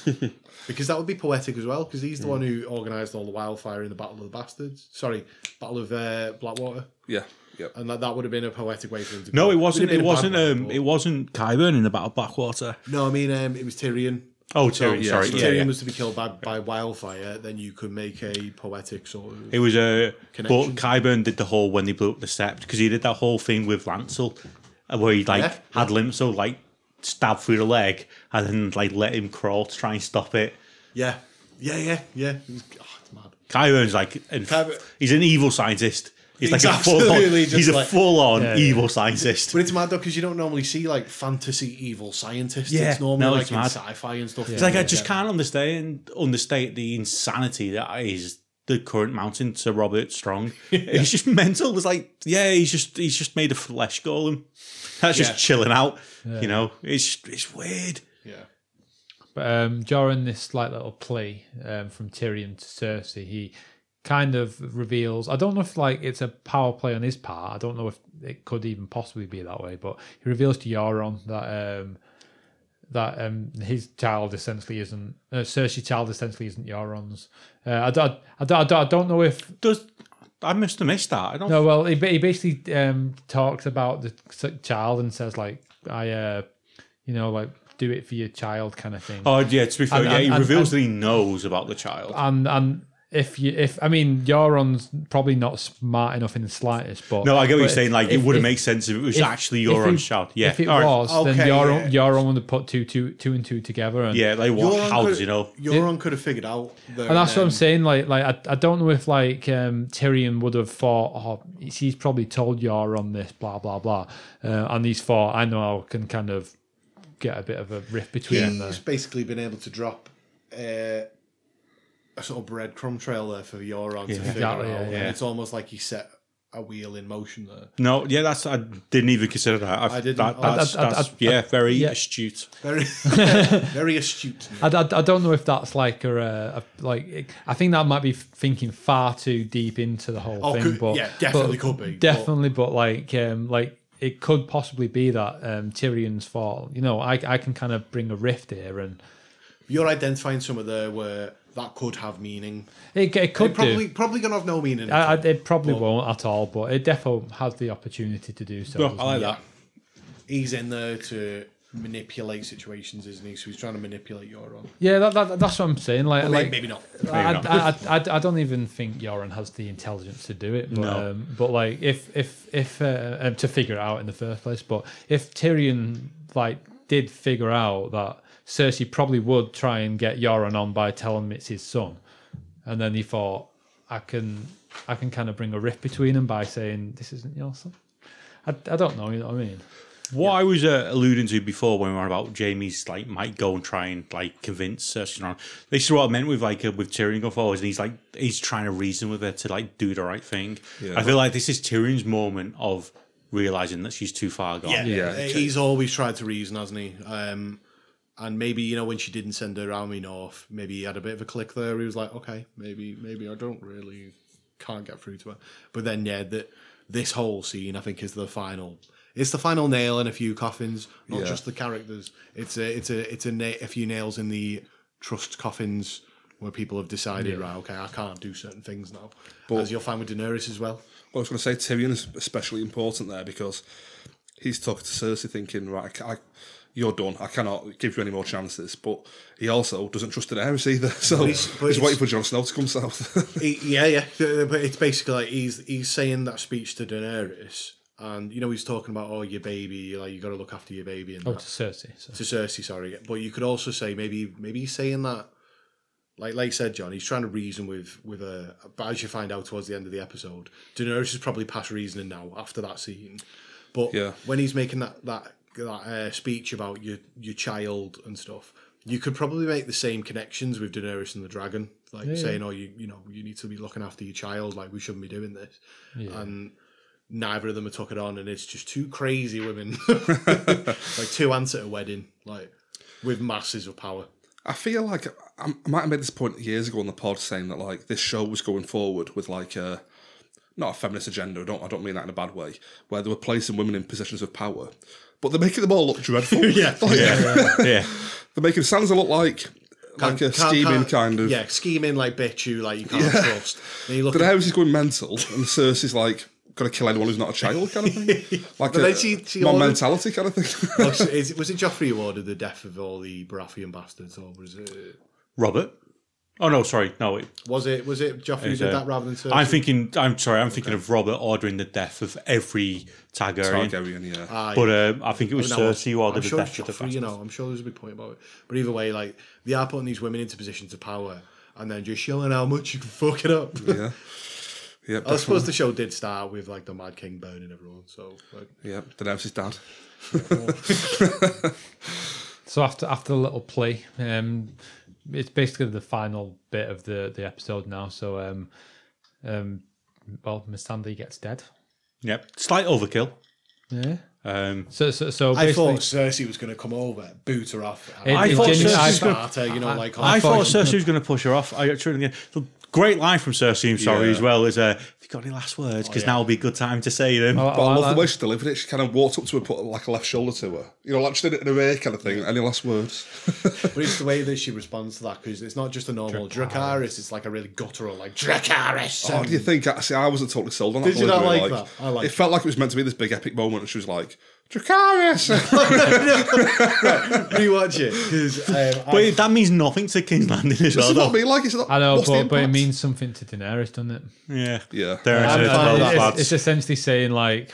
Speaker 3: Like, because that would be poetic as well. Because he's the one who organised all the wildfire in the Battle of the Bastards. Sorry, Battle of uh, Blackwater,
Speaker 2: Yeah, yeah.
Speaker 3: and that, that would have been a poetic way for him to.
Speaker 4: No,
Speaker 3: go.
Speaker 4: it wasn't. It
Speaker 3: Wouldn't have been
Speaker 4: wasn't.
Speaker 3: a bad
Speaker 4: Um,
Speaker 3: way,
Speaker 4: it wasn't Kyburn in the Battle of Blackwater.
Speaker 3: but- no, I mean um, it was Tyrion.
Speaker 4: Oh, Tyrion.
Speaker 2: yeah,
Speaker 4: sorry,
Speaker 2: so
Speaker 4: yeah,
Speaker 3: Tyrion
Speaker 4: yeah.
Speaker 3: was to be killed by, by wildfire. Then you could make a poetic sort of.
Speaker 4: It was a.
Speaker 3: Connection.
Speaker 4: But Kyburn did the whole when they blew up the sept because he did that whole thing with Lancel, uh, where he like
Speaker 3: Yeah.
Speaker 4: had Limso like stab through the leg and then like let him crawl to try and stop it.
Speaker 3: Yeah, yeah, yeah, yeah. It was, oh, it's mad.
Speaker 4: Kyburn's like an,
Speaker 3: Kyburn-
Speaker 4: he's an evil scientist. He's,
Speaker 3: He's
Speaker 4: like a full on.
Speaker 3: absolutely just
Speaker 4: He's
Speaker 3: like-
Speaker 4: a full on
Speaker 1: yeah.
Speaker 4: evil scientist.
Speaker 3: But it's mad though because you don't normally see like fantasy evil scientists.
Speaker 4: Yeah,
Speaker 3: it's normally
Speaker 4: no,
Speaker 3: like
Speaker 4: it's
Speaker 3: in
Speaker 4: mad.
Speaker 3: sci-fi and stuff.
Speaker 4: It's like I just can't understand understate the insanity that is the current mountain to Robert Strong. It's just mental. It's like yeah, he's just he's just made a flesh golem. That's
Speaker 3: Yeah.
Speaker 4: just chilling out. You know, it's it's weird.
Speaker 3: Yeah.
Speaker 1: But um, during this slight little plea um, from Tyrion to Cersei, he kind of reveals. I don't know if like it's a power play on his part. I don't know if it could even possibly be that way. But he reveals to Euron that um, that um, his child essentially isn't uh, Cersei's child essentially isn't Euron's. Uh, I, don't, I, don't, I don't- I don't know if
Speaker 4: Does I must have missed that? I don't.
Speaker 1: no. Well, he, ba- he basically um, talks about the s- child and says like I, uh, you know, like do it for your child kind of thing.
Speaker 4: Oh yeah, to be fair,
Speaker 1: And-
Speaker 4: yeah, he
Speaker 1: and- and- Uh,
Speaker 4: reveals that he knows about the child.
Speaker 1: and and if you if I mean Euron's probably not smart enough in the slightest, but
Speaker 4: no, I get what
Speaker 1: but
Speaker 4: you're saying. Like it
Speaker 1: if-
Speaker 4: would
Speaker 1: if-
Speaker 4: make sense if it was
Speaker 1: if-
Speaker 4: actually
Speaker 1: if
Speaker 4: your own
Speaker 1: it-
Speaker 4: child. Yeah,
Speaker 1: if it
Speaker 4: All right.
Speaker 1: was, then
Speaker 3: Okay,
Speaker 1: Euron
Speaker 3: yeah.
Speaker 1: Euron would have put two two two and two together, and
Speaker 4: yeah, like what?
Speaker 3: Euron
Speaker 4: How
Speaker 3: could-
Speaker 4: does he know?
Speaker 3: Euron could have figured out. That, um,
Speaker 1: And that's what I'm saying. Like, like I, I don't know if like um, Tyrion would have thought, oh, he's he's probably told Euron this, blah blah blah, uh, and he's thought, I know I can kind of get a bit of a rift between them. There.
Speaker 3: He's basically been able to drop uh, a sort of breadcrumb trail there for Euron to figure
Speaker 1: Exactly,
Speaker 3: out.
Speaker 1: yeah,
Speaker 3: and
Speaker 4: yeah.
Speaker 3: It's almost like he set a wheel in motion there.
Speaker 4: No, yeah, that's I didn't even consider that. I've,
Speaker 3: I didn't.
Speaker 4: That,
Speaker 3: I-
Speaker 4: that's,
Speaker 1: I- I-
Speaker 4: that's
Speaker 1: I-
Speaker 4: yeah, very
Speaker 1: yeah.
Speaker 4: astute.
Speaker 3: Very, very astute.
Speaker 1: I, I, I don't know if that's like a, uh, a like I think that might be thinking far too deep into the whole
Speaker 3: Oh,
Speaker 1: thing,
Speaker 3: could-
Speaker 1: but
Speaker 3: yeah, definitely
Speaker 1: but
Speaker 3: could be, but-
Speaker 1: definitely. But, like um, like it could possibly be that um, Tyrion's fault. You know, I I can kind of bring a rift here, and
Speaker 3: You're identifying somewhere there where that could have meaning.
Speaker 1: it, it could
Speaker 3: It probably
Speaker 1: do.
Speaker 3: probably gonna have no meaning.
Speaker 1: I, I, it probably won't at all, but it definitely has the opportunity to do so.
Speaker 4: No,
Speaker 1: doesn't
Speaker 4: I like
Speaker 1: it?
Speaker 4: that.
Speaker 3: he's in there to manipulate situations, isn't he? So he's trying to manipulate Euron.
Speaker 1: Yeah, that, that, that's what I'm saying. Like,
Speaker 3: Maybe,
Speaker 1: like
Speaker 3: maybe not.
Speaker 1: I,
Speaker 4: not.
Speaker 1: I, I, I- I don't even think Yoren has the intelligence to do it. But,
Speaker 4: No.
Speaker 1: um, but like if if if uh, um, to figure it out in the first place. But if Tyrion like did figure out that Cersei probably would try and get Yoren on by telling him it's his son, and then he thought I can I can kind of bring a rift between them by saying this isn't your son. I, I don't know. You know what I mean?
Speaker 4: What I was uh, alluding to before when we were about Jamie's like might go and try and like convince Cersei on. This is what I meant with like uh, with Tyrion going forward, and he's like he's trying to reason with her to like do the right thing. I feel like this is Tyrion's moment of realizing that she's too far gone.
Speaker 3: Yeah, eh,
Speaker 2: Yeah.
Speaker 3: He's always tried to reason, hasn't he? Um, and maybe you know when she didn't send her army north, maybe he had a bit of a click there. He was like, okay, maybe maybe I don't really can't get through to her. But then yeah, that this whole scene I think is the final. It's the final nail in a few coffins, not
Speaker 2: Yeah.
Speaker 3: just the characters. It's a it's a it's a, na- a few nails in the trust coffins where people have decided, right, okay, I can't do certain things now. As you'll find with Daenerys as well.
Speaker 2: Well, I was going to say Tyrion is especially important there because he's talking to Cersei, thinking, "Right, I, ca- I, you're done. I cannot give you any more chances." But he also doesn't trust Daenerys either, so
Speaker 3: it's-
Speaker 2: he's,
Speaker 3: but it's-
Speaker 2: waiting for Jon Snow to come south.
Speaker 3: He- yeah, yeah. But it's basically like he's he's saying that speech to Daenerys, and you know he's talking about oh your baby, like you got to look after your baby, and
Speaker 1: Oh, to
Speaker 3: that.
Speaker 1: Cersei. So.
Speaker 3: to Cersei, sorry. But you could also say maybe maybe he's saying that, like like you said, John, he's trying to reason with with a. But as you find out towards the end of the episode, Daenerys is probably past reasoning now after that scene. But
Speaker 2: Yeah.
Speaker 3: when he's making that that that uh, speech about your your child and stuff, you could probably make the same connections with Daenerys and the dragon, like
Speaker 1: Yeah, yeah.
Speaker 3: saying, "Oh, you you know you need to be looking after your child. Like we shouldn't be doing this."
Speaker 1: Yeah.
Speaker 3: And neither of them are took it on, and it's just two crazy women, like two ants at a wedding, like with masses of power.
Speaker 2: I feel like I, I might have made this point years ago on the pod, saying that like this show was going forward with like a not a feminist agenda. I don't I don't mean that in a bad way. Where they were placing women in positions of power, but they're making them all look dreadful.
Speaker 3: Yeah.
Speaker 2: Like,
Speaker 4: yeah.
Speaker 2: they're making Sansa look like like a
Speaker 3: Can't-
Speaker 2: scheming
Speaker 3: can't-
Speaker 2: kind of.
Speaker 3: yeah, scheming like bitch you like you can't trust. And you look
Speaker 2: But
Speaker 3: at
Speaker 2: the house is going mental, and Cersei's like got to kill anyone who's not a child, kind of thing. Like a
Speaker 3: But then she- she
Speaker 2: mom
Speaker 3: ordered-
Speaker 2: mentality kind of thing.
Speaker 3: was, is, was it Joffrey who ordered the death of all the Baratheon bastards, or was it
Speaker 4: Robert. Oh no, sorry, no. It,
Speaker 3: was it was it Joffrey who
Speaker 4: Is
Speaker 3: did
Speaker 4: it-
Speaker 3: that rather than Cersei?
Speaker 4: I'm thinking. I'm sorry. I'm thinking of Robert ordering the death of every Targaryen.
Speaker 2: Targaryen, yeah.
Speaker 3: Aye.
Speaker 4: But um, I think it was
Speaker 3: No,
Speaker 4: Cersei who ordered
Speaker 3: I'm
Speaker 4: the
Speaker 3: sure it's
Speaker 4: death of the
Speaker 3: Joffrey, you
Speaker 4: bastards.
Speaker 3: know, I'm sure there's a big point about it. But either way, like they are putting these women into positions of power and then just showing how much you can fuck it up.
Speaker 2: yeah. Yeah,
Speaker 3: I
Speaker 2: definitely.
Speaker 3: suppose the show did start with like the Mad King burning everyone, so like
Speaker 2: yeah. Daenerys' dad.
Speaker 1: So after after the little plea, um, it's basically the final bit of the, the episode now. So, um, um, well, Miss Sandy gets dead.
Speaker 4: Yep, slight overkill.
Speaker 1: Yeah.
Speaker 4: Um,
Speaker 1: So so so
Speaker 3: I
Speaker 1: basically,
Speaker 3: thought Cersei was going to come over, boot her off.
Speaker 1: It-
Speaker 4: I
Speaker 1: it
Speaker 4: thought
Speaker 1: genuinely-
Speaker 4: Cersei
Speaker 1: I
Speaker 4: was
Speaker 1: thought-
Speaker 3: Sparta, you know, like
Speaker 4: I,
Speaker 3: on-
Speaker 4: thought Cersei was going to push her off. I actually, great line from Cersei. I'm sorry
Speaker 2: Yeah.
Speaker 4: as well. Is uh, have you got any last words? Because
Speaker 3: yeah.
Speaker 4: now would be a good time to say them.
Speaker 1: I-
Speaker 3: Oh,
Speaker 2: But I
Speaker 1: I
Speaker 2: love
Speaker 1: like-
Speaker 2: the way she delivered it. She kind of walked up to her, put like a left shoulder to her. You know, like she did it in a way kind of thing. Any last words?
Speaker 3: But it's the way that she responds to that because it's not just a normal
Speaker 1: uh,
Speaker 3: Dracaris. It's like a really guttural, like Dracaris.
Speaker 2: What Oh, do you think? I- See, I wasn't totally sold on that.
Speaker 3: Did you not
Speaker 2: delivery,
Speaker 3: like that? I like
Speaker 2: it.
Speaker 3: it.
Speaker 2: felt like it was meant to be this big epic moment, and she was like, Dracarys!
Speaker 3: Rewatch it because um, I-
Speaker 4: but it- that means nothing to King's Landing as well.
Speaker 2: That's what I
Speaker 4: Though.
Speaker 2: mean. Like, it's not.
Speaker 1: I know,
Speaker 2: what's the
Speaker 1: but, but it
Speaker 2: impact?
Speaker 1: means something to Daenerys, doesn't it?
Speaker 4: Yeah,
Speaker 2: Yeah.
Speaker 4: There
Speaker 3: I'm
Speaker 4: it is.
Speaker 3: fine
Speaker 4: Well,
Speaker 3: with
Speaker 4: that's
Speaker 3: it.
Speaker 4: bad.
Speaker 1: It's, it's essentially saying like,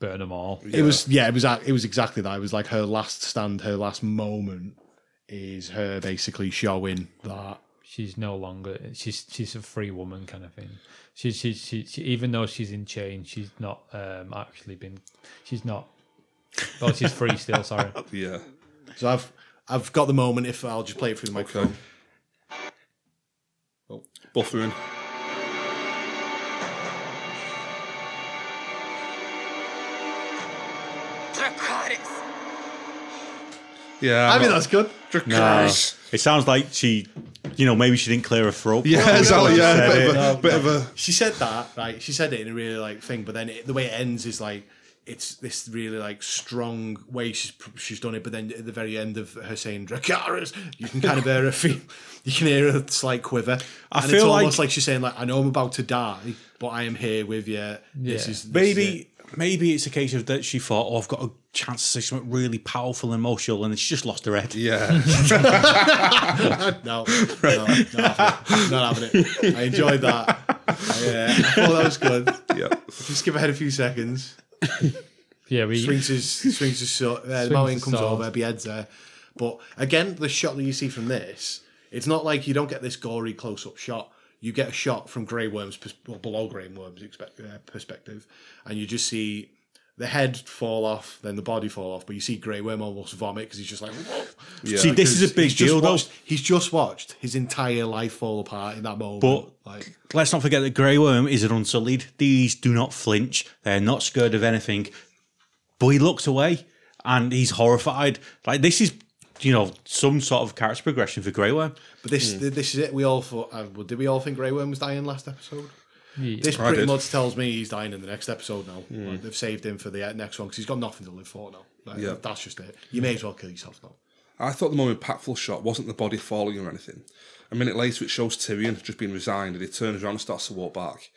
Speaker 1: burn them all.
Speaker 3: it was yeah, it was ac- it was exactly that. It was like her last stand, her last moment is her basically showing that.
Speaker 1: She's no longer she's she's a free woman kind of thing. She she she, she even though she's in chains, she's not um actually been. She's not. Well, she's free still. Sorry.
Speaker 2: Yeah.
Speaker 3: So I've I've got the moment. If I'll just play it through the microphone.
Speaker 2: Buffering.
Speaker 5: Dracarys.
Speaker 2: Yeah.
Speaker 3: I mean
Speaker 2: not-
Speaker 3: that's good.
Speaker 2: Dracarys.
Speaker 4: Uh, It sounds like she, you know, maybe she didn't clear her throat.
Speaker 2: Yeah,
Speaker 4: properly.
Speaker 2: exactly. Yeah,
Speaker 4: Said
Speaker 2: bit of a,
Speaker 4: it.
Speaker 2: bit of a
Speaker 3: She said that right. She said it in a really like thing, but then it, the way it ends is like it's this really like strong way she's pr- she's done it. But then at the very end of her saying Dracarys, you can kind of hear her feel. You can hear a slight quiver.
Speaker 4: I
Speaker 3: and it's
Speaker 4: feel
Speaker 3: almost
Speaker 4: like-
Speaker 3: like she's saying like I know I'm about to die, but I am here with you. This
Speaker 1: Yeah.
Speaker 3: is this is it."
Speaker 4: Maybe, maybe it's a case of that she thought, "Oh, I've got a chance to say something really powerful and emotional," and then she just lost her head.
Speaker 2: yeah.
Speaker 3: No, no, not having it. Not having it. I enjoyed that. Yeah, I thought that was good.
Speaker 2: yeah.
Speaker 3: Just give ahead a few seconds.
Speaker 1: Yeah, we
Speaker 3: Swings his, swings his sword. Uh,
Speaker 1: Swings
Speaker 3: the mountain
Speaker 1: his
Speaker 3: comes
Speaker 1: sword.
Speaker 3: over, beheads her. But again, the shot that you see from this, it's not like you don't get this gory close-up shot. You get a shot from Grey Worm's pers- well, below Grey Worm's expect- uh, perspective, and you just see the head fall off, then the body fall off. But you see Grey Worm almost vomit because he's just like, "Whoa."
Speaker 2: Yeah.
Speaker 4: See, this is a big
Speaker 3: he's just
Speaker 4: deal, though.
Speaker 3: watched, He's just watched his entire life fall apart in that moment.
Speaker 4: But-
Speaker 3: like,
Speaker 4: Let's not forget that Grey Worm is an unsullied. These do not flinch. They're not scared of anything. But he looks away and he's horrified. Like this is, you know, some sort of character progression for Grey Worm.
Speaker 3: but this
Speaker 2: Hmm.
Speaker 3: this is it. We all thought. Uh, well, did we all think Grey Worm was dying last episode?
Speaker 1: Yeah.
Speaker 3: This
Speaker 2: I
Speaker 3: pretty
Speaker 2: did.
Speaker 3: much tells me he's dying in the next episode now.
Speaker 2: Hmm.
Speaker 3: Like, they've saved him for the uh, next one because he's got nothing to live for now. Like,
Speaker 2: Yeah.
Speaker 3: that's just it. You may as well kill yourself now.
Speaker 2: I thought the more impactful shot wasn't the body falling or anything. A minute later, it shows Tyrion just being resigned, and he turns around and starts to walk back,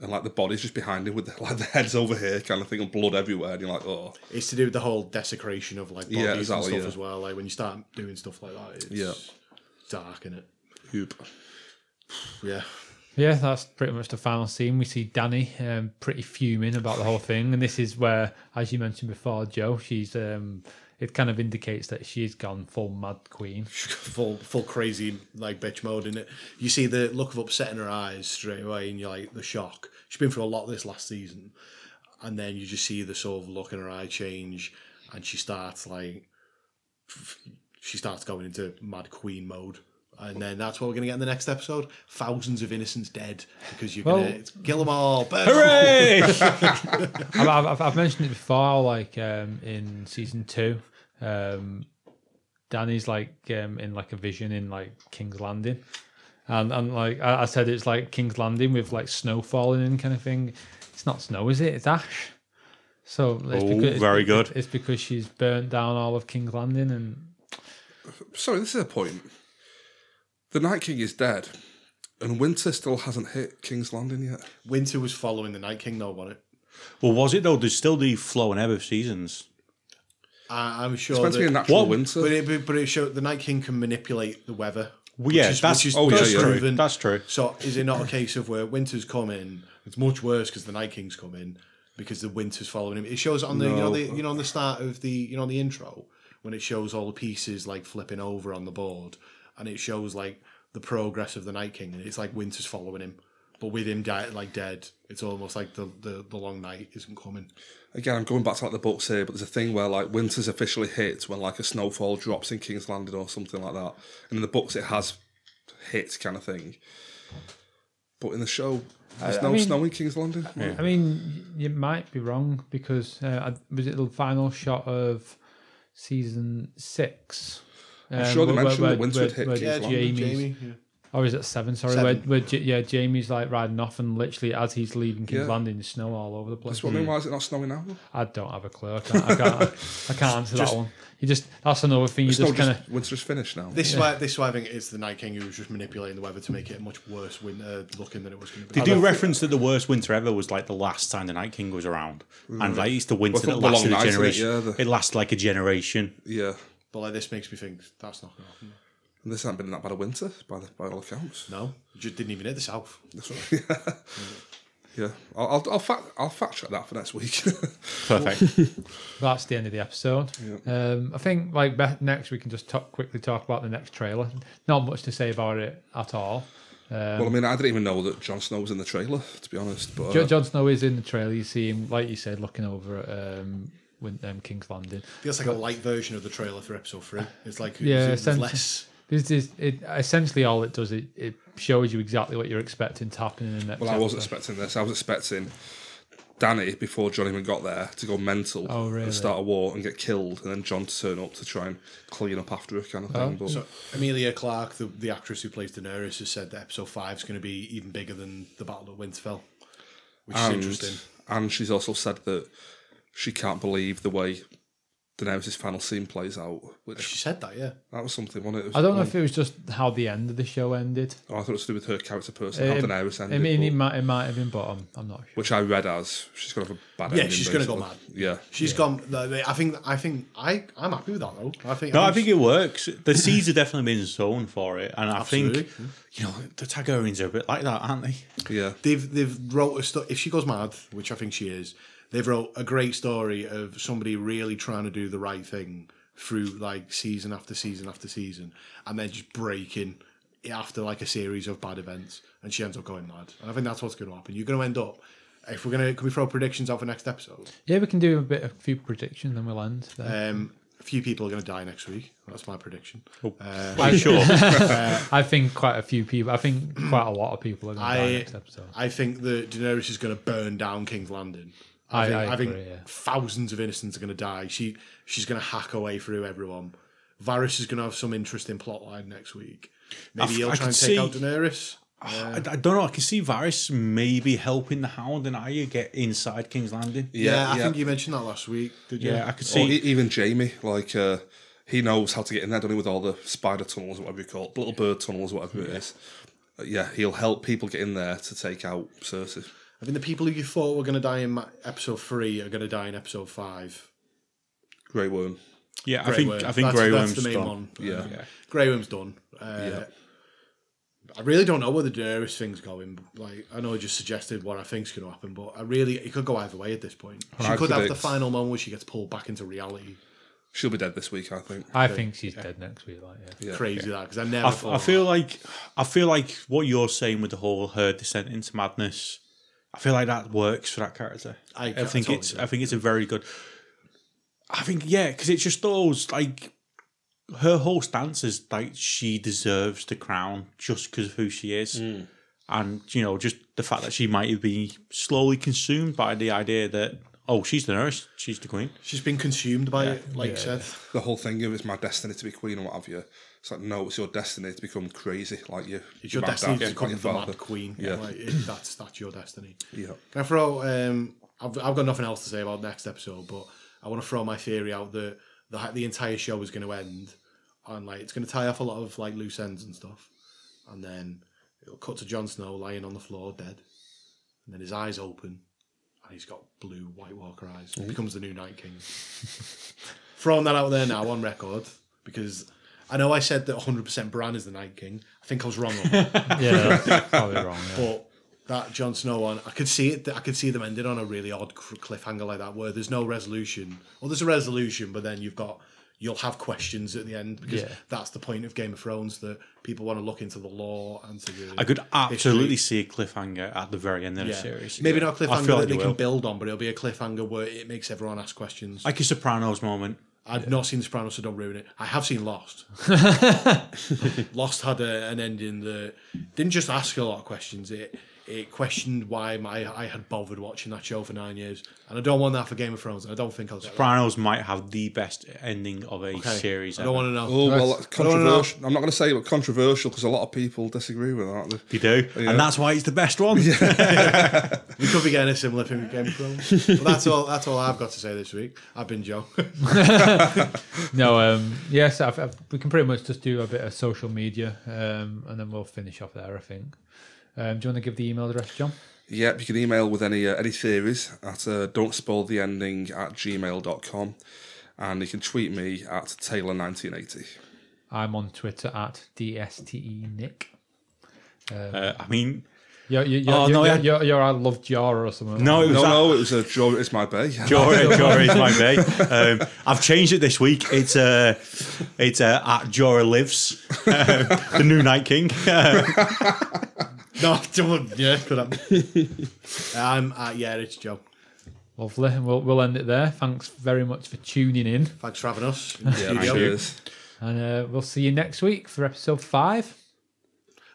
Speaker 2: and like the body's just behind him with the, like the heads over here, kind of thing, and blood everywhere, and you're like, oh,
Speaker 3: It's to do with the whole desecration of like bodies
Speaker 2: Yeah, exactly,
Speaker 3: and stuff
Speaker 2: yeah.
Speaker 3: as well. Like when you start doing stuff like that, it's
Speaker 2: Yeah.
Speaker 3: dark in it.
Speaker 2: hoop.
Speaker 3: Yeah,
Speaker 1: Yeah, that's pretty much the final scene. We see Danny um, pretty fuming about the whole thing, and this is where, as you mentioned before, Joe, she's um, it kind of indicates that she's gone full mad queen.
Speaker 3: full full crazy like bitch mode in it. You see the look of upset in her eyes straight away, and you're like the shock. She's been through a lot this last season, and then you just see the sort of look in her eye change, and she starts like she starts going into mad queen mode. And then that's what we're going to get in the next episode. Thousands of innocents dead because you're
Speaker 1: Well-
Speaker 3: going to kill them all. Burn 'em all.
Speaker 1: Hooray! I've, I've, I've mentioned it before, like um, in season two, um, Danny's like um, in like a vision in like King's Landing, and and like I, I said, it's like King's Landing with like snow falling in kind of thing. It's not snow, is it? It's ash. So it's
Speaker 4: Oh,
Speaker 1: because,
Speaker 4: very good.
Speaker 1: It's because she's burnt down all of King's Landing, and
Speaker 2: Sorry, this is a point. The Night King is dead, and winter still hasn't hit King's Landing yet.
Speaker 3: Winter was following the Night King, though, wasn't it?
Speaker 4: Well, was it though? There's still the flow and ebb of seasons.
Speaker 3: I, I'm sure.
Speaker 2: It's meant
Speaker 3: that,
Speaker 2: to be a natural
Speaker 4: What?
Speaker 2: winter.
Speaker 3: but, it, but- but it showed the Night King can manipulate the weather.
Speaker 4: Well, yeah,
Speaker 3: which is-
Speaker 4: that's
Speaker 3: which is
Speaker 4: oh,
Speaker 2: yeah,
Speaker 4: that's
Speaker 2: yeah.
Speaker 4: true.
Speaker 3: proven.
Speaker 4: That's true.
Speaker 3: So is it not a case of where winter's come in? It's much worse because the Night King's come in because the winter's following him. It shows on the you know
Speaker 2: No.
Speaker 3: the you know on the start of the you know the intro when it shows all the pieces like flipping over on the board, and it shows like the progress of the Night King, and it's like winter's following him, but with him di- like dead, it's almost like the the, the long night isn't coming.
Speaker 2: Again, I'm going back to like the books here, but there's a thing where like winter's officially hit when like a snowfall drops in King's Landing or something like that. And in the books, it has hit kind of thing. But in the show, there's no
Speaker 1: mean-
Speaker 2: snow in King's Landing.
Speaker 1: I mean, y- you might be wrong because uh, I- was it the final shot of season six? Um,
Speaker 2: sure they
Speaker 1: where-
Speaker 2: mentioned
Speaker 1: where-
Speaker 2: the winds
Speaker 1: where-
Speaker 2: would hit
Speaker 1: where
Speaker 2: King's Landing.
Speaker 1: Jamie's-
Speaker 3: Jamie, yeah.
Speaker 1: or is it seven? Sorry,
Speaker 3: Seven.
Speaker 1: Where, where J- yeah, Jamie's like riding off, and literally as he's leaving King's
Speaker 2: Yeah.
Speaker 1: Landing, there's snow all over the place.
Speaker 2: That's what I mean. Why is it not snowing now?
Speaker 1: I don't have a clue. I can't. I can't, I can't answer
Speaker 2: Just-
Speaker 1: that one. You just that's another thing. You
Speaker 2: It's no,
Speaker 1: just kind of
Speaker 2: just, winter's finished now.
Speaker 3: This is why this is why I think it's the Night King who was just manipulating the weather to make it a much worse winter looking than it was going to be.
Speaker 4: They do reference that the worst winter ever was like the last time the Night King was around, and like it's the winter
Speaker 2: Well,
Speaker 4: that
Speaker 2: the long
Speaker 4: lasted a
Speaker 2: nights, isn't it?
Speaker 4: generation.
Speaker 2: Yeah,
Speaker 4: It,
Speaker 2: the-
Speaker 4: lasted like a generation.
Speaker 2: yeah.
Speaker 3: But like this makes me think that's not going to happen.
Speaker 2: And this hasn't been that bad a winter by, the, by all accounts.
Speaker 3: No, it just didn't even hit the south.
Speaker 2: That's what- yeah. yeah. I'll, I'll, I'll, fact, I'll fact check that for next week.
Speaker 4: Perfect.
Speaker 1: that's the end of the episode. Um, I think like be- next we can just talk, quickly talk about the next trailer. Not much to say about it at all.
Speaker 2: well, I mean, I didn't even know that Jon Snow was in the trailer, to be honest. But uh,
Speaker 1: Um, Jo- Jon Snow is in the trailer. You see him, like you said, looking over at um, Win- um, King's Landing.
Speaker 3: Feels like a light version of the trailer for episode three. It's like
Speaker 1: Yeah,
Speaker 3: yeah, it's,
Speaker 1: essentially.
Speaker 3: less.
Speaker 1: This is it, essentially all it does. It, it shows you exactly what you're expecting to happen in the next.
Speaker 2: Well, I wasn't
Speaker 1: episode.
Speaker 2: expecting this. I was expecting Danny, before John even got there, to go mental
Speaker 1: Oh, really?
Speaker 2: and start a war and get killed, and then John to turn up to try and clean up after her kind of
Speaker 1: Oh,
Speaker 2: thing. but
Speaker 3: So Amelia Clark, the, the actress who plays Daenerys, has said that episode five is going to be even bigger than the Battle of Winterfell, which
Speaker 2: and,
Speaker 3: is interesting.
Speaker 2: and she's also said that she can't believe the way Daenerys' final scene plays out, which
Speaker 3: She said that, yeah.
Speaker 2: that was something, wasn't it? It
Speaker 1: I don't know
Speaker 2: was-
Speaker 1: if it was just how the end of the show ended.
Speaker 2: oh, I thought it was to do with her character person, how
Speaker 1: It-
Speaker 2: Daenerys
Speaker 1: Um,
Speaker 2: ended.
Speaker 1: I mean, it
Speaker 2: but-
Speaker 1: might, it might have been, but I'm, I'm not sure.
Speaker 2: which I read as she's gonna have a bad
Speaker 3: Yeah,
Speaker 2: ending.
Speaker 3: she's gonna go
Speaker 2: basically. Yeah,
Speaker 3: She's gone. no, they- I think. I think. I. I'm happy with that though. I think.
Speaker 4: no, I
Speaker 3: I'm-
Speaker 4: think it works. The seeds are definitely been sown for it, and I think
Speaker 3: Absolutely.
Speaker 4: you know the Targaryens are a bit like that, aren't they?
Speaker 2: yeah.
Speaker 3: they've they've wrote a story. If she goes mad, which I think she is, they've wrote a great story of somebody really trying to do the right thing through like season after season after season, and then just breaking after like a series of bad events, and she ends up going mad. And I think that's what's going to happen. You're going to end up. If we're gonna, can we throw predictions out for next episode?
Speaker 1: Yeah, we can do a bit, a few predictions, then we'll end. there.
Speaker 3: Um, a few people are going to die next week. That's my prediction. Uh,
Speaker 4: Are you sure?
Speaker 1: I think quite a few people. I think quite a lot of people are going to die
Speaker 3: I,
Speaker 1: next episode.
Speaker 3: I think that Daenerys is going to burn down King's Landing. I,
Speaker 1: I-
Speaker 3: think,
Speaker 1: I
Speaker 3: I think
Speaker 1: agree, yeah.
Speaker 3: thousands of innocents are going to die. She she's going to hack her way through everyone. Varys is going to have some interesting plotline next week. Maybe
Speaker 4: f-
Speaker 3: he'll try
Speaker 4: I can
Speaker 3: and
Speaker 4: see-
Speaker 3: take out Daenerys.
Speaker 4: I, I don't know. I can see Varys maybe helping the Hound and Arya get inside King's Landing.
Speaker 3: Yeah, I think you mentioned that last week. Did you?
Speaker 4: Yeah, I could
Speaker 2: Or e-
Speaker 4: see.
Speaker 2: even Jamie, like uh, he knows how to get in there, don't he? With all the spider tunnels, whatever you call it, little bird tunnels, whatever it is. Uh, Yeah, he'll help people get in there to take out Cersei.
Speaker 3: I think the people who you thought were going to die in ma- episode three are going to die in episode five.
Speaker 2: Grey Worm.
Speaker 4: Yeah, I
Speaker 3: Grey
Speaker 4: think
Speaker 3: Worm.
Speaker 4: I think
Speaker 3: That's-
Speaker 4: Grey
Speaker 3: that's
Speaker 4: Worm's
Speaker 3: the main
Speaker 4: gone.
Speaker 3: one.
Speaker 2: Yeah.
Speaker 3: Um, Grey Worm's done. Uh, I really don't know where the Daenerys thing's going. Like, I know I just suggested what I think's going to happen, but I really it could go either way at this point. She
Speaker 2: I
Speaker 3: could have the
Speaker 2: predict-
Speaker 3: final moment where she gets pulled back into reality.
Speaker 2: She'll be dead this week, I think.
Speaker 1: I think she's dead next week. Like, yeah.
Speaker 3: Crazy that because I never.
Speaker 4: I, f-
Speaker 3: thought
Speaker 4: I feel like I feel like what you're saying with the whole her descent into madness. I feel like that works for that character.
Speaker 3: I-
Speaker 4: I,
Speaker 3: I
Speaker 4: think
Speaker 3: totally
Speaker 4: it's
Speaker 3: do.
Speaker 4: I think it's a very good. I think yeah, because it's just those like her whole stance is like she deserves the crown just because of who she is,
Speaker 3: Hmm.
Speaker 4: and you know just the fact that she might be slowly consumed by the idea that oh she's the nurse, she's the queen.
Speaker 3: She's been consumed by it, like Seth.
Speaker 2: The whole thing of it's my destiny to be queen or what have you. It's like no, it's your destiny to become crazy, like you.
Speaker 3: It's your
Speaker 2: mad dad,
Speaker 3: destiny to
Speaker 2: like
Speaker 3: become
Speaker 2: your
Speaker 3: the
Speaker 2: father.
Speaker 3: Mad Queen.
Speaker 2: Yeah.
Speaker 3: Like, it- that's that's your destiny.
Speaker 2: Yeah.
Speaker 3: Can I throw? Um, I've I've got nothing else to say about next episode, but I want to throw my theory out that the hi- the entire show is going to end on like it's going to tie off a lot of like loose ends and stuff, and then it'll cut to Jon Snow lying on the floor dead, and then his eyes open, and he's got blue White Walker eyes. Becomes the new Night King. Throwing that out there now on record because. I know I said that 100% Bran is the Night King. I think I was wrong on that.
Speaker 1: Yeah, that's probably wrong. Yeah.
Speaker 3: But that Jon Snow one, I could see it. I could see them ending on a really odd cr- cliffhanger like that, where there's no resolution. Well, there's a resolution, but then you've got you'll have questions at the end because
Speaker 1: Yeah.
Speaker 3: that's the point of Game of Thrones that people want to look into the law and to the.
Speaker 4: I could absolutely see a cliffhanger at the very end of the
Speaker 3: yeah.
Speaker 4: series.
Speaker 3: Maybe
Speaker 4: Yeah.
Speaker 3: not a
Speaker 4: I
Speaker 3: cliffhanger
Speaker 4: feel
Speaker 3: that
Speaker 4: like
Speaker 3: they
Speaker 4: you
Speaker 3: can
Speaker 4: will.
Speaker 3: build on, but it'll be a cliffhanger where it makes everyone ask questions. I,
Speaker 4: like a Sopranos moment.
Speaker 3: have not seen Sopranos, so don't ruin it. I have seen Lost. Lost had a, an ending that didn't just ask a lot of questions. It it questioned why my I had bothered watching that show for nine years, and I don't want that for Game of Thrones. And I don't think I'll. Get that.
Speaker 4: Sopranos might have the best ending of a
Speaker 3: Okay,
Speaker 4: series.
Speaker 3: I don't
Speaker 4: ever.
Speaker 3: want to know.
Speaker 2: Oh well,
Speaker 3: I don't wanna know.
Speaker 2: controversial. I'm not going to say it, but controversial because a lot of people disagree with that. aren't they?
Speaker 4: You do,
Speaker 3: Oh,
Speaker 4: and that's why it's the best one.
Speaker 3: We could be getting a similar thing with Game of Thrones. but that's all. That's all I've got to say this week. I've been Joe.
Speaker 1: No, um, yes, I've, I've, we can pretty much just do a bit of social media, um, and then we'll finish off there. I think. Um, do you want to give the email address, John?
Speaker 2: Yep, you can email with any uh, any theories at uh, don't spoil the ending at gmail.com and you can tweet me at Taylor1980.
Speaker 1: I'm on Twitter at dste E nick.
Speaker 4: Uh, I mean,
Speaker 1: You're, you're, you're,
Speaker 4: Oh,
Speaker 1: you're,
Speaker 4: no,
Speaker 1: you're,
Speaker 4: I-
Speaker 1: you're, I love Jara or something.
Speaker 4: no, it was
Speaker 2: No,
Speaker 4: at-
Speaker 2: no, it was a Joe, it's my bay.
Speaker 4: Jory, Jory is my mate. Um, I've changed it this week. It's uh, it's uh, at Jora lives, uh, the new Night King.
Speaker 3: no, don't. Yeah, could I? I'm. Uh, yeah, it's Joe.
Speaker 1: Lovely. And we'll, we'll end it there. Thanks very much for tuning in.
Speaker 3: Thanks for having us. in the
Speaker 2: Yeah,
Speaker 3: studio.
Speaker 2: cheers.
Speaker 1: And uh, we'll see you next week for episode five,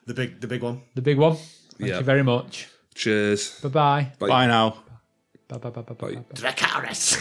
Speaker 3: The big, the big one.
Speaker 1: the big one. Thank
Speaker 2: Yeah.
Speaker 1: you very much.
Speaker 2: Cheers.
Speaker 1: Bye-bye.
Speaker 4: Bye now.
Speaker 1: Bye bye bye bye bye. bye.
Speaker 2: Dracarys.